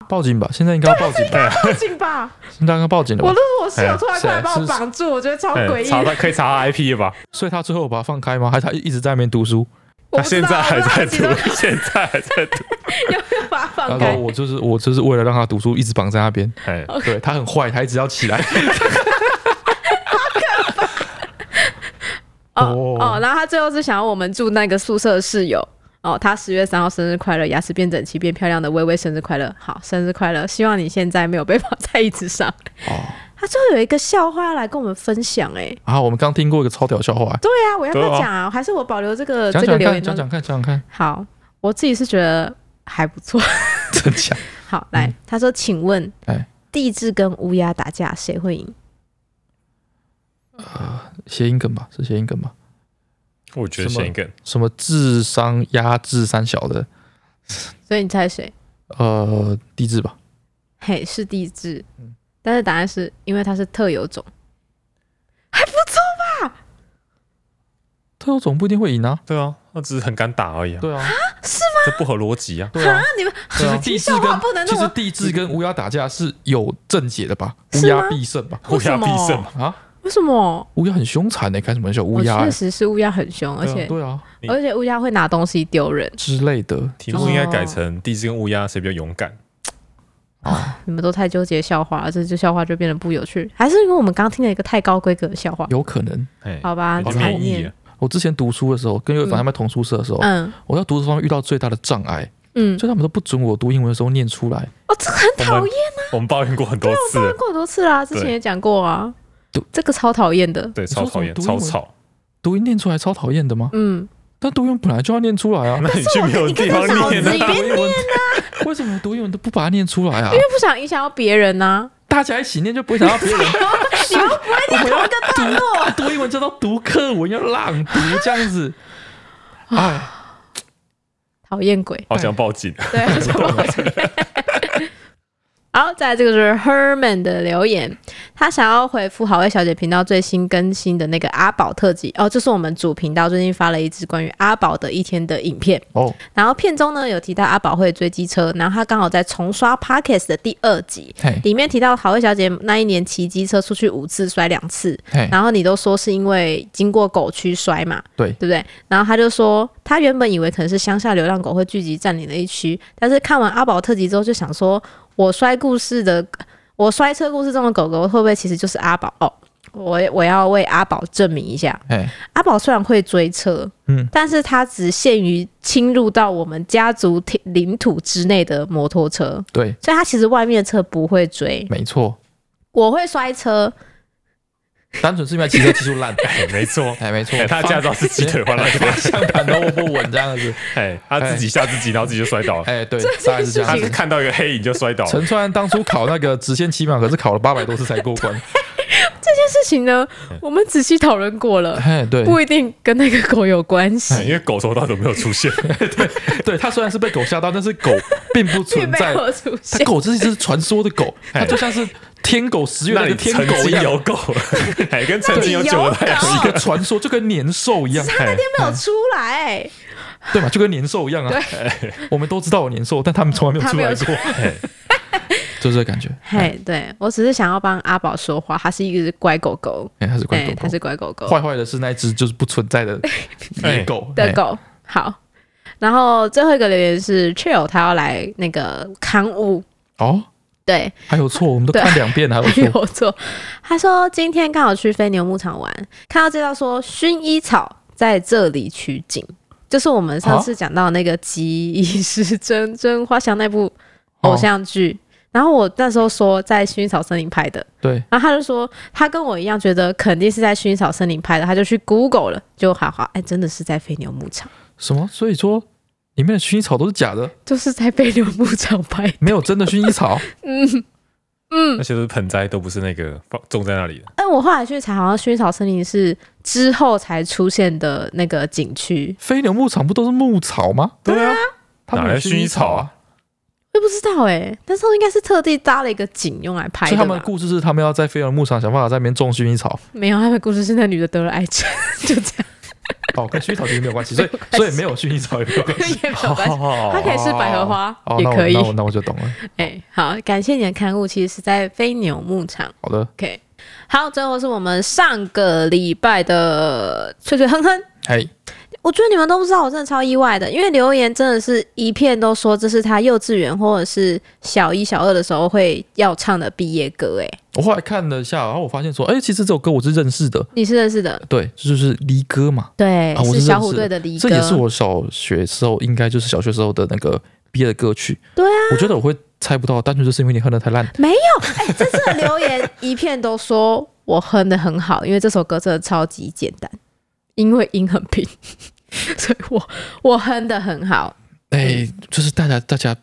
Speaker 2: 报警吧，现在应该要报警吧，
Speaker 3: 哎
Speaker 4: 报警
Speaker 2: [laughs]
Speaker 4: 吧！
Speaker 2: 现在应该报警了
Speaker 4: 我
Speaker 2: 吧
Speaker 4: 如？果我室友突然过来
Speaker 2: 哎
Speaker 4: 把我
Speaker 2: 是
Speaker 4: 绑住，我觉得超诡
Speaker 3: 哎
Speaker 4: 异
Speaker 3: 查
Speaker 4: 的。
Speaker 3: 他可以查他 IP 了吧？
Speaker 2: 所以他最后有把他放开吗？还是他一直在那边读书？
Speaker 4: 我
Speaker 3: 他
Speaker 4: 不知
Speaker 3: 现
Speaker 4: 道
Speaker 3: 在还在
Speaker 4: 我不知道
Speaker 3: 读，现在还在读。
Speaker 4: 有没有把他放
Speaker 2: 他说
Speaker 4: 开？
Speaker 2: 我就是我就是为了让他读书，一直绑在那边。
Speaker 3: 哎，
Speaker 2: 对他很坏，他一直
Speaker 4: [laughs]
Speaker 2: 要起来。
Speaker 4: 哦
Speaker 2: 哦哦
Speaker 4: 哦哦，然后他最后是想要我们住那个宿舍室友，哦，他十月三号生日快乐，牙齿变整齐变漂亮的微微生日快乐，好，生日快乐！希望你现在没有被绑在椅子上。
Speaker 2: 哦，
Speaker 4: [laughs] 他最后有一个笑话要来跟我们分享、哎，
Speaker 2: 啊，我们刚听过一个超屌笑话，
Speaker 4: 对啊，我要不要
Speaker 3: 对啊
Speaker 4: 讲啊？还是我保留这个
Speaker 2: 讲
Speaker 4: 这个
Speaker 2: 讲
Speaker 4: 留言
Speaker 2: 看，
Speaker 4: 当中？
Speaker 2: 讲讲看，讲讲看，
Speaker 4: 好，我自己是觉得还不错。 [laughs]
Speaker 2: 真假？
Speaker 4: 好，来，他说，请问
Speaker 2: 嗯哎，
Speaker 4: 地质跟乌鸦打架谁会赢？
Speaker 2: 谐音梗吧，是谐音梗吧？
Speaker 3: 我觉得
Speaker 2: 什么
Speaker 3: 先一个
Speaker 2: 什么智商压制三小的，
Speaker 4: 所以你猜谁？
Speaker 2: 呃，地质吧，
Speaker 4: 嘿，是地质，
Speaker 2: 嗯
Speaker 4: 但是答案是因为它是特有种。
Speaker 2: 特有种不一定会赢啊。
Speaker 3: 对啊，那只是很敢打而已啊，
Speaker 2: 对啊，
Speaker 3: 这不合逻辑啊。
Speaker 2: 对啊，
Speaker 4: [laughs] 你们
Speaker 2: 其实地质
Speaker 4: 笑话
Speaker 2: 跟
Speaker 4: 不能
Speaker 2: 其
Speaker 4: 那
Speaker 2: 实
Speaker 4: 么
Speaker 2: 地质跟乌鸦打架是有正解的吧？乌
Speaker 4: 是吗
Speaker 2: 鸦必胜吧？
Speaker 3: 乌鸦必
Speaker 4: 为什
Speaker 3: 胜
Speaker 4: 么
Speaker 3: 嘛，
Speaker 2: 啊，
Speaker 4: 为什么？
Speaker 2: 乌鸦很凶残的、开什么玩笑？乌
Speaker 4: 我
Speaker 2: 鸦、
Speaker 4: 哦确
Speaker 2: 欸，
Speaker 4: 实哦是乌鸦很凶，而且
Speaker 2: 对啊
Speaker 3: 你
Speaker 4: 而且乌鸦会拿东西丢人。
Speaker 2: 之类的，
Speaker 3: 题目应该改成地质跟乌鸦谁比较勇敢？
Speaker 4: 你们都太纠结笑话了，这就笑话就变得不有趣，还是因为我们刚听了一个太高规格的笑话？
Speaker 2: 有可能。
Speaker 3: 哎，
Speaker 4: 好吧，
Speaker 3: 就
Speaker 4: 残
Speaker 3: 没意义啊
Speaker 4: 念
Speaker 3: 了。。
Speaker 2: 我之前读书的时候，跟有反他们同宿舍的时候，
Speaker 4: 嗯
Speaker 2: 我在读书方面遇到最大的障碍，
Speaker 4: 嗯，
Speaker 2: 就他们都不准我读英文的时候念出来。
Speaker 4: 哦，这个很
Speaker 3: 我
Speaker 4: 讨
Speaker 3: 们
Speaker 4: 厌，
Speaker 3: 我们抱怨过很多次了，
Speaker 4: 过很多次啦，之前
Speaker 3: 对
Speaker 4: 也讲过啊
Speaker 2: 对，
Speaker 4: 这个超讨厌的。
Speaker 3: 对，
Speaker 2: 你说
Speaker 3: 超讨
Speaker 2: 什么
Speaker 3: 厌，
Speaker 2: 读英
Speaker 3: 超
Speaker 2: 文
Speaker 3: 吵。
Speaker 2: 读音念出来超讨厌的吗？
Speaker 4: 嗯，
Speaker 2: 但读英文本来就要念出来
Speaker 4: [laughs]
Speaker 2: 啊
Speaker 3: 那。你去没有地方
Speaker 4: 我跟
Speaker 3: 念啊
Speaker 4: 你跟你
Speaker 3: 呢？
Speaker 2: 读英文 [laughs] 为什么读英文都不把它念出来啊？
Speaker 4: [laughs] 因为不想影响到别人呐、
Speaker 2: 大家一起念就不会想到别人。
Speaker 4: [laughs] 你们不会念同一个段落， [laughs]
Speaker 2: 读英文叫做读课文，要朗读这
Speaker 4: [sighs]
Speaker 2: 样子。哎，
Speaker 4: 讨厌鬼。
Speaker 3: 好想报警，
Speaker 4: 对，我想忘记 [laughs] 好，再来这个就是 Herman 的留言，他想要回复好味小姐频道最新更新的那个阿宝特辑哦，这是我们主频道最近发了一支关于阿宝的一天的影片，
Speaker 2: 哦，
Speaker 4: 然后片中呢有提到阿宝会追机车，然后他刚好在重刷 Parkes 的第二集，
Speaker 2: 嘿，
Speaker 4: 里面提到好味小姐那一年骑机车出去五次摔两次，
Speaker 2: 嘿，
Speaker 4: 然后你都说是因为经过狗区摔嘛，
Speaker 2: 对
Speaker 4: 对不对？然后他就说，他原本以为可能是乡下流浪狗会聚集占领的一区，但是看完阿宝特辑之后，就想说，我摔故事的，我摔车故事中的狗狗会不会其实就是阿宝？哦，我我要为阿宝证明一下，
Speaker 2: 嘿，
Speaker 4: 阿宝虽然会追车，
Speaker 2: 嗯，
Speaker 4: 但是他只限于侵入到我们家族体领土之内的摩托车，
Speaker 2: 对，
Speaker 4: 所以他其实外面的车不会追。
Speaker 2: 没错，
Speaker 4: 我会摔车，
Speaker 2: 单纯是因为骑车技术烂。
Speaker 3: [laughs] 哎，没错，
Speaker 2: 哎，没错
Speaker 3: 哎，他驾照是
Speaker 2: [laughs]
Speaker 3: 鸡腿换来
Speaker 2: 方
Speaker 3: 的，
Speaker 2: 向盘都不稳这样子。
Speaker 3: 哎，他自己吓自己，然后自己就摔倒了。
Speaker 2: 哎，对，大概是这
Speaker 3: 他
Speaker 2: 样
Speaker 3: 是
Speaker 2: 子。
Speaker 3: 看到一个黑影就摔倒了，
Speaker 2: 陈川当初考那个直线七秒，可是考了八百多次才过
Speaker 4: [laughs]
Speaker 2: 关。
Speaker 4: 事情呢，我们仔细讨论过了，
Speaker 2: 嘿，对，
Speaker 4: 不一定跟那个狗有关系
Speaker 3: 哎。
Speaker 2: [laughs]
Speaker 3: 因为狗从头到尾都没有出现。
Speaker 2: 对，他虽然是被狗吓到，但是狗并不
Speaker 4: 并 [laughs]
Speaker 2: 存
Speaker 4: 没
Speaker 2: 在。
Speaker 4: 有出
Speaker 2: 它
Speaker 4: 现，
Speaker 2: 狗这是一只传说的狗，它就像是天狗十月
Speaker 3: 那
Speaker 2: 那
Speaker 3: 你
Speaker 2: 个天
Speaker 3: 曾
Speaker 2: 狗一
Speaker 3: 经
Speaker 2: 样，
Speaker 3: 有狗，哎，跟曾经有酒的太
Speaker 2: [laughs]
Speaker 3: 阳
Speaker 2: 是一个传说，就跟年兽一样。
Speaker 4: 他那天没有出来，
Speaker 2: 对嘛，就跟年兽一样啊。我们都知道有年兽，但他们从来没有出来
Speaker 4: 他
Speaker 2: 过，
Speaker 3: 哎
Speaker 2: 就这个感觉。
Speaker 4: 嘿，对我只是想要帮阿宝说话，它是一只乖狗狗，
Speaker 2: 哎，它是怪
Speaker 4: 对
Speaker 2: 狗，狗
Speaker 4: 它，是乖狗狗
Speaker 2: 坏坏的是那一只就是不存
Speaker 4: [laughs]
Speaker 2: 在的野狗。
Speaker 4: 的
Speaker 2: 哎，
Speaker 4: 狗。好，然后最后一个留言是 Chill，他要来那个刊物，
Speaker 2: 哦，
Speaker 4: 对，
Speaker 2: 还有错，我们都
Speaker 4: 对哎
Speaker 2: 看两遍
Speaker 4: [laughs]
Speaker 2: 了，还有错。
Speaker 4: 有错。他说今天刚好去飞牛牧场玩，看到介绍说薰衣草在这里取景，就是我们上次讲到那个《吉医师真真花香》那部偶像剧。然后我那时候说在薰衣草森林拍的，
Speaker 2: 对，
Speaker 4: 然后他就说，他跟我一样觉得肯定是在薰衣草森林拍的，他就去 Google 了，就好好，哎，真的是在飞牛牧场，
Speaker 2: 什么？所以说里面的薰衣草都是假的，
Speaker 4: 就是在飞牛牧场拍。
Speaker 2: 没有真的薰
Speaker 4: [laughs]
Speaker 2: 衣草。
Speaker 3: 那些都是盆栽，都不是那个放种在那里的。
Speaker 4: 但我后来去查，好像薰衣草森林是之后才出现的那个景区，
Speaker 2: 飞牛牧场不都是牧草吗？
Speaker 3: 对啊，
Speaker 2: 它们
Speaker 3: 哪
Speaker 2: 有
Speaker 3: 来薰衣草啊？
Speaker 4: 我也不知道哎、但是应该是特地搭了一个景用来拍
Speaker 2: 所以
Speaker 4: 啊的
Speaker 2: 他们
Speaker 4: 吧
Speaker 2: 的？故事是他们要在飞牛牧场想办法在那边种薰衣
Speaker 4: [laughs]
Speaker 2: 草。
Speaker 4: 没有，他们故事是那女的得了癌症，就这样，
Speaker 2: 哦，跟薰衣草其实没有关系，所以所以没有薰衣草也没有关
Speaker 4: [laughs]
Speaker 2: 系。
Speaker 4: 也没有关系。它可以是百合花，
Speaker 2: 哦，
Speaker 4: 也
Speaker 2: 那我
Speaker 4: 可以
Speaker 2: 那。我那我就懂了。
Speaker 4: 哎、好，感谢你的刊物，其实是在飞牛牧场。
Speaker 2: 好的，
Speaker 4: OK，好，最后是我们上个礼拜的脆脆哼哼。
Speaker 2: 嘿，
Speaker 4: 我觉得你们都不知道，我真的超意外的，因为留言真的是一片都说这是他幼稚园或者是小一、小二的时候会要唱的毕业歌。哎，
Speaker 2: 我后来看了一下，然后我发现说，哎、其实这首歌我是认识的，
Speaker 4: 你是认识的？
Speaker 2: 对，这就是离歌嘛，
Speaker 4: 对
Speaker 2: 啊我是
Speaker 4: 是小虎
Speaker 2: 认
Speaker 4: 队
Speaker 2: 识
Speaker 4: 的离歌。
Speaker 2: 这也是我小学时候，应该就是小学时候的那个毕业的歌曲。
Speaker 4: 对啊，
Speaker 2: 我觉得我会猜不到，单纯就是因为你哼的太烂。
Speaker 4: 没有，
Speaker 1: 哎、这次
Speaker 4: 这留言一片都说我哼的很好，因为这首歌真的超级简单，
Speaker 1: 因为音很
Speaker 4: [laughs]
Speaker 1: 平，所以我我哼的很好
Speaker 2: 哎、就是大家大家，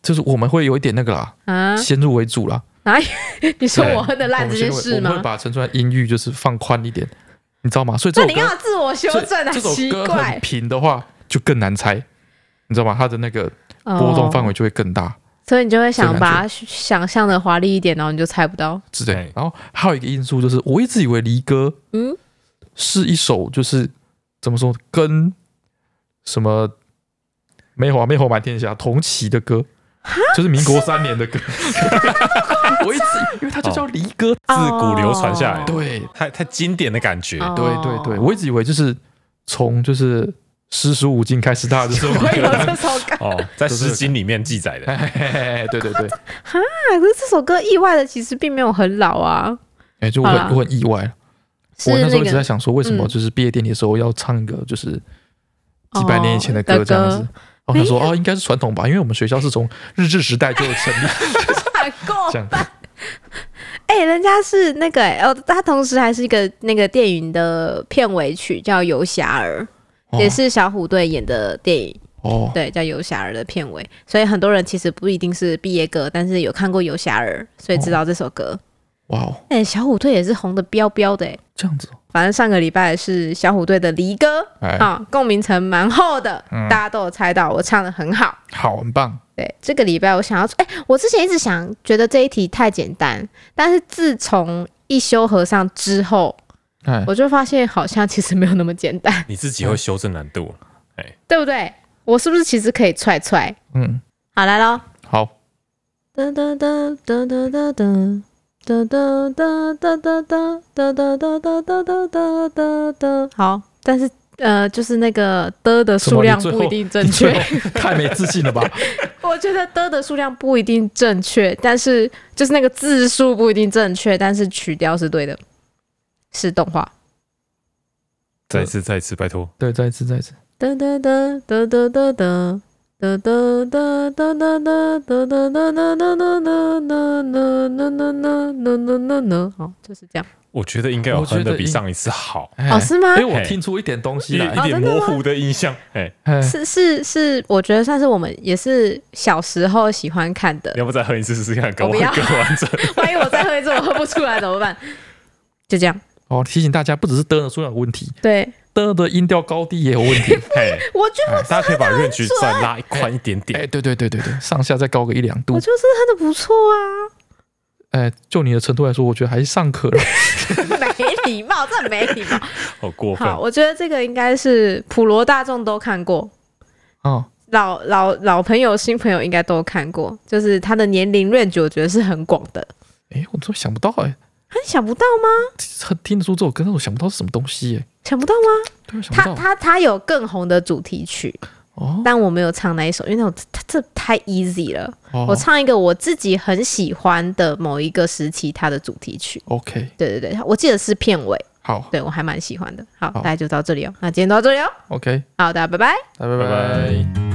Speaker 2: 就是我们会有一点那个啦，
Speaker 1: 啊。
Speaker 2: 先入为主啦。
Speaker 1: 你说
Speaker 2: 对
Speaker 1: 我哼的烂这件事
Speaker 2: 我们会
Speaker 1: 吗？
Speaker 2: 把陈川音域就是放宽一点，你知道吗？所以这
Speaker 1: 那
Speaker 2: 首
Speaker 1: 你
Speaker 2: 歌
Speaker 1: 要自我修
Speaker 2: 这
Speaker 1: 正啊，
Speaker 2: 这
Speaker 1: 奇
Speaker 2: 首歌很
Speaker 1: 怪。
Speaker 2: 平的话，就更难猜，你知道吗？它的那个
Speaker 1: 哦
Speaker 2: 波动范
Speaker 4: 哦
Speaker 1: 围，
Speaker 2: 围就会更大
Speaker 1: 所以你就会想
Speaker 2: 这个
Speaker 1: 把它
Speaker 2: 感
Speaker 1: 想象的华丽一点，然后你就猜不到。
Speaker 2: 之类
Speaker 3: 对。
Speaker 2: 然后还有一个因素就是，我一直以为离歌
Speaker 1: 嗯，
Speaker 2: 是一首就是怎么说跟什么梅花梅花满天下同期的歌，就是民国三年的
Speaker 1: [laughs]
Speaker 2: 歌。我一直因为它就叫离歌，
Speaker 3: 自古流传下来
Speaker 1: 哦
Speaker 2: 对
Speaker 3: 太太经典的感觉。
Speaker 1: 哦
Speaker 2: 对对对，我一直以为就是从就是诗书五经开始，大家就是
Speaker 1: 我有这首歌， [laughs]
Speaker 3: 哦，在《诗经》里面记载
Speaker 1: 哎
Speaker 3: 的，
Speaker 2: 嘿嘿嘿嘿对对对，
Speaker 1: 啊可是这首歌意外的其实并没有很老啊，
Speaker 2: 哎，就我很
Speaker 1: 好啦
Speaker 2: 我很意外，
Speaker 1: 是
Speaker 2: 我那时候一直在
Speaker 1: 个
Speaker 2: 想说，为什么
Speaker 1: 嗯
Speaker 2: 就是毕业典礼的时候要唱一个就是几百年以前的
Speaker 1: 哦
Speaker 2: 歌
Speaker 1: 的
Speaker 2: 这样
Speaker 1: 歌
Speaker 2: 子？我想说哦，应该是传统吧，因为我们学校是从日治时代就成
Speaker 1: [laughs]
Speaker 2: 立
Speaker 1: 太过
Speaker 2: 这样。
Speaker 1: 哎、人家是那个、欸、哦，他同时还是一个那个电影的片尾曲，叫《游侠儿》，
Speaker 2: 哦
Speaker 1: [laughs] 也是小虎队演的电影，
Speaker 2: 哦，
Speaker 1: 对，叫《游侠儿》的片尾。所以很多人其实不一定是毕业歌，但是有看过《游侠儿》，所以知道这首歌。
Speaker 2: 哇哦，
Speaker 1: 哎、小虎队也是红的标标的、欸，
Speaker 2: 这样子哦，
Speaker 1: 反正上个礼拜是小虎队的离歌
Speaker 2: 哎，
Speaker 1: 啊，共鸣层蛮厚的，大家都有猜到，我唱的很好。
Speaker 2: 好，很棒，
Speaker 1: 对，这个礼拜我想要，哎、我之前一直想觉得这一题太简单，但是自从一休和尚之后，
Speaker 2: 哎，
Speaker 1: 我就发现好像其实没有那么简单，
Speaker 3: 你自己会修正难度。
Speaker 1: 嗯对不对？我是不是其实可以踹踹？
Speaker 2: 嗯，
Speaker 1: 好，来喽，
Speaker 2: 好，
Speaker 4: 哒哒哒哒哒哒哒哒哒哒哒哒哒哒哒哒哒哒哒哒哒哒。
Speaker 1: 好，但是呃，就是那个的的
Speaker 2: 什么
Speaker 1: 数
Speaker 2: 你
Speaker 1: 量
Speaker 2: 最
Speaker 1: 不
Speaker 2: 后
Speaker 1: 一定正
Speaker 2: 你最
Speaker 1: 确，
Speaker 2: 后 [laughs] 太没自信了吧？
Speaker 1: 我觉得的的数量不一定正确，但是就是那个字数不一定正确，但是曲调是对的，是动画。
Speaker 3: 再一次，再一次，拜托。
Speaker 2: 对，再一次，再一次，
Speaker 4: 哒哒哒哒哒哒哒。哒哒哒哒哒哒哒哒哒哒哒哒哒哒
Speaker 1: 好，就是这样。
Speaker 3: 我觉得应该有
Speaker 2: 我觉得
Speaker 3: 哼的比
Speaker 2: 应
Speaker 3: 上一
Speaker 1: [laughs]
Speaker 3: 次好，
Speaker 2: 哎
Speaker 1: 哦，是吗
Speaker 2: 因？为我
Speaker 3: 嘿
Speaker 2: 听出一点东
Speaker 3: 一
Speaker 2: 西
Speaker 3: 一
Speaker 2: 来，
Speaker 3: 点
Speaker 1: 啊哦真的
Speaker 3: 模
Speaker 1: 吗
Speaker 3: 糊的印象。哎，
Speaker 2: 哎，
Speaker 1: 是是是，我觉得算是我们也是小时候喜欢看的
Speaker 3: 你。要不再哼一次试试看？搞
Speaker 1: 呃我
Speaker 3: 不
Speaker 1: 不
Speaker 3: 好
Speaker 1: 要
Speaker 3: 更完整。
Speaker 1: [laughs] 万一我再喝一次，我喝不出来怎么 [laughs] 办？就这样。
Speaker 2: 哦，提醒大家，不只是的的数量有问题，
Speaker 1: 对，
Speaker 2: 的的音调高低也有问题，
Speaker 3: 嘿，
Speaker 1: 我觉得
Speaker 3: 哎大家可以把 range 再拉宽一点
Speaker 2: 哎，
Speaker 3: 点。
Speaker 2: 对对对对对，上下再高个一两度
Speaker 1: 我，就是他的不错啊， [laughs]
Speaker 2: 哎，就你的程度来说，我觉得还是尚可了，
Speaker 1: 没礼貌，真的没礼貌。
Speaker 3: 好过分
Speaker 1: 好，！ [laughs] 我觉得这个应该是普罗大众都看过，
Speaker 2: 哦，
Speaker 1: 老老老朋友、新朋友应该都看过，就是他的年龄 range 我觉得是很广的。
Speaker 2: 哎，我都想不到，哎，
Speaker 1: 很想不到吗？
Speaker 2: 很听得出这首歌，但我想不到是什么东西，哎，
Speaker 1: 想不到吗？
Speaker 2: 对，我想
Speaker 1: 他
Speaker 2: 不到，
Speaker 1: 他他有更红的主题曲，
Speaker 2: 哦，
Speaker 1: 但我没有唱那一首，因为那种这这太 easy 了。
Speaker 2: 哦
Speaker 1: 我唱一个我自己很喜欢的某一个时期它的主题曲。
Speaker 2: ，OK，
Speaker 1: 对对对，我记得是片尾，
Speaker 2: 好
Speaker 1: 对我还蛮喜欢的。好，
Speaker 2: 好
Speaker 1: 大家就到这里哦。那今天到这里哦。
Speaker 2: ，OK，
Speaker 1: 好，大家拜拜。
Speaker 2: 来，拜
Speaker 3: 拜
Speaker 2: 拜。
Speaker 3: 拜。